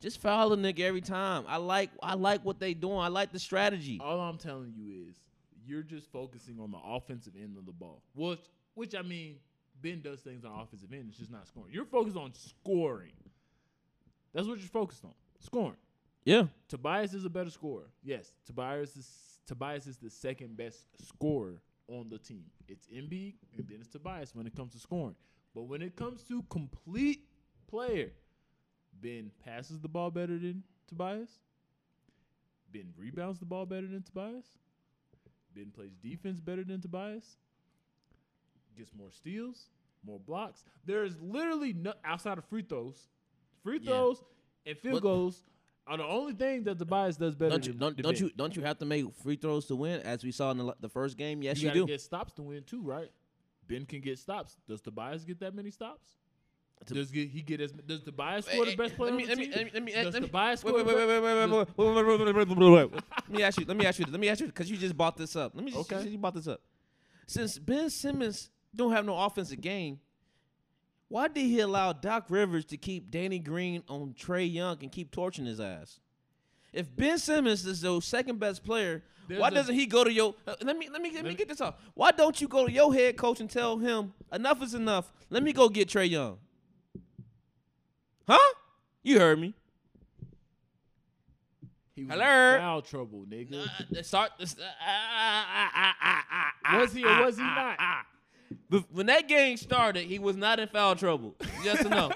Just foul the nigga every time. I like I like what they doing. I like the Oh. strategy. All I'm telling you is you're just focusing on the offensive end of the ball, which Which I mean, Ben does things on offensive end. It's just not scoring. You're focused on scoring. That's what you're focused on. Scoring. Yeah. Tobias is a better scorer. Yes, Tobias is Tobias is the second best scorer on the team. It's Embiid and then it's Tobias when it comes to scoring. But when it comes to complete player, Ben passes the ball better than Tobias. Ben rebounds the ball better than Tobias. Ben plays defense better than Tobias. Gets more steals, more blocks. There is literally no outside of free throws, free Yeah. throws and field But- goals are the only thing that Tobias does better. Don't you than, don't, than don't Ben. you don't you have to make free throws to win, as we saw in the, la- the first game? Yes, you, gotta do. get stops to win too, right? Ben can get stops. Does Tobias get that many stops? To- does get, he get as does Tobias Hey, score the hey, best player let me- on the let me- team? let me- let me- does let me- Tobias Wait, score wait, the wait, wait, best- wait, wait, wait, wait, wait, wait, wait, wait, wait, wait, wait, wait. Let me ask you. Let me ask you. Let me ask you because you just bought this up. Let me just, Okay. since you bought this up. Since Ben Simmons don't have no offensive game, why did he allow Doc Rivers to keep Danny Green on Trey Young and keep torching his ass? If Ben Simmons is your second best player, There's why a- doesn't he go to your? uh, let me let me let me me- get this off. Why don't you go to your head coach and tell him enough is enough? Let me go get Trey Young. Huh? You heard me. He was in Hello? foul trouble, nigga. Uh, start. Uh, was he Ah, or was he not? When that game started, he was not in foul trouble. Yes or *laughs* no?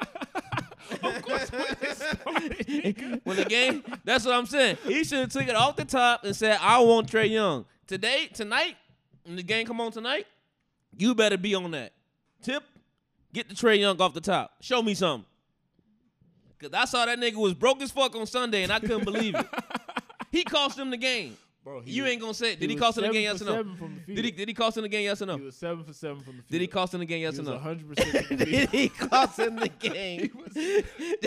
of course, when it started, nigga. when the *laughs* game, that's what I'm saying. He should have took it off the top and said, "I want Trey Young today, tonight." When the game come on tonight, you better be on that. Tip, get the Trey Young off the top. Show me something. Cause I saw that nigga was broke as fuck on Sunday, and I couldn't believe it. He cost him the game. *laughs* Bro, he you was- ain't gonna say. It. Did he, was cost him the seven game? Yes for or no? seven from the Did he? field. Did he cost him the game? Yes or no? He was seven for seven from the field. Did he cost him the game? Yes He or was no? hundred percent. Did *laughs* he cost him the game? Did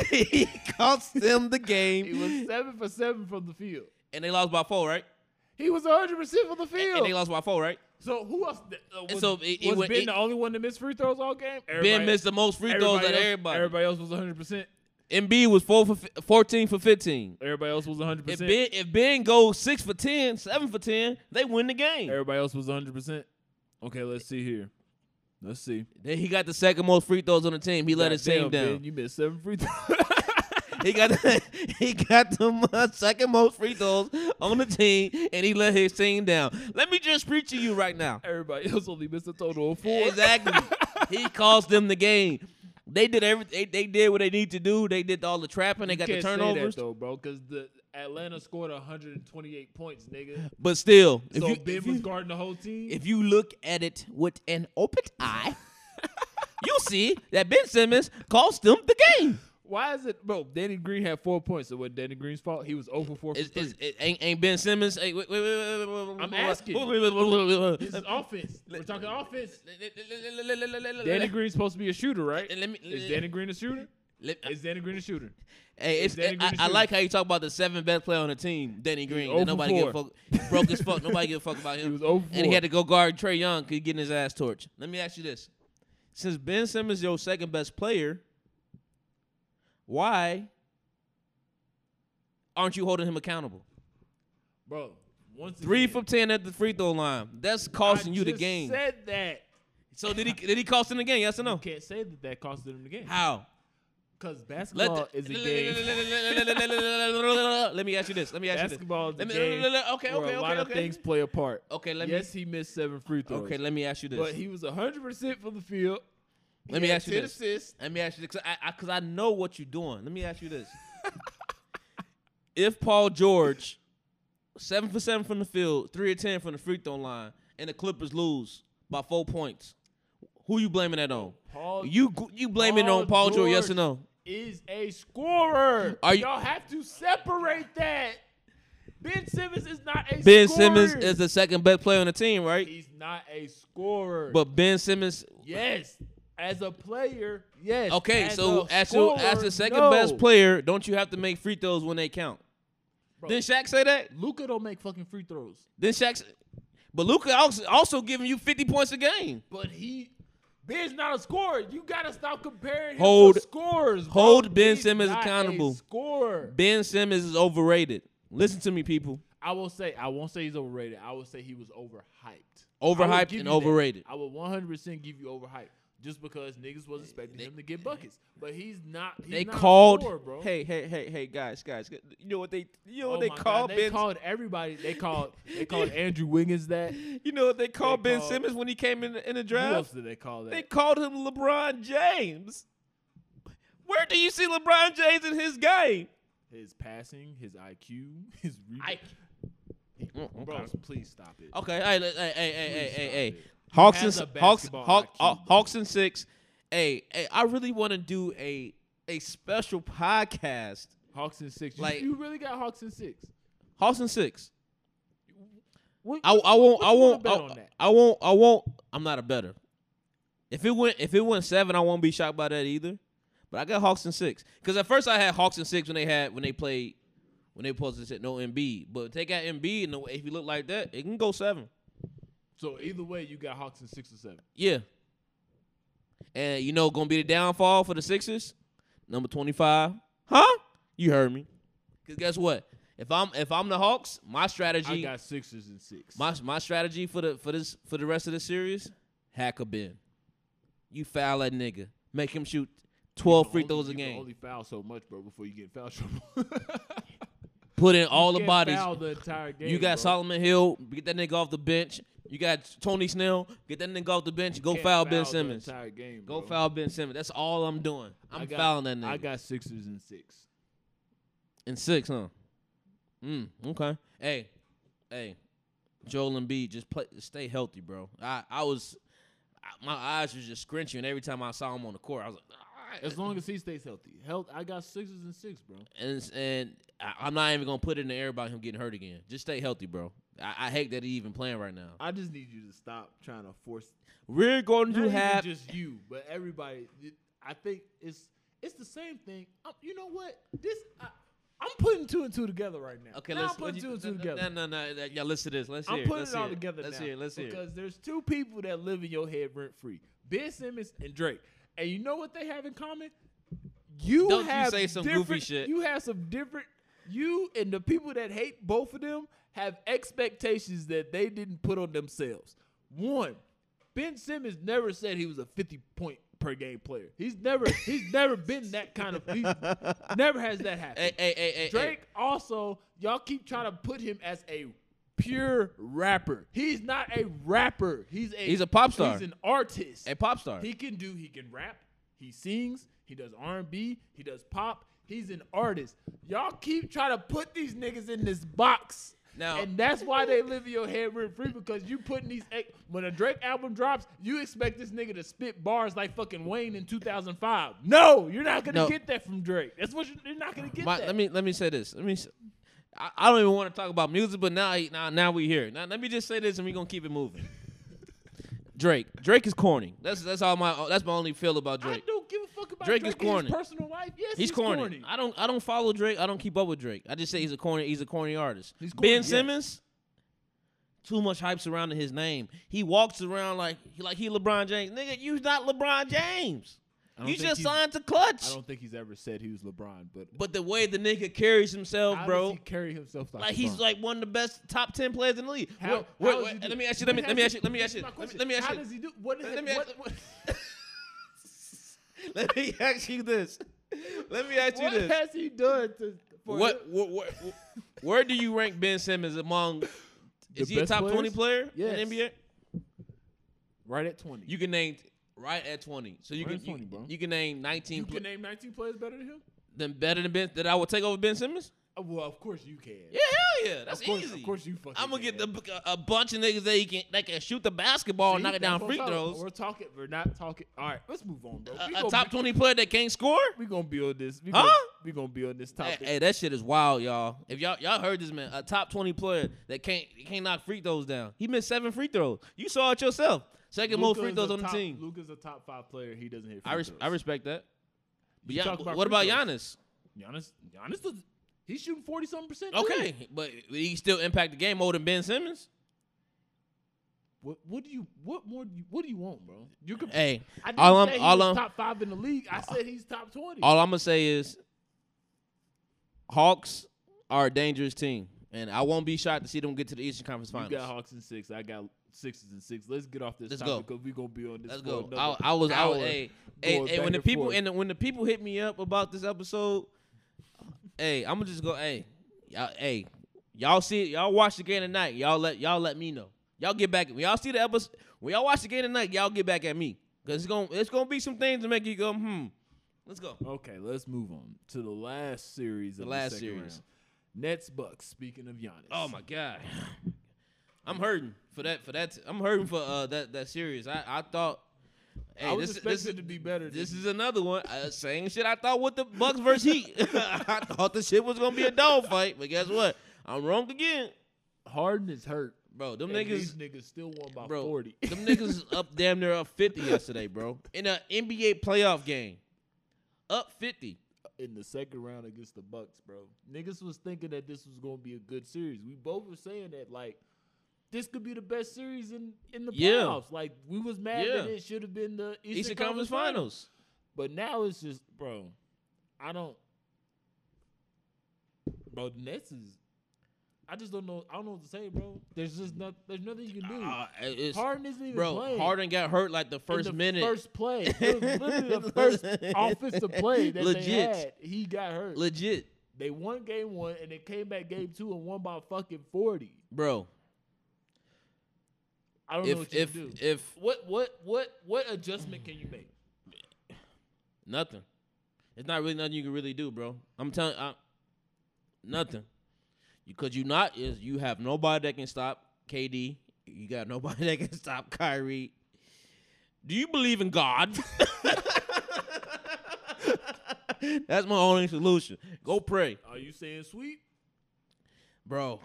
he cost him the He game? was seven for seven from the field. and they lost by four, right? He was hundred percent from the field. And they lost by four, right? so who else? Uh, was so it- it was would- Ben it- the only one that missed free throws all game? ben missed the most free throws everybody out of else- everybody. Everybody else was hundred percent. Embiid was four for fi- fourteen for fifteen. Everybody else was 100. If percent Ben if Ben goes six for 10, 7 for ten, they win the game. Everybody else was 100. percent Okay, let's see here. Let's see. Then he got the second most free throws on the team. He let his team Goddamn, down. Ben, you missed seven free throws. *laughs* He got the, *laughs* he got the mo- second most free throws on the team, and he let his team down. Let me just preach to you right now. Everybody else only missed a total of four. *laughs* Exactly. he cost them the game. They did everything. They, they did what they need to do. They did all the trapping. They got the Can't say that, turnovers. though, bro, because the Atlanta scored 128 points, nigga. But still, if so you Ben if was you, guarding the whole team. if you look at it with an open eye, you see that Ben Simmons cost them the game. Why is it, bro? Danny Green had four points. So what? Danny Green's fault? He was 0 for 4 for It's, three. it's, it ain't, ain't Ben Simmons. Hey, wait, wait, wait, wait, wait, wait, I'm wait, asking. wait, wait, wait, This wait, is wait. offense. *laughs* We're talking offense. Danny Danny Green's supposed to be a shooter, right? Let me- Is Danny Green a shooter? Is Danny Green a shooter? Hey, it's, Is Danny Green I, I shooting? like how you talk about the seven best player on the team, Danny Green. oh that for nobody give a four. fuck. He's broke as fuck. Nobody give a fuck about *laughs* him. He was oh for and he four. had to go guard Trey Young because he's getting his ass torched. Let me ask you this: Since Ben Simmons is your second best player, why aren't you holding him accountable? Bro, once Three again, for ten at the free throw line. That's I costing you the just game. said that. so did he? Did he cost him the game? Yes or no? You can't say that that cost them the game. How? Because Let basketball the- is a game. *laughs* Let me ask you this. Let me ask you this. Basketball is a Let me- game. Okay, okay, where okay, a lot of okay. things play a part. Okay, let me. yes, he missed seven free throws. Okay, let me ask you this. but he was 100% from the field. Let me had ask you 10 this. assists. Let me ask you this, because I, I, 'cause I know what you're doing. Let me ask you this: *laughs* If Paul George, seven for seven from the field, three or ten from the free throw line, and the Clippers lose by four points, who you blaming that on? Paul You go- you blaming it on Paul George? Yes or no? is a scorer. Are you- all have to separate that. Ben Simmons is not a Ben scorer. Simmons is the second best player on the team, right? He's not a scorer. But Ben Simmons. yes, as a player, yes. Okay, As so a as your as scorer, the second no. best player, don't you have to make free throws when they count? Bro. Didn't Shaq say that? Luca don't make fucking free throws, Then Shaq's, but Luca also, also giving you fifty points a game. but he. Ben's not a scorer. You gotta stop comparing him Hold- to scorers. bro. hold Ben He's Simmons not accountable. A scorer. Ben Simmons is overrated. Listen to me, people. I will say. I won't say he's overrated. I will say he was overhyped. I would overhyped give and you that. overrated. I would 100 percent give you overhyped just because niggas was expecting him to get buckets, but he's not. He's They not a called. scorer, bro. Hey, hey, hey, hey, guys, guys. You know what they? You know Oh what they my God, called they Ben? called everybody. *laughs* They called. They called Andrew Wiggins that. you know what they called Ben called- Simmons when he came in the, in the Who else draft? did they call that? They called him LeBron James. Where do you see LeBron James in his game? his passing, his IQ, *laughs* his re- I- Bro, please stop it. Okay, hey, let- hey, hey, hey, hey, Please hey, stop hey. it. Hawks Has and a Hawks, basketball Hawk, IQ, Haw- uh, bro. Hawks and six. Hey, hey, I really want to do a a special podcast. Hawks and six. You, Like- you really got Hawks and six. Hawks and six. What- I, I won't. what I you wanna won't. bet I, on that? I won't. I won't. I'm not a better. If it went. If it went seven, I won't be shocked by that either. But I got Hawks and six because at first I had Hawks and six when they had when they played when they posted said no MB. But if they got MB and the- if you look like that, it can go seven. So either way, you got Hawks in six or seven. Yeah. And you know, gonna be the downfall for the Sixers, number twenty-five, huh? You heard me. Cause guess what? If I'm if I'm the Hawks, my I strategy, got Sixers and six. my my strategy for the for this for the rest of the series, hack a bin. You foul that nigga, make him shoot twelve free You can throws a only- you can game. Only foul so much, bro, before you get in foul *laughs* trouble. Put in all the Can't bodies. foul the entire game. You got bro. Solomon Hill, get that nigga off the bench. You got Tony Snell, get that nigga off the bench. Go Can't foul Ben the Simmons. entire game, Go bro. foul Ben Simmons. That's all I'm doing. I I'm got- fouling that nigga. I got Sixers and six. And six, huh? Mm, okay. Hey, hey, Joel Embiid, just play, stay healthy, bro. I, I was, I, my eyes was just scrunching every time I saw him on the court. I was like, "Ah." As long as he stays healthy, health. I got Sixers and six, bro. and and I, I'm not even gonna put it in the air about him getting hurt again. Just stay healthy, bro. I, I hate that he even playing right now. I just need you to stop trying to force. We're going Not to even have just you, but everybody. It- I think it's it's the same thing. i you know what? This I, I'm putting two and two together right now. okay. Now Let's I'm putting two and two together. No, no, no. no, Yeah, listen to this. Let's I'm hear. it. putting Let's it all hear together Let's now hear. it. Let's hear. it. Because there's two people that live in your head rent free: Ben Simmons and Drake. And you know what they have in common? You Don't you have say some goofy different- shit. You have some different. You and the people that hate both of them have expectations that they didn't put on themselves. One, Ben Simmons never said he was a 50 point per game player. He's never he's never been that kind *laughs* of. He never has that happen. Hey, hey, hey, hey, hey. Drake also, y'all keep trying to put him as a pure rapper. He's not a rapper. He's a He's a pop star. He's an artist. A pop star. He can do. He can rap. He sings. He does R and B. He does pop. He's an artist. Y'all keep trying to put these niggas in this box. Now- and that's why they live in your head rent free because you putting these. ex- When a Drake album drops, you expect this nigga to spit bars like fucking Wayne in 2005. No, you're not gonna No. get that from Drake. That's what you're, you're not gonna get. My, that. let me let me say this. Let me. s- I, I don't even want to talk about music, but now now now we here. Now let me just say this, and we are gonna keep it moving. Drake. Drake is corny. That's that's all my that's my only feel about Drake. I don't give a fuck about Drake Drake. in is his corny. personal life, yes, He's, corny. I don't I don't follow Drake. I don't keep up with Drake. I just say he's a corny. He's a corny artist. He's corny, ben yes. Simmons. Too much hype surrounding his name. He walks around like like he LeBron James. Nigga, you not LeBron James. don't You think just he's- signed to Clutch. I don't think he's ever said he was LeBron, but But the way the nigga carries himself, how bro. does he carry himself like, Like he's LeBron? like one of the best top ten players in the league. How- Wait, how wait, does wait, he do- let me ask you. Let me has let me to- ask you. this is my Let me ask you. Let me, question. let me ask How you. does he do? What is Let me what, *laughs* ask- Let me *laughs* ask you this. Let me ask you what this. has he done to? *laughs* For What, what, what, where do you rank Ben Simmons among? Is he a best top twenty players? player Yes. in the NBA? Right at twenty, You can name right at twenty. So you Right can at you, 20, bro. you can name nineteen you pl- can name nineteen players better than him. then better than Ben that I would take over Ben Simmons. Uh, Well, of course you can. Yeah, hell yeah, that's of course, easy. of course you fucking. I'm gonna can. get the, a bunch of niggas that he can that can shoot the basketball, See, and oh, knock it that's down what free I'm talking about. throws. We're talking. We're not talking. All right, let's move on, bro. We a, a gonna top be- 20 player that can't score? We gonna build this. We Huh? gonna, we gonna build this Hey, topic. hey, that shit is wild, y'all. If y'all y'all heard this man, a top 20 player that can't can't knock free throws down. He missed seven free throws. You saw it yourself. Second most Luka free is throws a on the top- team. Luka's a top five player. He doesn't hit. Free I res- throws. I respect that. But You yeah, talk but about what about free Giannis? Giannis, Giannis does. He's shooting forty something percent. Okay, but he still impact the game more than Ben Simmons. What, what do you? What more? Do you, what do you want, bro? You could. Hey, I didn't Eh, all say I'm he all was I'm top five in the league. I said he's top twenty. all I'm gonna say is Hawks are a dangerous team, and I won't be shocked to see them get to the Eastern Conference you got Finals. Hawks and six. I got Sixers and six. Let's get off this Let's topic go. because we gonna be on this. Let's for go. I, another I was. I was. hour Hey, hey, going hey, back when the and people forth. and the, when the people hit me up about this episode, hey, I'm gonna just go. Hey, y'all. Hey, y'all see. Y'all watch the game tonight. Y'all let. Y'all let me know. Y'all get back. When y'all see the episode, when y'all watch the game tonight, y'all get back at me. Cause it's gonna it's gonna be some things to make you go. Hmm. Let's go. Okay, let's move on to the last series. of The last last series. series. Nets Bucks. Speaking of Giannis. Oh my god, I'm hurting for that. For that, I'm hurting for uh, that that series. I I thought. Hey, I was this, expecting this, it to be better. This than- is another one. Uh, same shit I thought with the Bucks versus Heat. *laughs* I thought this shit was gonna be a dog fight, but guess what? I'm wrong again, Harden is hurt. bro. Them and these niggas, niggas still won by bro. forty. Them niggas up damn near up 50 yesterday, bro. In an NBA playoff game, up 50. in the second round against the Bucks, bro. Niggas was thinking that this was gonna be a good series. We both were saying that like this could be the best series in in the Yeah. playoffs. Like we was mad that Yeah. it should have been the Eastern, Eastern Conference Finals. But now it's just, bro. I don't, bro. The Nets is. I just don't know. I don't know what to say, bro. There's just not. There's nothing you can do. Ah, it's- Harden isn't even bro, playing. Harden got hurt like the In first the minute. first *laughs* play, it was literally the first offensive play that they Legit. had. He got hurt. Legit, They won game one and they came back game two and won by fucking forty. bro. I don't know If what you if can do. if what what what what adjustment can you *laughs* make? Nothing. It's not really nothing you can really do, bro. I'm telling I, nothing. Because you not is you have nobody that can stop KD. You got nobody *laughs* that can stop Kyrie. Do you believe in God? *laughs* That's my only solution. Go pray, Are you saying sweep? bro.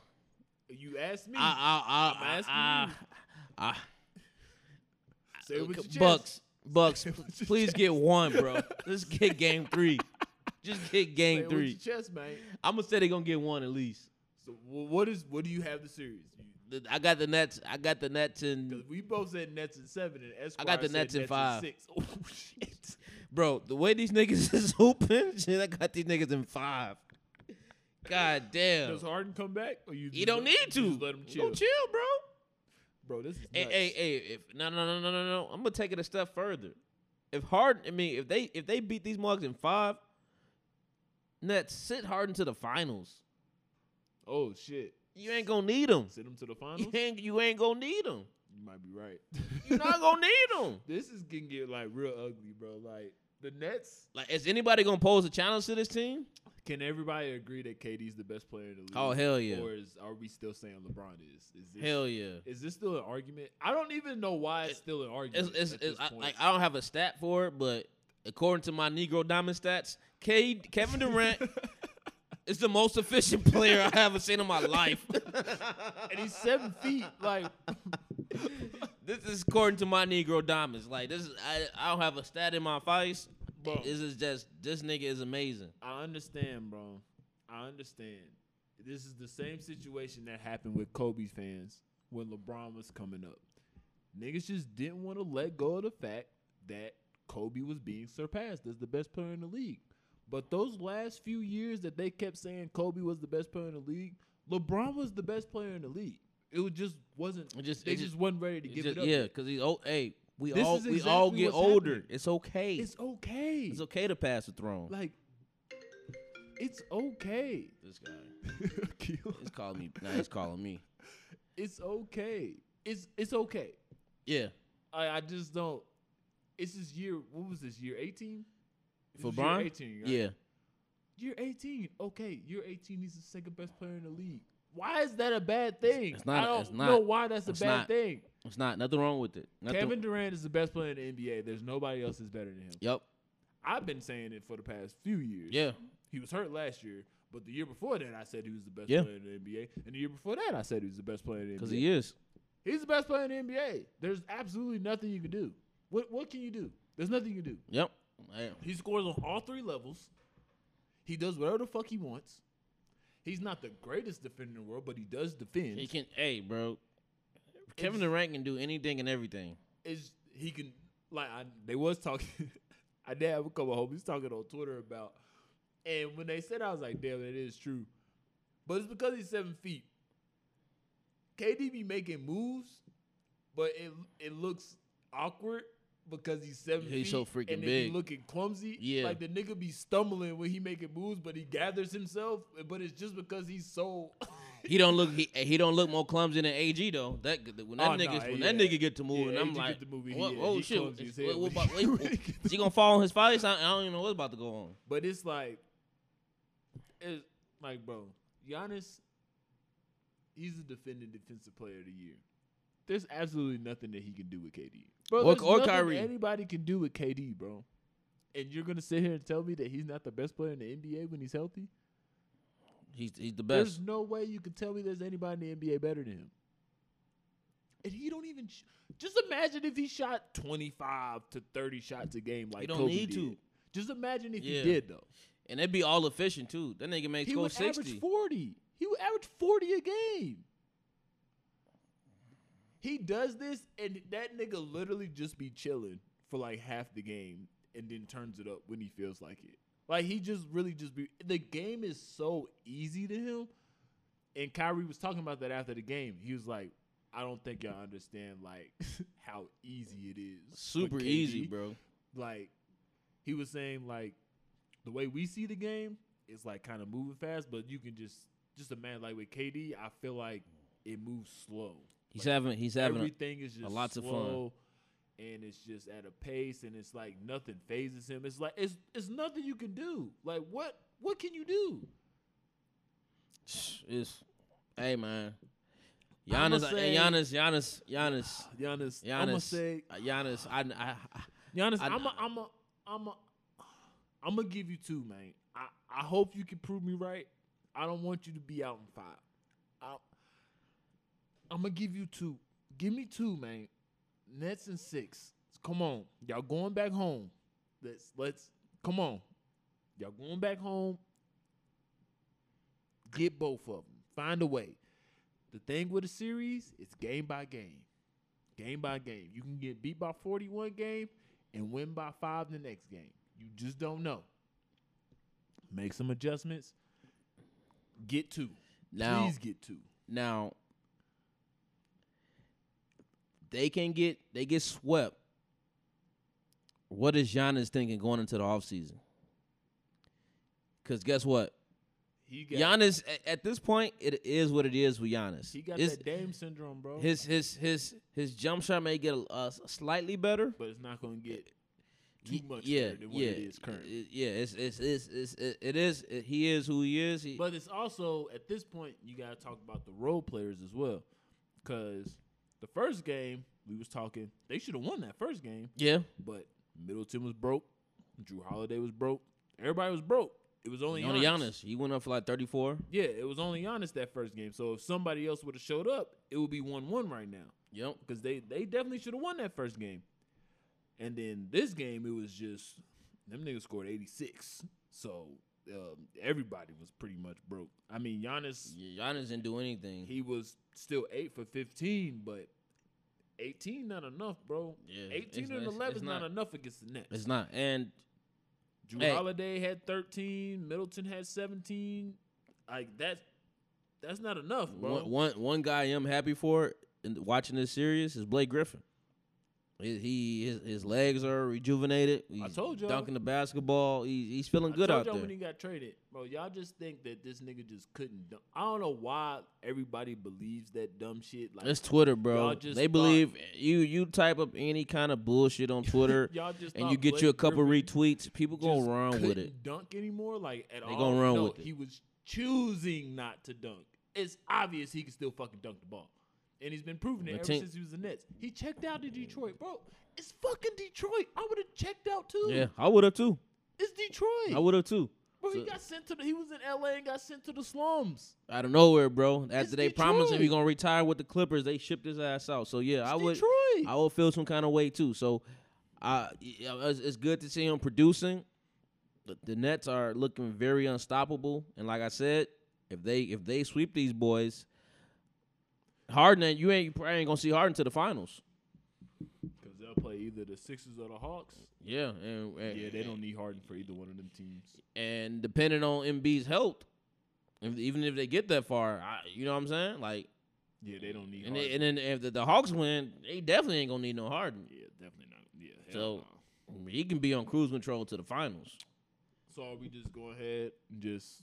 You asked me. I I I'm I I, I, Say it with your chest. Bucks Bucks. Say it *laughs* with your Please chest. get one, bro. Let's get game three. Just get Say it game with three. your chest, man. I'm gonna say they're gonna get one at least. So wh- what is what do you have the series? The- I got the Nets. I got the Nets Because and we both said Nets in seven and Esquire got the said Nets in five. six. *laughs* Oh shit! bro. The way these niggas *laughs* is hooping, shit, I got these niggas in five. God damn. Does Harden come back? Or you He just let- don't need you to. Just let him chill, Go chill, bro. bro. This is Hey, nuts. hey, hey. If no, no, no, no, no, no. I'm gonna take it a step further. If Harden, I mean, if they if they beat these mugs in five, Nets sit Harden to the finals. Oh shit! You ain't gonna need them. Send him to the You *laughs* finals. ain't you ain't gonna need them. You might be right. *laughs* You're not gonna need them. This is gonna get like real ugly, bro. Like the Nets. Like, is anybody gonna pose a challenge to this team? Can everybody agree that KD's the best player in the league? Oh, hell yeah. Or is are we still saying LeBron is? Is this, Hell yeah. Is this still an argument? I don't even know why it's still an It's, argument. it's, at this it's I, point. like I don't have a stat for it, but according to my Negro Diamond stats, K, *laughs* Kevin Durant is the most efficient player I ever seen in *laughs* my life. and he's seven feet. Like *laughs* this is according to my Negro Diamonds. Like this, is, I, I don't have a stat in my face. Bro. This is just this nigga is amazing. I understand, bro. I understand. This is the same situation that happened with Kobe fans when LeBron was coming up. Niggas just didn't want to let go of the fact that Kobe was being surpassed as the best player in the league. But those last few years that they kept saying Kobe was the best player in the league, LeBron was the best player in the league. It was just wasn't. It just- they it just, just- wasn't ready to It's give just- it up. yeah, yet. because he's old. Hey, we This all is we all exactly get what's older. happening. It's okay. It's, it's okay. okay to pass the throne. Like, it's okay. this guy, he's calling me. Nah, he's calling me. it's okay. It's it's okay. Yeah, I I just don't. It's this year. What was this year? Eighteen. for Bron. year eighteen. Right? Yeah. year eighteen. Okay, year eighteen. He's the second best player in the league. Why is that a bad thing? It's not- I don't it's not. know why that's a It's bad not. thing. It's not nothing wrong with it. Nothing, Kevin Durant is the best player in the NBA. There's nobody else that's better than him. Yep. I've been saying it for the past few years. Yeah. He was hurt last year, but the year before that, I said he was the best Yeah. player in the NBA, and the year before that, I said he was the best player in the NBA. Because he is. He's the best player in the NBA. There's absolutely nothing you can do. What what can you do? There's nothing you can do. Yep. I- He scores on all three levels. He does whatever the fuck he wants. He's not the greatest defender in the world, but he does defend. He can. Hey, bro. Kevin Durant can do anything and everything. Is he can like I, they was talking. *laughs* I did have a couple of homies talking on Twitter about, and when they said, I was like, damn, it is true. But it's because he's seven feet. KD be making moves but it it looks awkward because he's seven feet He's so freaking and then big. He looking clumsy. Yeah. like the nigga be stumbling when he making moves, but he gathers himself. But it's just because he's so. *laughs* He don't look he, he don't look more clumsy than AG though. That when that Oh, nigga nah, when that yeah. nigga get to moving, Yeah, I'm AG get like, to moving, he- what, yeah, oh he shit, clumsy as hell what- when what *laughs* about- he- wait, when he get is he gonna fall on his face? I, I don't even know what's about to go on. but it's like, it's like, bro, Giannis. He's the defending defensive player of the year. There's absolutely nothing that he can do with KD. Bro, Or- there's or nothing Kyrie. Anybody can do with KD, bro. And you're gonna sit here and tell me that he's not the best player in the NBA when he's healthy? He's he's the There's best. no way you can tell me there's anybody in the NBA better than him. And he don't even sh- just imagine if he shot 25 to 30 shots a game like don't Kobe need did. to. Just imagine if Yeah. he did though. And they'd be all efficient too. That nigga makes He go would sixty. average 40. He would average 40 a game. He does this and that nigga literally just be chilling for like half the game and then turns it up when he feels like it. Like he just really just be the game is so easy to him. And Kyrie was talking about that after the game. He was like, I don't think y'all understand like *laughs* how easy it is. for Super KD." easy, bro. like he was saying like the way we see the game is like kind of moving fast, but you can just just imagine like with KD, I feel like it moves slow. He's having he's having a, Everything is just lots of fun. slow, and it's just at a pace, and it's like nothing phases him. It's like it's it's nothing you can do. Like what what can you do? *sniffs* it's, hey man. I'ma Giannis, say- and Giannis, Giannis, Giannis, *sighs* Giannis, Giannis, I'm gonna say uh, Giannis. I, I, I Giannis, I- I'm a, I'm a, I'm a, I'm gonna give you two, man. I, I hope you can prove me right. I don't want you to be out in five. I, I'm gonna give you two. Give me two, man. Nets and six. Come on, y'all going back home. Let's let's come on. Y'all going back home. Get both of them. Find a way. The thing with a series, it's game by game game by game. You can get beat by 41 game and win by five the next game. You just don't know. Make some adjustments. Get two. now Please get two. Now they can get they get swept. What is Giannis thinking going into the offseason? Cause guess what? He got Giannis at, at this point, it is what it is with Giannis. he got It's- that Dame syndrome, bro. his his his his jump shot may get a, uh, slightly better. but it's not gonna get too Y- much better than what it is currently. it- yeah. It's it's it's, it's it, it is it, he is who he is. He, But it's also at this point you got to talk about the role players as well, because the first game we was talking they should have won that first game. yeah, But Middleton was broke. Drew Holiday was broke. Everybody was broke. It was only, only Giannis. Giannis. He went up for like thirty four. Yeah, it was only Giannis that first game. So if somebody else would have showed up, it would be one one right now Yep. because they they definitely should have won that first game. And then this game, it was just them niggas scored eighty six. So um, everybody was pretty much broke. I mean, Giannis Giannis didn't do anything. he was still eight for fifteen, but eighteen not enough, bro. Yeah, it's- eighteen it's- and it's- eleven it's is not, not- enough against the Nets. It's not. And Drew Hey. Holiday had 13. Middleton had 17. Like that's that's not enough, bro. one, one one guy I'm happy for in watching this series is Blake Griffin. He, he- his, his legs are rejuvenated. He's told y'all. dunking the basketball. He's he's feeling I good told out y'all there. when he got traded, bro. Y'all just think that this nigga just couldn't. Dunk. I don't know why everybody believes that dumb shit. Like it's Twitter, bro. Y'all just They thought- believe you you type up any kind of *laughs* bullshit on Twitter y'all just and thought you get you a Blake couple Griffin retweets. People gonna just run with couldn't it. Dunk anymore? Like at all? gonna run No, with it. He was choosing not to dunk. It's obvious he can still fucking dunk the ball, and he's been proving it The ever team- since he was the Nets. He checked out to Detroit, bro. It's fucking Detroit. I would have checked out too. Yeah, I would have too. It's Detroit. I would have too. Bro, he So- got sent to the, he was in LA and got sent to the slums. Out of nowhere, bro. After It's they promised him he Detroit. gonna retire with the Clippers, they shipped his ass out. So yeah, I would. Detroit. I would feel some kind of way too. So, I yeah, it's, it's good to see him producing. The, the Nets are looking very unstoppable, and like I said, if they if they sweep these boys, Harden ain't- you ain't you probably ain't gonna see Harden to the finals. Because they'll play either the Sixers or the Hawks. Yeah, and, and Yeah, they don't need Harden for either one of them teams. And depending on MB's health, if, even if they get that far, I, you know what I'm saying? Like Yeah, they don't need. And, Harden. they, and then if the, the Hawks win, they definitely ain't gonna need no Harden. yeah, definitely not. Yeah. So- hell no. He can be on cruise control to the finals. so are we just go ahead and just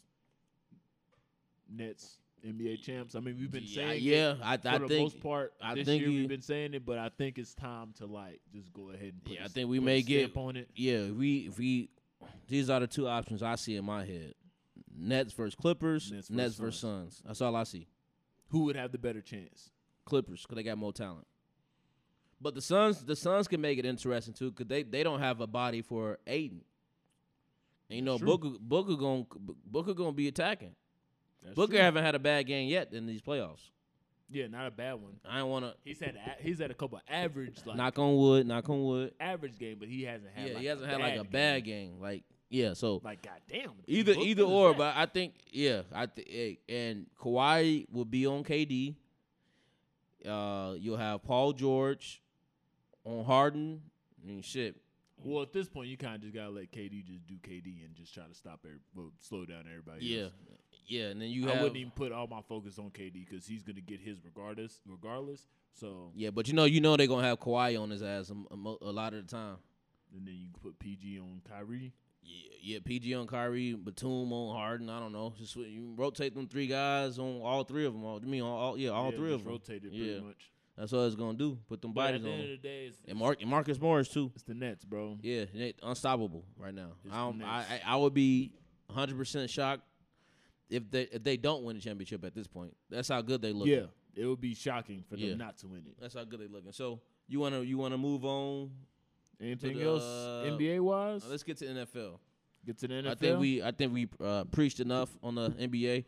Nets NBA champs? I mean, we've been yeah, saying it yeah, I, I for the think. most part I this think year you- we've been saying it, but I think it's time to like just go ahead and put. Yeah, a I s- think we put a may get- stamp on it. Yeah, if we if we these are the two options I see in my head: Nets versus Clippers, Nets versus Nets, versus Suns. That's all I see. Who would have the better chance? Clippers because they got more talent. But the Suns, the Suns can make it interesting too because they, they don't have a body for Aiden. And you know That's true. Booker Booker going Booker going to be attacking. That's Booker true. haven't had a bad game yet in these playoffs. yeah, not a bad one. I don't want to He's had a, he's had a couple average like knock on wood, knock on wood. average game, but he hasn't had yeah, like he hasn't a had like a bad game. Like yeah, so Like goddamn. either Booker either is or, that. but I think yeah, I th- eh, and Kawhi will be on KD. Uh, you'll have Paul George on Harden. I mean, shit. well, at this point, you kind of just gotta let KD just do KD and just try to stop every, well, slow down everybody. Yeah, else. yeah, and then you I have wouldn't even put all my focus on KD because he's gonna get his regardless. Regardless, so yeah, but you know, you know they're gonna have Kawhi on his ass a, m- a mo- a lot of the time. and then you can put PG on Kyrie. Yeah, yeah, PG on Kyrie, Batum on Harden. I don't know. Just w- you rotate them three guys on all three of them. All, I mean, on all yeah, all Yeah, three of just them. rotated Yeah. pretty much. That's all it's gonna do. Put them But at bodies the end of on. the day, it's, And, Mar- and Marcus Morris too. it's the Nets, bro. Yeah, they unstoppable right now. It's I, don't, the I, Nets. I I would be 100 percent shocked if they if they don't win the championship at this point. That's how good they look. Yeah, it would be shocking for them Yeah. not to win it. that's how good they looking. So you wanna you wanna move on? Anything the, else uh, NBA wise? Uh, let's get to NFL. Get to the NFL. I think we I think we uh, preached enough on the NBA.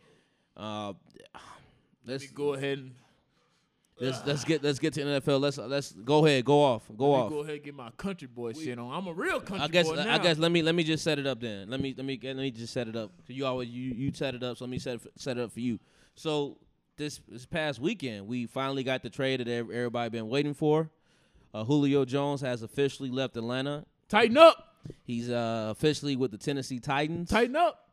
Uh, Let let's me go ahead and let's let's get let's get to NFL. Let's let's go ahead. Go off. Go let me off. go ahead and get my country boy shit on. I'm a real country I guess boy now. I guess let me let me just set it up then. Let me let me let me just set it up. You always you you set it up. So let me set it, set it up for you. So this this past weekend we finally got the trade that ev- everybody been waiting for. Uh, Julio Jones has officially left Atlanta. tighten up, He's uh, officially with the Tennessee Titans. tighten up.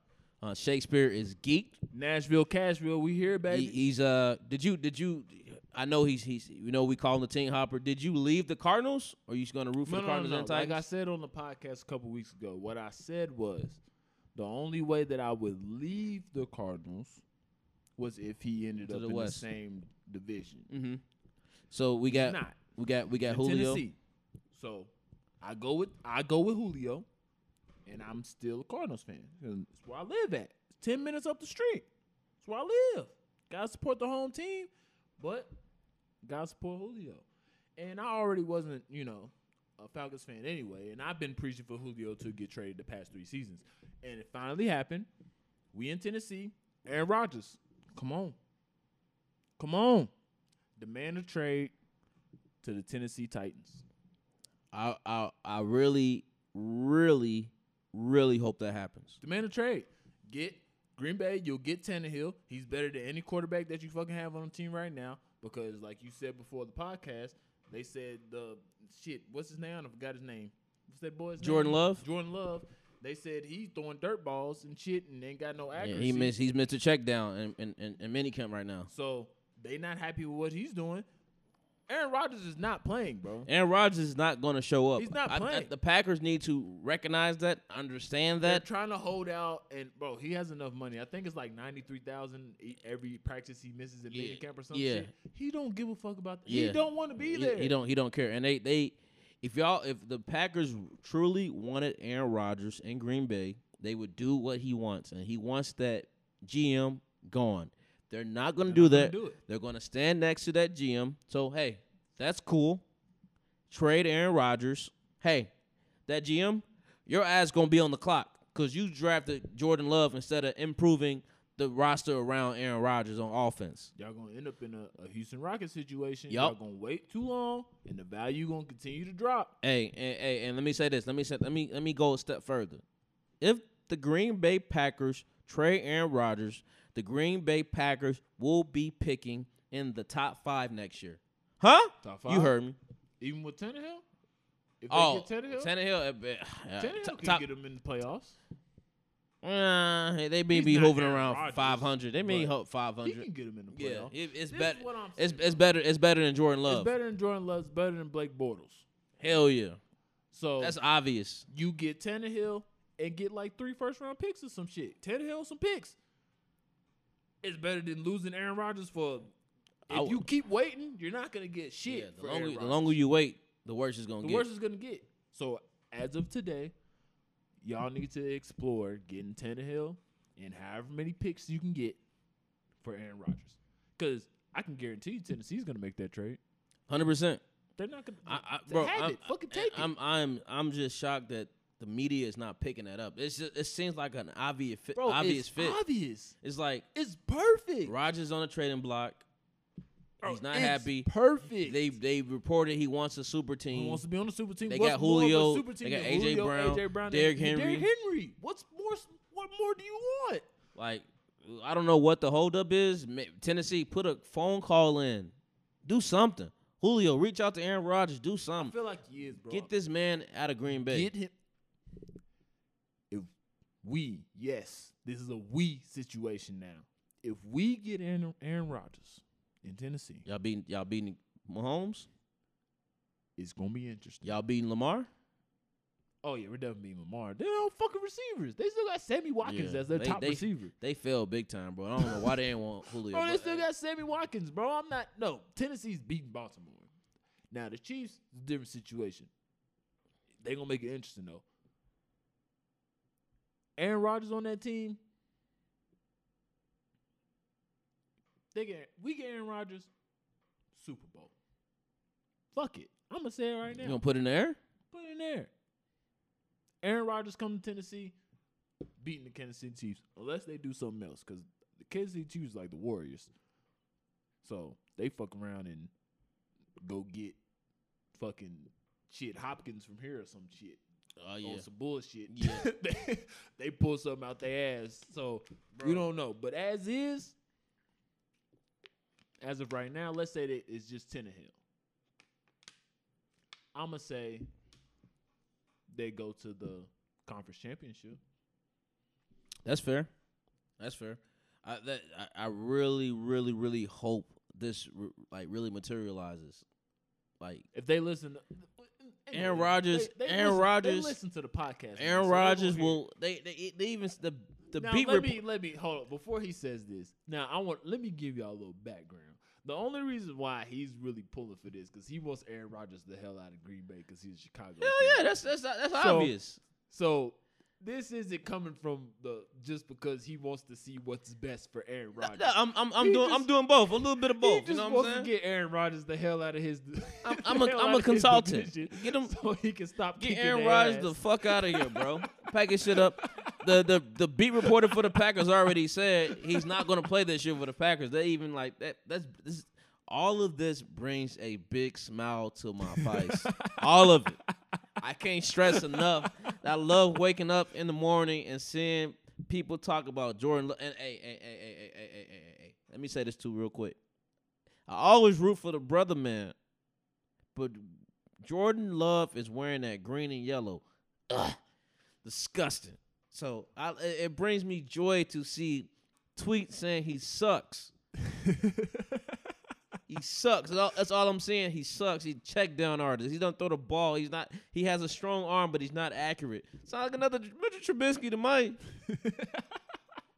Uh, Shakespeare is geeked. Nashville, Cashville, we here, baby. He, he's uh. Did you did you? I know he's he's. You know we call him the team hopper. Did you leave the Cardinals? Or you just gonna root for no, the no, no, Cardinals no. and Like Titans? I said on the podcast a couple weeks ago, what I said was the only way that I would leave the Cardinals was if he ended To up the in West. the same division. mm-hmm. So we got Not we got we got in Julio. Tennessee. So I go with I go with Julio, and I'm still a Cardinals fan. And It's where I live at. It's Ten minutes up the street. It's where I live. Gotta support the home team, but gotta support Julio. And I already wasn't, you know, a Falcons fan anyway, and I've been preaching for Julio to get traded the past three seasons. And it finally happened. We in Tennessee. Aaron Rodgers. Come on. Come on. Demand a trade to the Tennessee Titans. I I I really really really hope that happens. Demand a trade. Get Green Bay. You'll get Tannehill. He's better than any quarterback that you fucking have on the team right now. Because, like you said before the podcast, they said the shit. What's his name? I forgot his name. What's that boy's Jordan name? Love? Jordan Love. They said he's throwing dirt balls and shit, and ain't got no Yeah, accuracy. he missed he's missed a check down in, in, in, in minicamp right now. So they not happy with what he's doing. Aaron Rodgers is not playing, bro. Aaron Rodgers is not going to show up. He's not I- I- playing. the Packers need to recognize that, understand They're that. trying to hold out, and bro, he has enough money. I think it's like ninety three thousand e, every practice he misses in Yeah, minicamp camp or some yeah. shit. He don't give a fuck about that. He Yeah. don't want to be He- there. He, don't. He don't care. And they they if y'all if the Packers truly wanted Aaron Rodgers in Green Bay, they would do what he wants, and he wants that GM gone. They're not going to They're do not gonna do that. it. They're going to stand next to that GM. So hey, that's cool. Trade Aaron Rodgers. Hey, that GM, your ass going to be on the clock because you drafted Jordan Love instead of improving the roster around Aaron Rodgers on offense. Y'all gonna end up in a, a Houston Rockets situation. Yup. Y'all gonna wait too long, and the value gonna continue to drop. Hey, and, hey, and let me say this. Let me say, let me let me go a step further. If the Green Bay Packers trade Aaron Rodgers, the Green Bay Packers will be picking in the top five next year. Huh? Top You five? heard me. Even with Tannehill, if they oh, get Tannehill, Tannehill. eh, eh, eh, Tannehill top- can top- get him in the playoffs. Uh, they may He's be not hovering Aaron around Rodgers, five hundred. They may but hope five He can hundred. get him in the Yeah, playoff. it- it's This is better. what I'm It's saying. it's better. It's better than Jordan Love. It's better than Jordan Love. It's better than Blake Bortles. Hell yeah, So that's obvious. you get Tannehill and get like three first round picks or some shit. Tannehill some picks. It's better than losing Aaron Rodgers for. I If would- you keep waiting, you're not gonna get shit. Yeah, for the longer Aaron the Rodgers. longer you wait, the worse it's gonna the get. worst it's gonna get. So as of today, y'all need to explore getting Tannehill and however many picks you can get for Aaron Rodgers, because I can guarantee you Tennessee's gonna make that trade. Hundred percent. They're not gonna. I, I, bro, have I'm, it. Fucking take it. I'm, I'm I'm just shocked that the media is not picking that up. It's just, it seems like an obvious fit. Bro, obvious it's fit. obvious. It's like It's perfect. Rogers on a trading block. He's not It's happy. Perfect. They they reported he wants a super He team. wants to be on the super team. They What's got more of a Julio, super team they got than A.J. Julio, Brown, A.J. Brown, Derrick and Henry. Hmm. Derrick Henry. What's more? What more do you want? like I don't know what the holdup is. Ma- Tennessee put a phone call in. Do something. Julio, reach out to Aaron Rodgers. Do I something. feel like he is, bro. Get this man out of Green Bay. Get him. If we, yes, this is a we situation now. If we get Aaron, Aaron Rodgers in Tennessee, Y'all beating y'all beating Mahomes. it's gonna be interesting. Y'all beating Lamar. Oh yeah, we're definitely being Lamar. They don't fucking receivers. They still got Sammy Watkins Yeah, as their they- top they- receiver. They failed big time, bro. I don't know why they *laughs* ain't want Julio. Bro, they but- still got Sammy Watkins, bro. I'm not. No, Tennessee's beating Baltimore. Now the Chiefs, it's a different situation. They gonna make it interesting though. Aaron Rodgers on that team. They get we get Aaron Rodgers, Super Bowl. Fuck it, I'm gonna say it right you now. gonna put it in there? Put it in there. Aaron Rodgers come to Tennessee, beating the Kansas City Chiefs, unless they do something else, because the Kansas City Chiefs like the Warriors, so they fuck around and go get fucking shit Hopkins from here or some shit Oh on yeah. some bullshit. Yeah. *laughs* they, they pull something out their ass, so we don't know. But as is, as of right now, let's say that it's just Tannehill. I'm gonna say they go to the conference championship. That's fair. That's fair. I that I, I really, really, really hope this re- like really materializes. Like If they listen, to, Aaron Rodgers- Aaron listen, Rodgers- They listen to the podcast. man, so Aaron they Rodgers gonna hear it. will. They they, they even s- the the now, beat let report. me let me hold up before he says this. Now I want let me give y'all a little background. The only reason why he's really pulling for this because he wants Aaron Rodgers the hell out of Green Bay because he's a Chicago. fan. Hell yeah, that's that's that's So- obvious. So this isn't coming from the just because he wants to see what's best for Aaron Rodgers. No, I'm I'm, I'm He doing I'm just- doing both. A little bit of he both. just You know what wants I'm saying? to Get, get Aaron Rodgers the hell out of his. *laughs* I'm- the I'm a- hell I'm out a of his consultant. division Get him- *laughs* so he can stop. kicking Aaron their Rodgers ass. the fuck out of here, *laughs* bro. Pack his shit up. The the the beat reporter for the Packers already said he's not going to play this year for the Packers. They even like that. That's this. All of this brings a big smile to my *laughs* face. all of it. I can't stress enough. that I love waking up in the morning and seeing people talk about Jordan. Lo- And hey, hey, hey, hey, hey, hey, hey, hey, hey, hey. Let me say this too real quick. I always root for the brother man, but Jordan Love is wearing that green and yellow. Ugh, disgusting. So I, it- it brings me joy to see tweets saying he sucks. He sucks. That's all, that's all I'm saying. He sucks. He check down artist. He don't throw the ball. He's not. He has a strong arm, but he's not accurate. Sounds like another Mitchell Trubisky to me.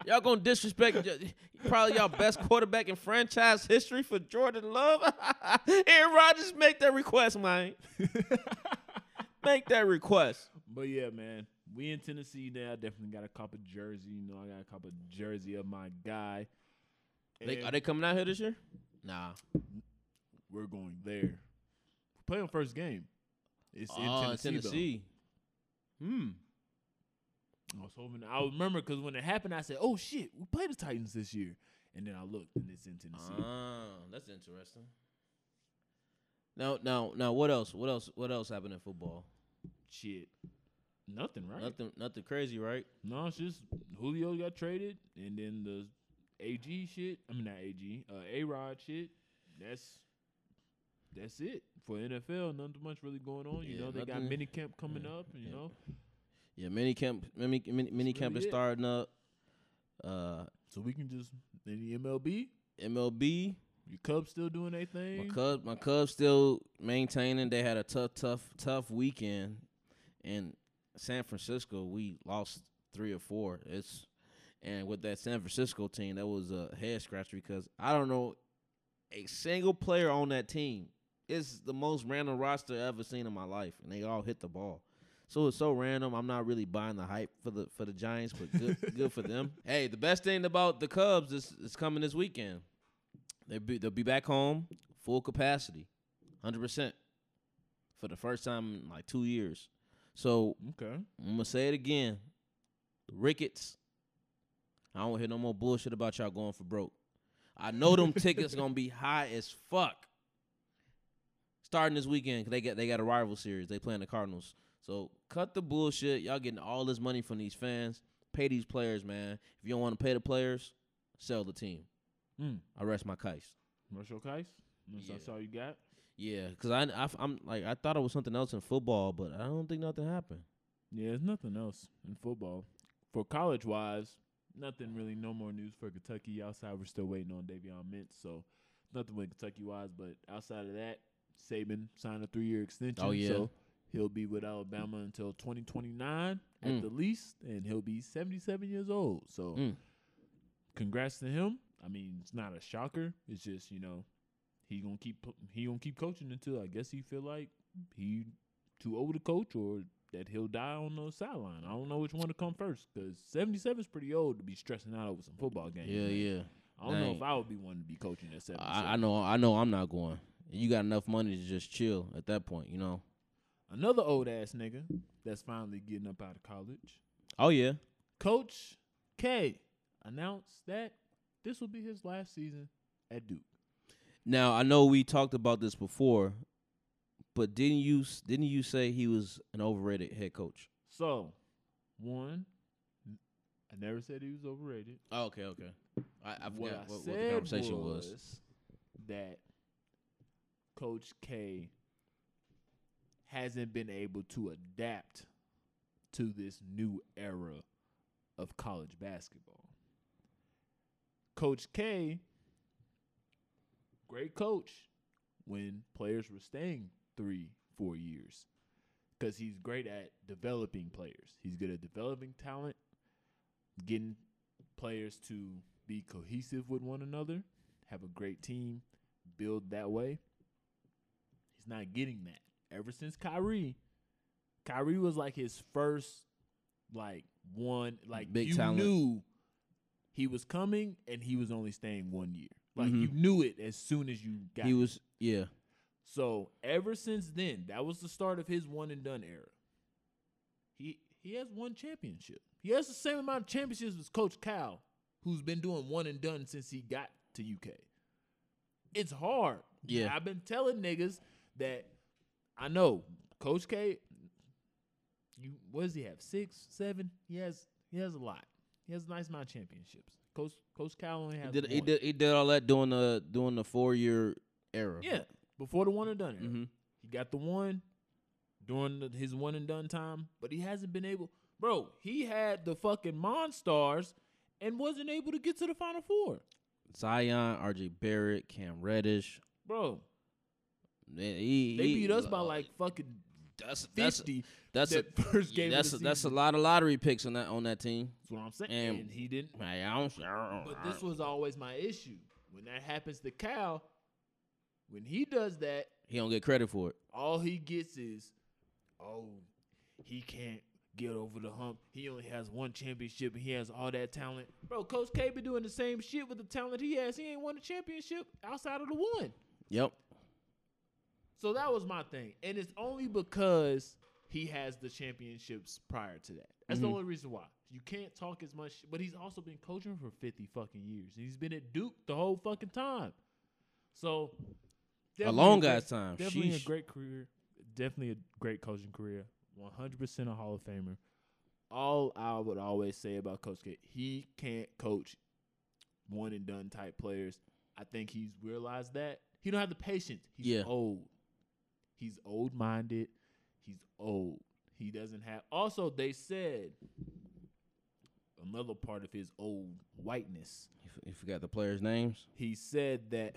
y'all gonna disrespect y- probably y'all best quarterback in franchise history for Jordan Love? *laughs* Aaron Rodgers, make that request, man. make that request. But yeah, man, we in Tennessee now. Definitely got a cop of jersey. You know, I got a cop of jersey of my guy. They, And are they coming out here this year? Nah. we're going there. Playing first game. It's Oh, in Tennessee. Hmm. though. I was hoping. Oh, I remember because when it happened, I said, "Oh shit, we play the Titans this year." And then I looked, and it's in Tennessee. Ah, that's interesting. Now, now, now, what else? What else? What else happened in football? Shit, nothing, right? Nothing, nothing crazy, right? No, it's just Julio got traded, and then the AG shit. I mean, not AG, uh, A Rod shit. That's that's it for NFL. Nothing much really going on. You Yeah, know, they got nothing. mini camp coming Yeah, up. You yeah. know, Yeah, mini camp, mini mini, mini camp really is it. starting up. Uh, So we can just in the MLB. MLB, Your Cubs still doing their my thing. Cubs, my Cubs still maintaining. They had a tough, tough, tough weekend in San Francisco. We lost three or four. It's and with that San Francisco team, that was a head scratcher because I don't know a single player on that team. It's the most random roster I've ever seen in my life, and they all hit the ball. So it's so random. I'm not really buying the hype for the for the Giants, but good good for them. Hey, the best thing about the Cubs is is coming this weekend. They be they'll be back home full capacity, hundred percent, for the first time in like two years. So Okay. I'm gonna say it again, Ricketts. I don't wanna hear no more bullshit about y'all going for broke. I know them tickets gonna be high as fuck. Starting this weekend, 'cause they got they got a rival series. They playing the Cardinals. So cut the bullshit. Y'all getting all this money from these fans. Pay these players, man. If you don't want to pay the players, sell the team. Mm. I rest my case. Marshall Kice. That's, Yeah. that's all you got. Yeah, because I, I am like I thought it was something else in football, but I don't think nothing happened. Yeah, there's nothing else in football. For college wise, nothing really. No more news for Kentucky. Outside, we're still waiting on Davion Mintz. So nothing with Kentucky wise. But outside of that, Saban signed a three year extension. Oh, yeah. So he'll be with Alabama until 2029 Mm. at the least, and he'll be 77 years old. So Mm. congrats to him. I mean, it's not a shocker. It's just you know he gonna keep pu- he gonna keep coaching until I guess he feel like he too old to coach or that he'll die on the sideline. I don't know which one to come first because 77 is pretty old to be stressing out over some football games. Yeah, man. yeah. I don't know Dang. if I would be one to be coaching at 77. I, I know, I know. I'm not going. You got enough money to just chill at that point, you know. Another old ass nigga that's finally getting up out of college. Oh yeah, Coach K announced that this will be his last season at Duke. Now I know we talked about this before, but didn't you s- didn't you say he was an overrated head coach? So, one, I never said he was overrated. Oh, okay, okay. I, I forgot what I what, what said the conversation was. that Coach K hasn't been able to adapt to this new era of college basketball. Coach K, great coach when players were staying three, four years because he's great at developing players. He's good at developing talent, getting players to be cohesive with one another, have a great team, build that way. He's not getting that. Ever since Kyrie, Kyrie was like his first like one like Big you talent. knew he was coming and he was only staying one year. Like Mhm. you knew it as soon as you got He him. was yeah. So ever since then, that was the start of his one and done era. He he has one championship. He has the same amount of championships as Coach Cal, who's been doing one and done since he got to UK. It's hard. Yeah. I've been telling niggas that I know Coach K. You what does he have? Six, seven. He has he has a lot. He has a nice amount of championships. Coach Coach Cal only He has did, one. he did he did all that during the during the four year era. Yeah, before the one and done era. Mm-hmm. He got the one during the, his one and done time, but he hasn't been able. Bro, he had the fucking Monstars and wasn't able to get to the Final Four. Zion, RJ Barrett, Cam Reddish. Bro, Man, he- they he- beat us by like fucking that's that's fifty. that's a, that first game. that's of the a, that's a season. lot of lottery picks on that on that team. That's what I'm saying. and- and he didn't. Like, I don't, But this was always my issue. When that happens to Cal, when he does that, he don't get credit for it. all he gets is, oh, he can't get over the hump. He only has one championship and he has all that talent. Bro, Coach K been doing the same shit with the talent he has. He ain't won a championship outside of the one. Yep. So that was my thing. And it's only because he has the championships prior to that. That's Mhm. the only reason why. You can't talk as much, but he's also been coaching for 50 fucking years. He's been at Duke the whole fucking time. So definitely long great- ass time. Definitely Sheesh. a great career. Definitely a great coaching career. 100% a Hall of Famer. All I would always say about Coach K, he can't coach one and done type players. I think he's realized that. He don't have the patience. He's Yeah. old. He's old minded. He's old. He doesn't have. Also, they said another part of his old whiteness. You, f- you forgot the players' names. *laughs* He said that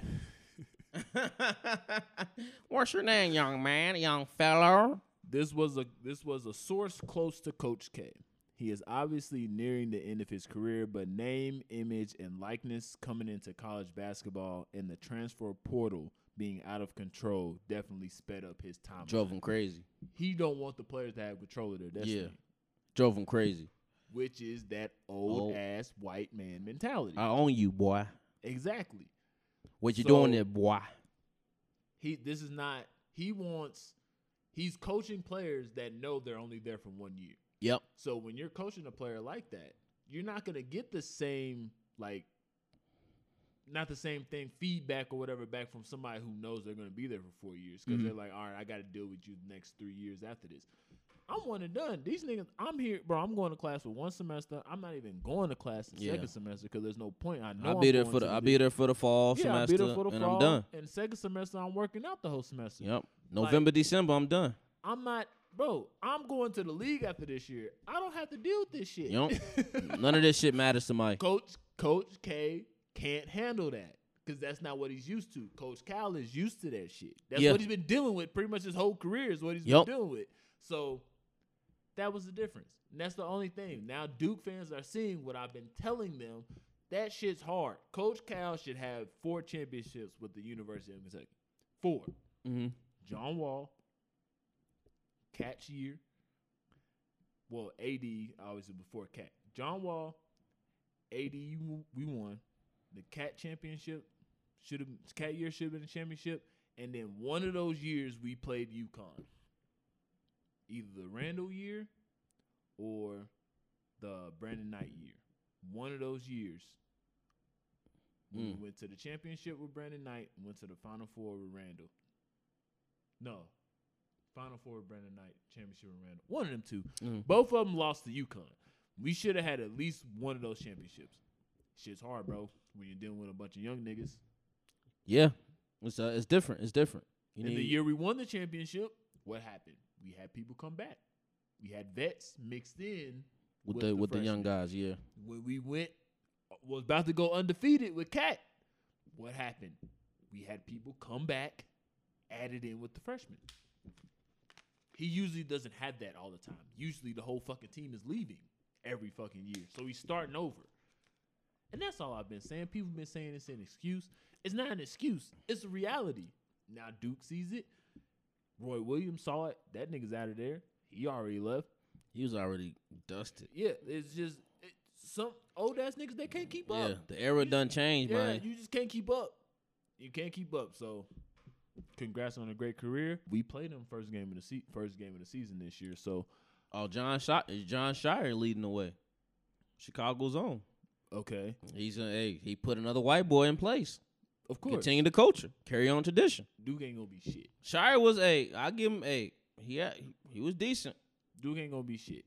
What's your name, young man, young fellow? this was a this was a source close to Coach K. He is obviously nearing the end of his career, but name, image, and likeness coming into college basketball and the transfer portal being out of control definitely sped up his time. Drove him crazy. He don't want the players to have control of their destiny, Yeah, drove him crazy. which is that old Oh. ass white man mentality. I own you, boy. exactly. What you So- doing there, boy? He this is not he wants he's coaching players that know they're only there for one year. Yep. So when you're coaching a player like that, you're not gonna get the same like not the same thing feedback or whatever back from somebody who knows they're gonna be there for four years Mm-hmm. because they're like, all right, I got to deal with you the next three years after this. I'm one and done. These niggas, I'm here, bro. I'm going to class for one semester. I'm not even going to class the Yeah. second semester because there's no point. I know I'll I'm be there going for to the I'll be there for the fall yeah, I'll be semester, there for the and fall. I'm done. And second semester, I'm working out the whole semester. Yep. November, December, I'm done. I'm not, bro. I'm going to the league after this year. I don't have to deal with this shit. *laughs* Yep. None of this shit matters to Mike. Coach Coach K can't handle that because that's not what he's used to. Coach Cal is used to that shit. That's Yeah. what he's been dealing with pretty much his whole career is what he's Yup. been dealing with. So that was the difference. And that's the only thing. Now Duke fans are seeing what I've been telling them. That shit's hard. Coach Cal should have four championships with the University of Kentucky. Four. Mm-hmm. John Wall, Cat's year. Well, AD obviously before Cat. John Wall, AD, you w- we won the Cat championship. Should have Cat year should have been a championship, and then one of those years we played UConn. Either the Randall year or the Brandon Knight year. One of those years. when Mm. We went to the championship with Brandon Knight and went to the Final Four with Randall. No. Final Four with Brandon Knight, championship with Randall. One of them two. Mhm. Both of them lost to UConn. We should have had at least one of those championships. Shit's hard, bro, when you're dealing with a bunch of young niggas. Yeah. It's uh, it's different. It's different. You And the need- year we won the championship, what happened? We had people come back. We had vets mixed in with, the, with the young guys. Yeah. when we went was about to go undefeated with Cat, what happened? We had people come back, added in with the freshmen. He usually doesn't have that all the time. Usually the whole fucking team is leaving every fucking year. So he's starting over. And that's all I've been saying. People been saying it's an excuse. It's not an excuse. It's a reality. Now Duke sees it. Roy Williams saw it. That nigga's out of there. He already left. He was already dusted. Yeah, it's just it, some old ass niggas they can't keep Yeah. up. The era you- done changed, Yeah, man. you just can't keep up. You can't keep up. So, congrats on a great career. We played them first game of the se- first game of the season this year. So, oh, John Shire. John Shire leading the way. Chicago's on. okay, He's a, hey. He put another white boy in place. of course, Continue the culture. Carry on tradition. Duke ain't gonna be shit. Shire was a. I give him a. He had, he was decent. Duke ain't gonna be shit.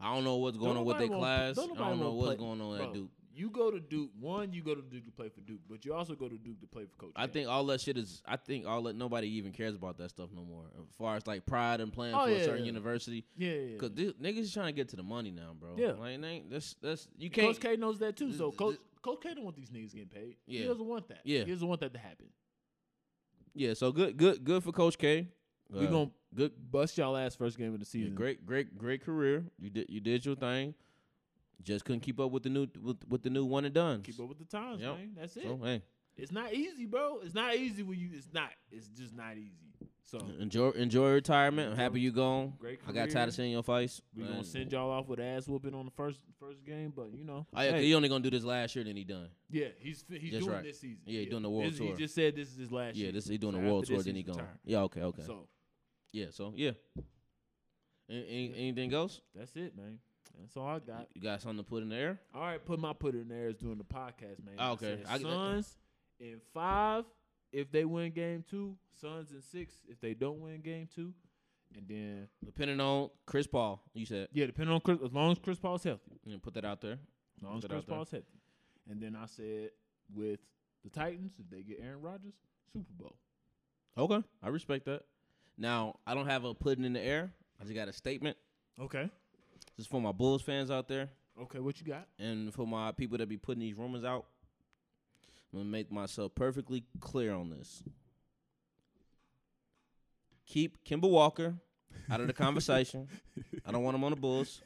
I don't know what's going Don't on with their nobody wanna pl- class. I nobody don't know wanna what's play- going on Bro, at Duke. You go to Duke. One, you go to Duke to play for Duke, but you also go to Duke to play for Coach. I K. think all that shit is. I think all that nobody even cares about that stuff no more. As far as like pride and playing Oh, for yeah, a certain yeah. university, Yeah, yeah. yeah. because niggas is trying to get to the money now, bro. Yeah. like they ain't- this that's you And can't. Coach K knows that too. So Th- th- Coach Coach K don't want these niggas getting paid. He Yeah. doesn't want that. Yeah. He doesn't want that to happen. Yeah, so good, good, good for Coach K. we Uh, gonna good, bust y'all ass first game of the yeah, season. great, great, great career. You did you did your thing. Just couldn't keep up with the new with, with the new one and done. Keep up with the times, Yep. man. That's it. So hey, It's not easy, bro. It's not easy when you. It's not. It's just not easy. So enjoy enjoy your retirement. I'm Oh. Enjoy- happy you gone. great I got tired career. of seeing your face. we're gonna And- send y'all off with ass whooping on the first first game, but you know. Oh yeah, 'cause hey, he only gonna do this last year. Then he done. yeah, he's fi- he's That's doing right. this season. Yeah, he doing the world This- tour. He just said this is his last Yeah, year. this he doing So a world after tour. this, Then he he's gone. retiring. Yeah, okay, okay. So yeah, so yeah. Any, any, anything else? that's it, man. That's all I got. You got something to put in the air? All right, put my put in there is doing the podcast, man. Ah, okay. I I said get that. Suns in five if they win game two. Suns in six if they don't win game two, and then Depending on Chris Paul, you said. yeah, depending on Chris, as long as Chris Paul's healthy. You know, put that out there. As long as Put it Chris out there. Paul's healthy. And then I said with the Titans, if they get Aaron Rodgers, Super Bowl. Okay, I respect that. Now I don't have a putting in the air. I just got a statement. Okay. This is for my Bulls fans out there Okay, what you got? and for my people that be putting these rumors out. I'm gonna make myself perfectly clear on this. Keep Kimber Walker out of the conversation. I don't want him on the Bulls.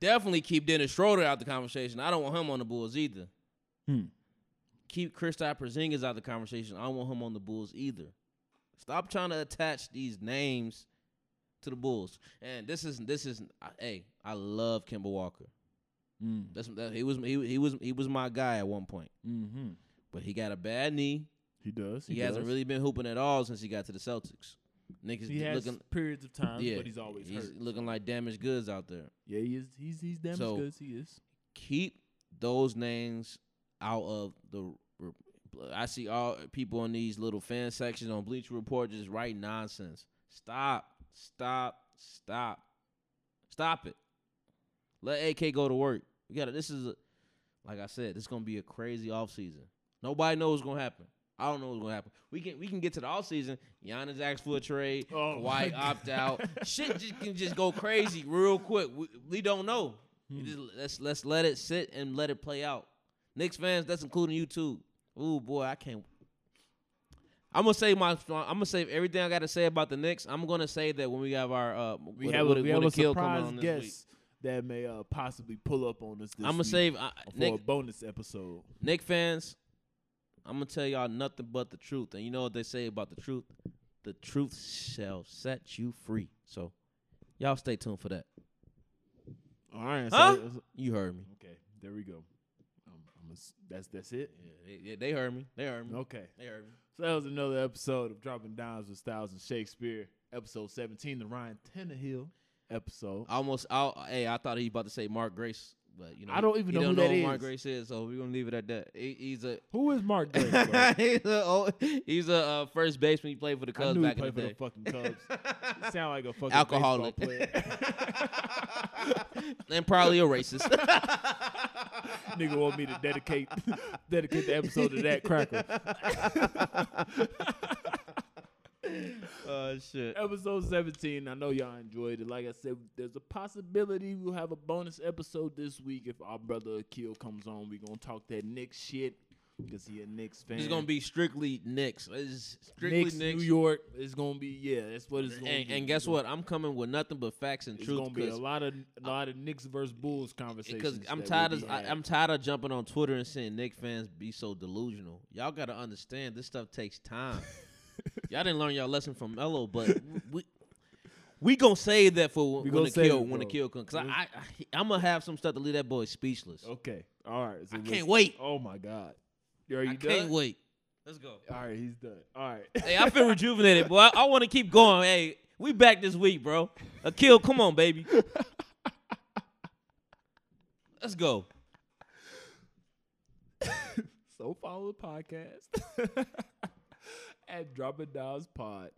Definitely keep Dennis Schroeder out the conversation. I don't want him on the Bulls either. *laughs* Hmm. Keep Kristaps Porzingis out the conversation. I don't want him on the Bulls either. Stop trying to attach these names to the Bulls. And this is this is I- hey, I love Kimber Walker. Hmm. That's that, he was he, he was he was my guy at one point, Mm-hmm. but he got a bad knee. He does. He, hasn't does. really been hooping at all since he got to the Celtics. Niggas He has looking, periods of time, yeah, but he's always hurt. looking like damaged goods out there. Yeah, he is. He's he's damn So- good. as He is. Keep those names out of the. re- I see all people in these little fan sections on Bleacher Report just write nonsense. Stop, stop, stop, stop it. Let AK go to work. We got to This is, a, like I said, this is gonna be a crazy offseason. Nobody knows what's gonna happen. I don't know what's gonna happen. We can we can get to the offseason. Giannis asks for a trade. Oh, my White God. *laughs* opt out. Shit just can just go crazy real quick. We, we don't know. Hmm. You just- let's let's let it sit and let it play out. Knicks fans, that's including you too. Ooh boy, I can't. I'm gonna say my. I'm gonna say everything I gotta say about the Knicks. I'm gonna say that when we have our uh, We when- have when- a, we when have the a kill coming surprise on this week. guest that may uh, possibly pull up on us. This I'm gonna week save uh, for Nick, a bonus episode. Nick fans. I'm gonna tell y'all nothing but the truth, and you know what they say about the truth: the truth shall set you free. So, y'all stay tuned for that. All right. So Huh? You heard me. Okay. There we go. Um, I'm gonna, s- that's that's it. Yeah, they, yeah, they heard me. They heard me. Okay. They heard me. So that was another episode of Dropping Dimes with Styles and Shakespeare, episode 17, the Ryan Tannehill episode. I almost. I, hey, I thought he was about to say Mark Grace, but you know, I don't even he know don't who know that Mark is. Grace is. So we're gonna leave it at that. He, he's a. Who is Mark Grace? *laughs* *laughs* he's bro? a, old- he's a uh, first baseman. He played for the I Cubs knew he back in the played for day. the fucking Cubs. You sound like a fucking Alcoholic. baseball player. *laughs* and probably a racist. *laughs* *laughs* Nigga want me to dedicate *laughs* dedicate the episode to that cracker. Oh shit. episode 17. I know y'all enjoyed it. Like I said, there's a possibility we'll have a bonus episode this week if our brother Akil comes on. We're gonna talk that Knicks shit because he a Knicks fan. It's gonna be strictly Knicks. It's strictly Knicks, Knicks. New York. It's gonna be yeah. That's what it's gonna And, be. and guess what? I'm coming with nothing but facts and It's truth. gonna be a 'cause- lot of a lot of Knicks versus Bulls because conversations. I'm that tired we'll of be I, having. I'm tired of jumping on Twitter and seeing Nick fans be so delusional. Y'all got to understand this stuff takes time. *laughs* y'all didn't learn y'all lesson from Melo, but w- we we gonna save that for when, We when gonna the save kill it, when the bro. kill comes. Cause I, I am gonna have some stuff to leave that boy speechless. okay. All right. So I let's- can't wait. Oh my god. You I already can't done? wait. Let's go. All right, he's done. All right. Hey, I feel rejuvenated, boy. I, I want to keep going. Hey, we back this week, bro. A kill, come on, baby. Let's go. *laughs* So follow the podcast *laughs* at Drop It Dials Pod,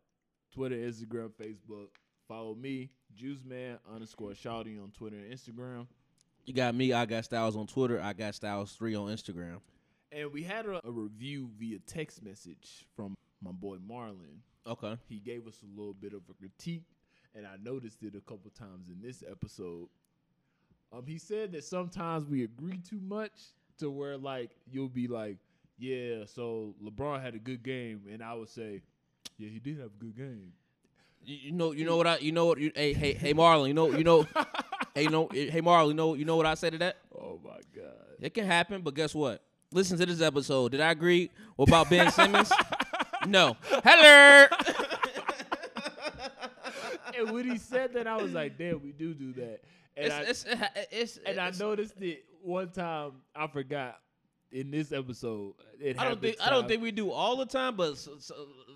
Twitter, Instagram, Facebook. Follow me, Juice Man underscore Shouty on Twitter and Instagram. You got me. I got Styles on Twitter. I got Styles three on Instagram. And we had a, a review via text message from my boy Marlon. Okay. He gave us a little bit of a critique, and I noticed it a couple times in this episode. Um, he said that sometimes we agree too much to where like you'll be like, yeah, so LeBron had a good game, and I would say, yeah, he did have a good game. You, you know. You know what I. You know what. You, hey. Hey. Hey, Marlon. You know. You know. hey. You know. Hey, Marlon. You know. You know what I say to that? Oh my god. It can happen, but guess what? Listen to this episode. Did I agree about Ben Simmons? no. Hello. and when he said that, I was like, damn, we do do that. And I, it's, it's, it's, it's, and I it's- noticed it one time. I forgot in this episode. It I don't happens think I don't time- think we do all the time, but so,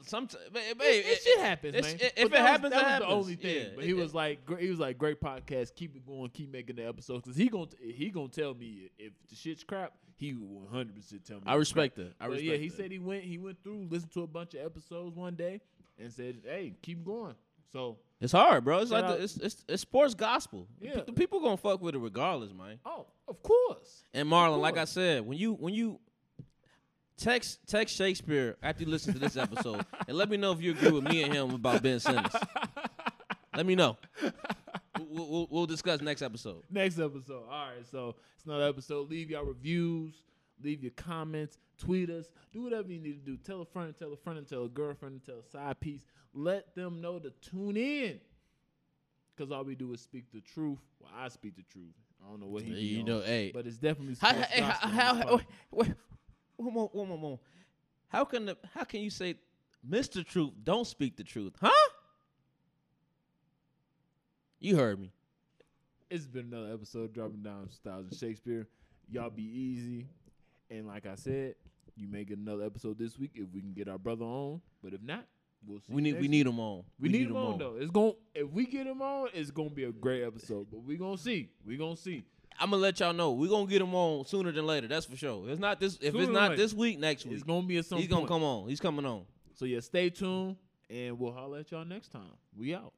sometimes It, it, shit happens, man. If But it that was- happens, that it was happens. the only thing. Yeah, but he it- was like, gr- he was like, great podcast. Keep it going. Keep making the episodes because he gonna he gonna tell me if the shit's crap. He will one hundred percent tell me. I it's respect crap. that. I But respect yeah, he that. said he went he went through listened to a bunch of episodes one day and said, hey, keep going. So It's hard, bro. It's Shout like the, out- it's, it's it's sports gospel. The pe- Yeah. The people gonna fuck with it regardless, man. oh, of course. And Marlon, like I course. said, when you when you text *laughs* text Shakespeare after you listen to this episode, and let me know if you agree with me and him about Ben Simmons. Let me know. we'll, we'll, we'll discuss next episode. Next episode. All right. So it's another episode. Leave y'all reviews. Leave your comments. Tweet us. Do whatever you need to do. Tell a friend. Tell a friend. Tell a girlfriend. Tell a side piece. Let them know to tune in. Cause all we do is speak the truth. Well, I speak the truth. I don't know what he. be You on, know, hey. But it's definitely. How, sports hey, how, gospel on this how, podcast. wait, wait, one more, one more, one more. How can the, how can you say, Mister Truth, don't speak the truth, huh? You heard me. It's been another episode of Dropping Down Styles and Shakespeare. Y'all be easy. And like I said, you may get another episode this week if we can get our brother on. But if not, we'll see. We you need, next we week. need him on. We, need, him on, though. It's going if we get him on, it's gonna be a great episode. But we gonna see. We gonna see. I'm gonna let y'all know. We are gonna get him on sooner than later. That's for sure. If it's not this, if Sooner it's than not later. this week, next It's week, gonna be at some he's gonna point. come on. He's coming on. So yeah, stay tuned and we'll holler at y'all next time. We out.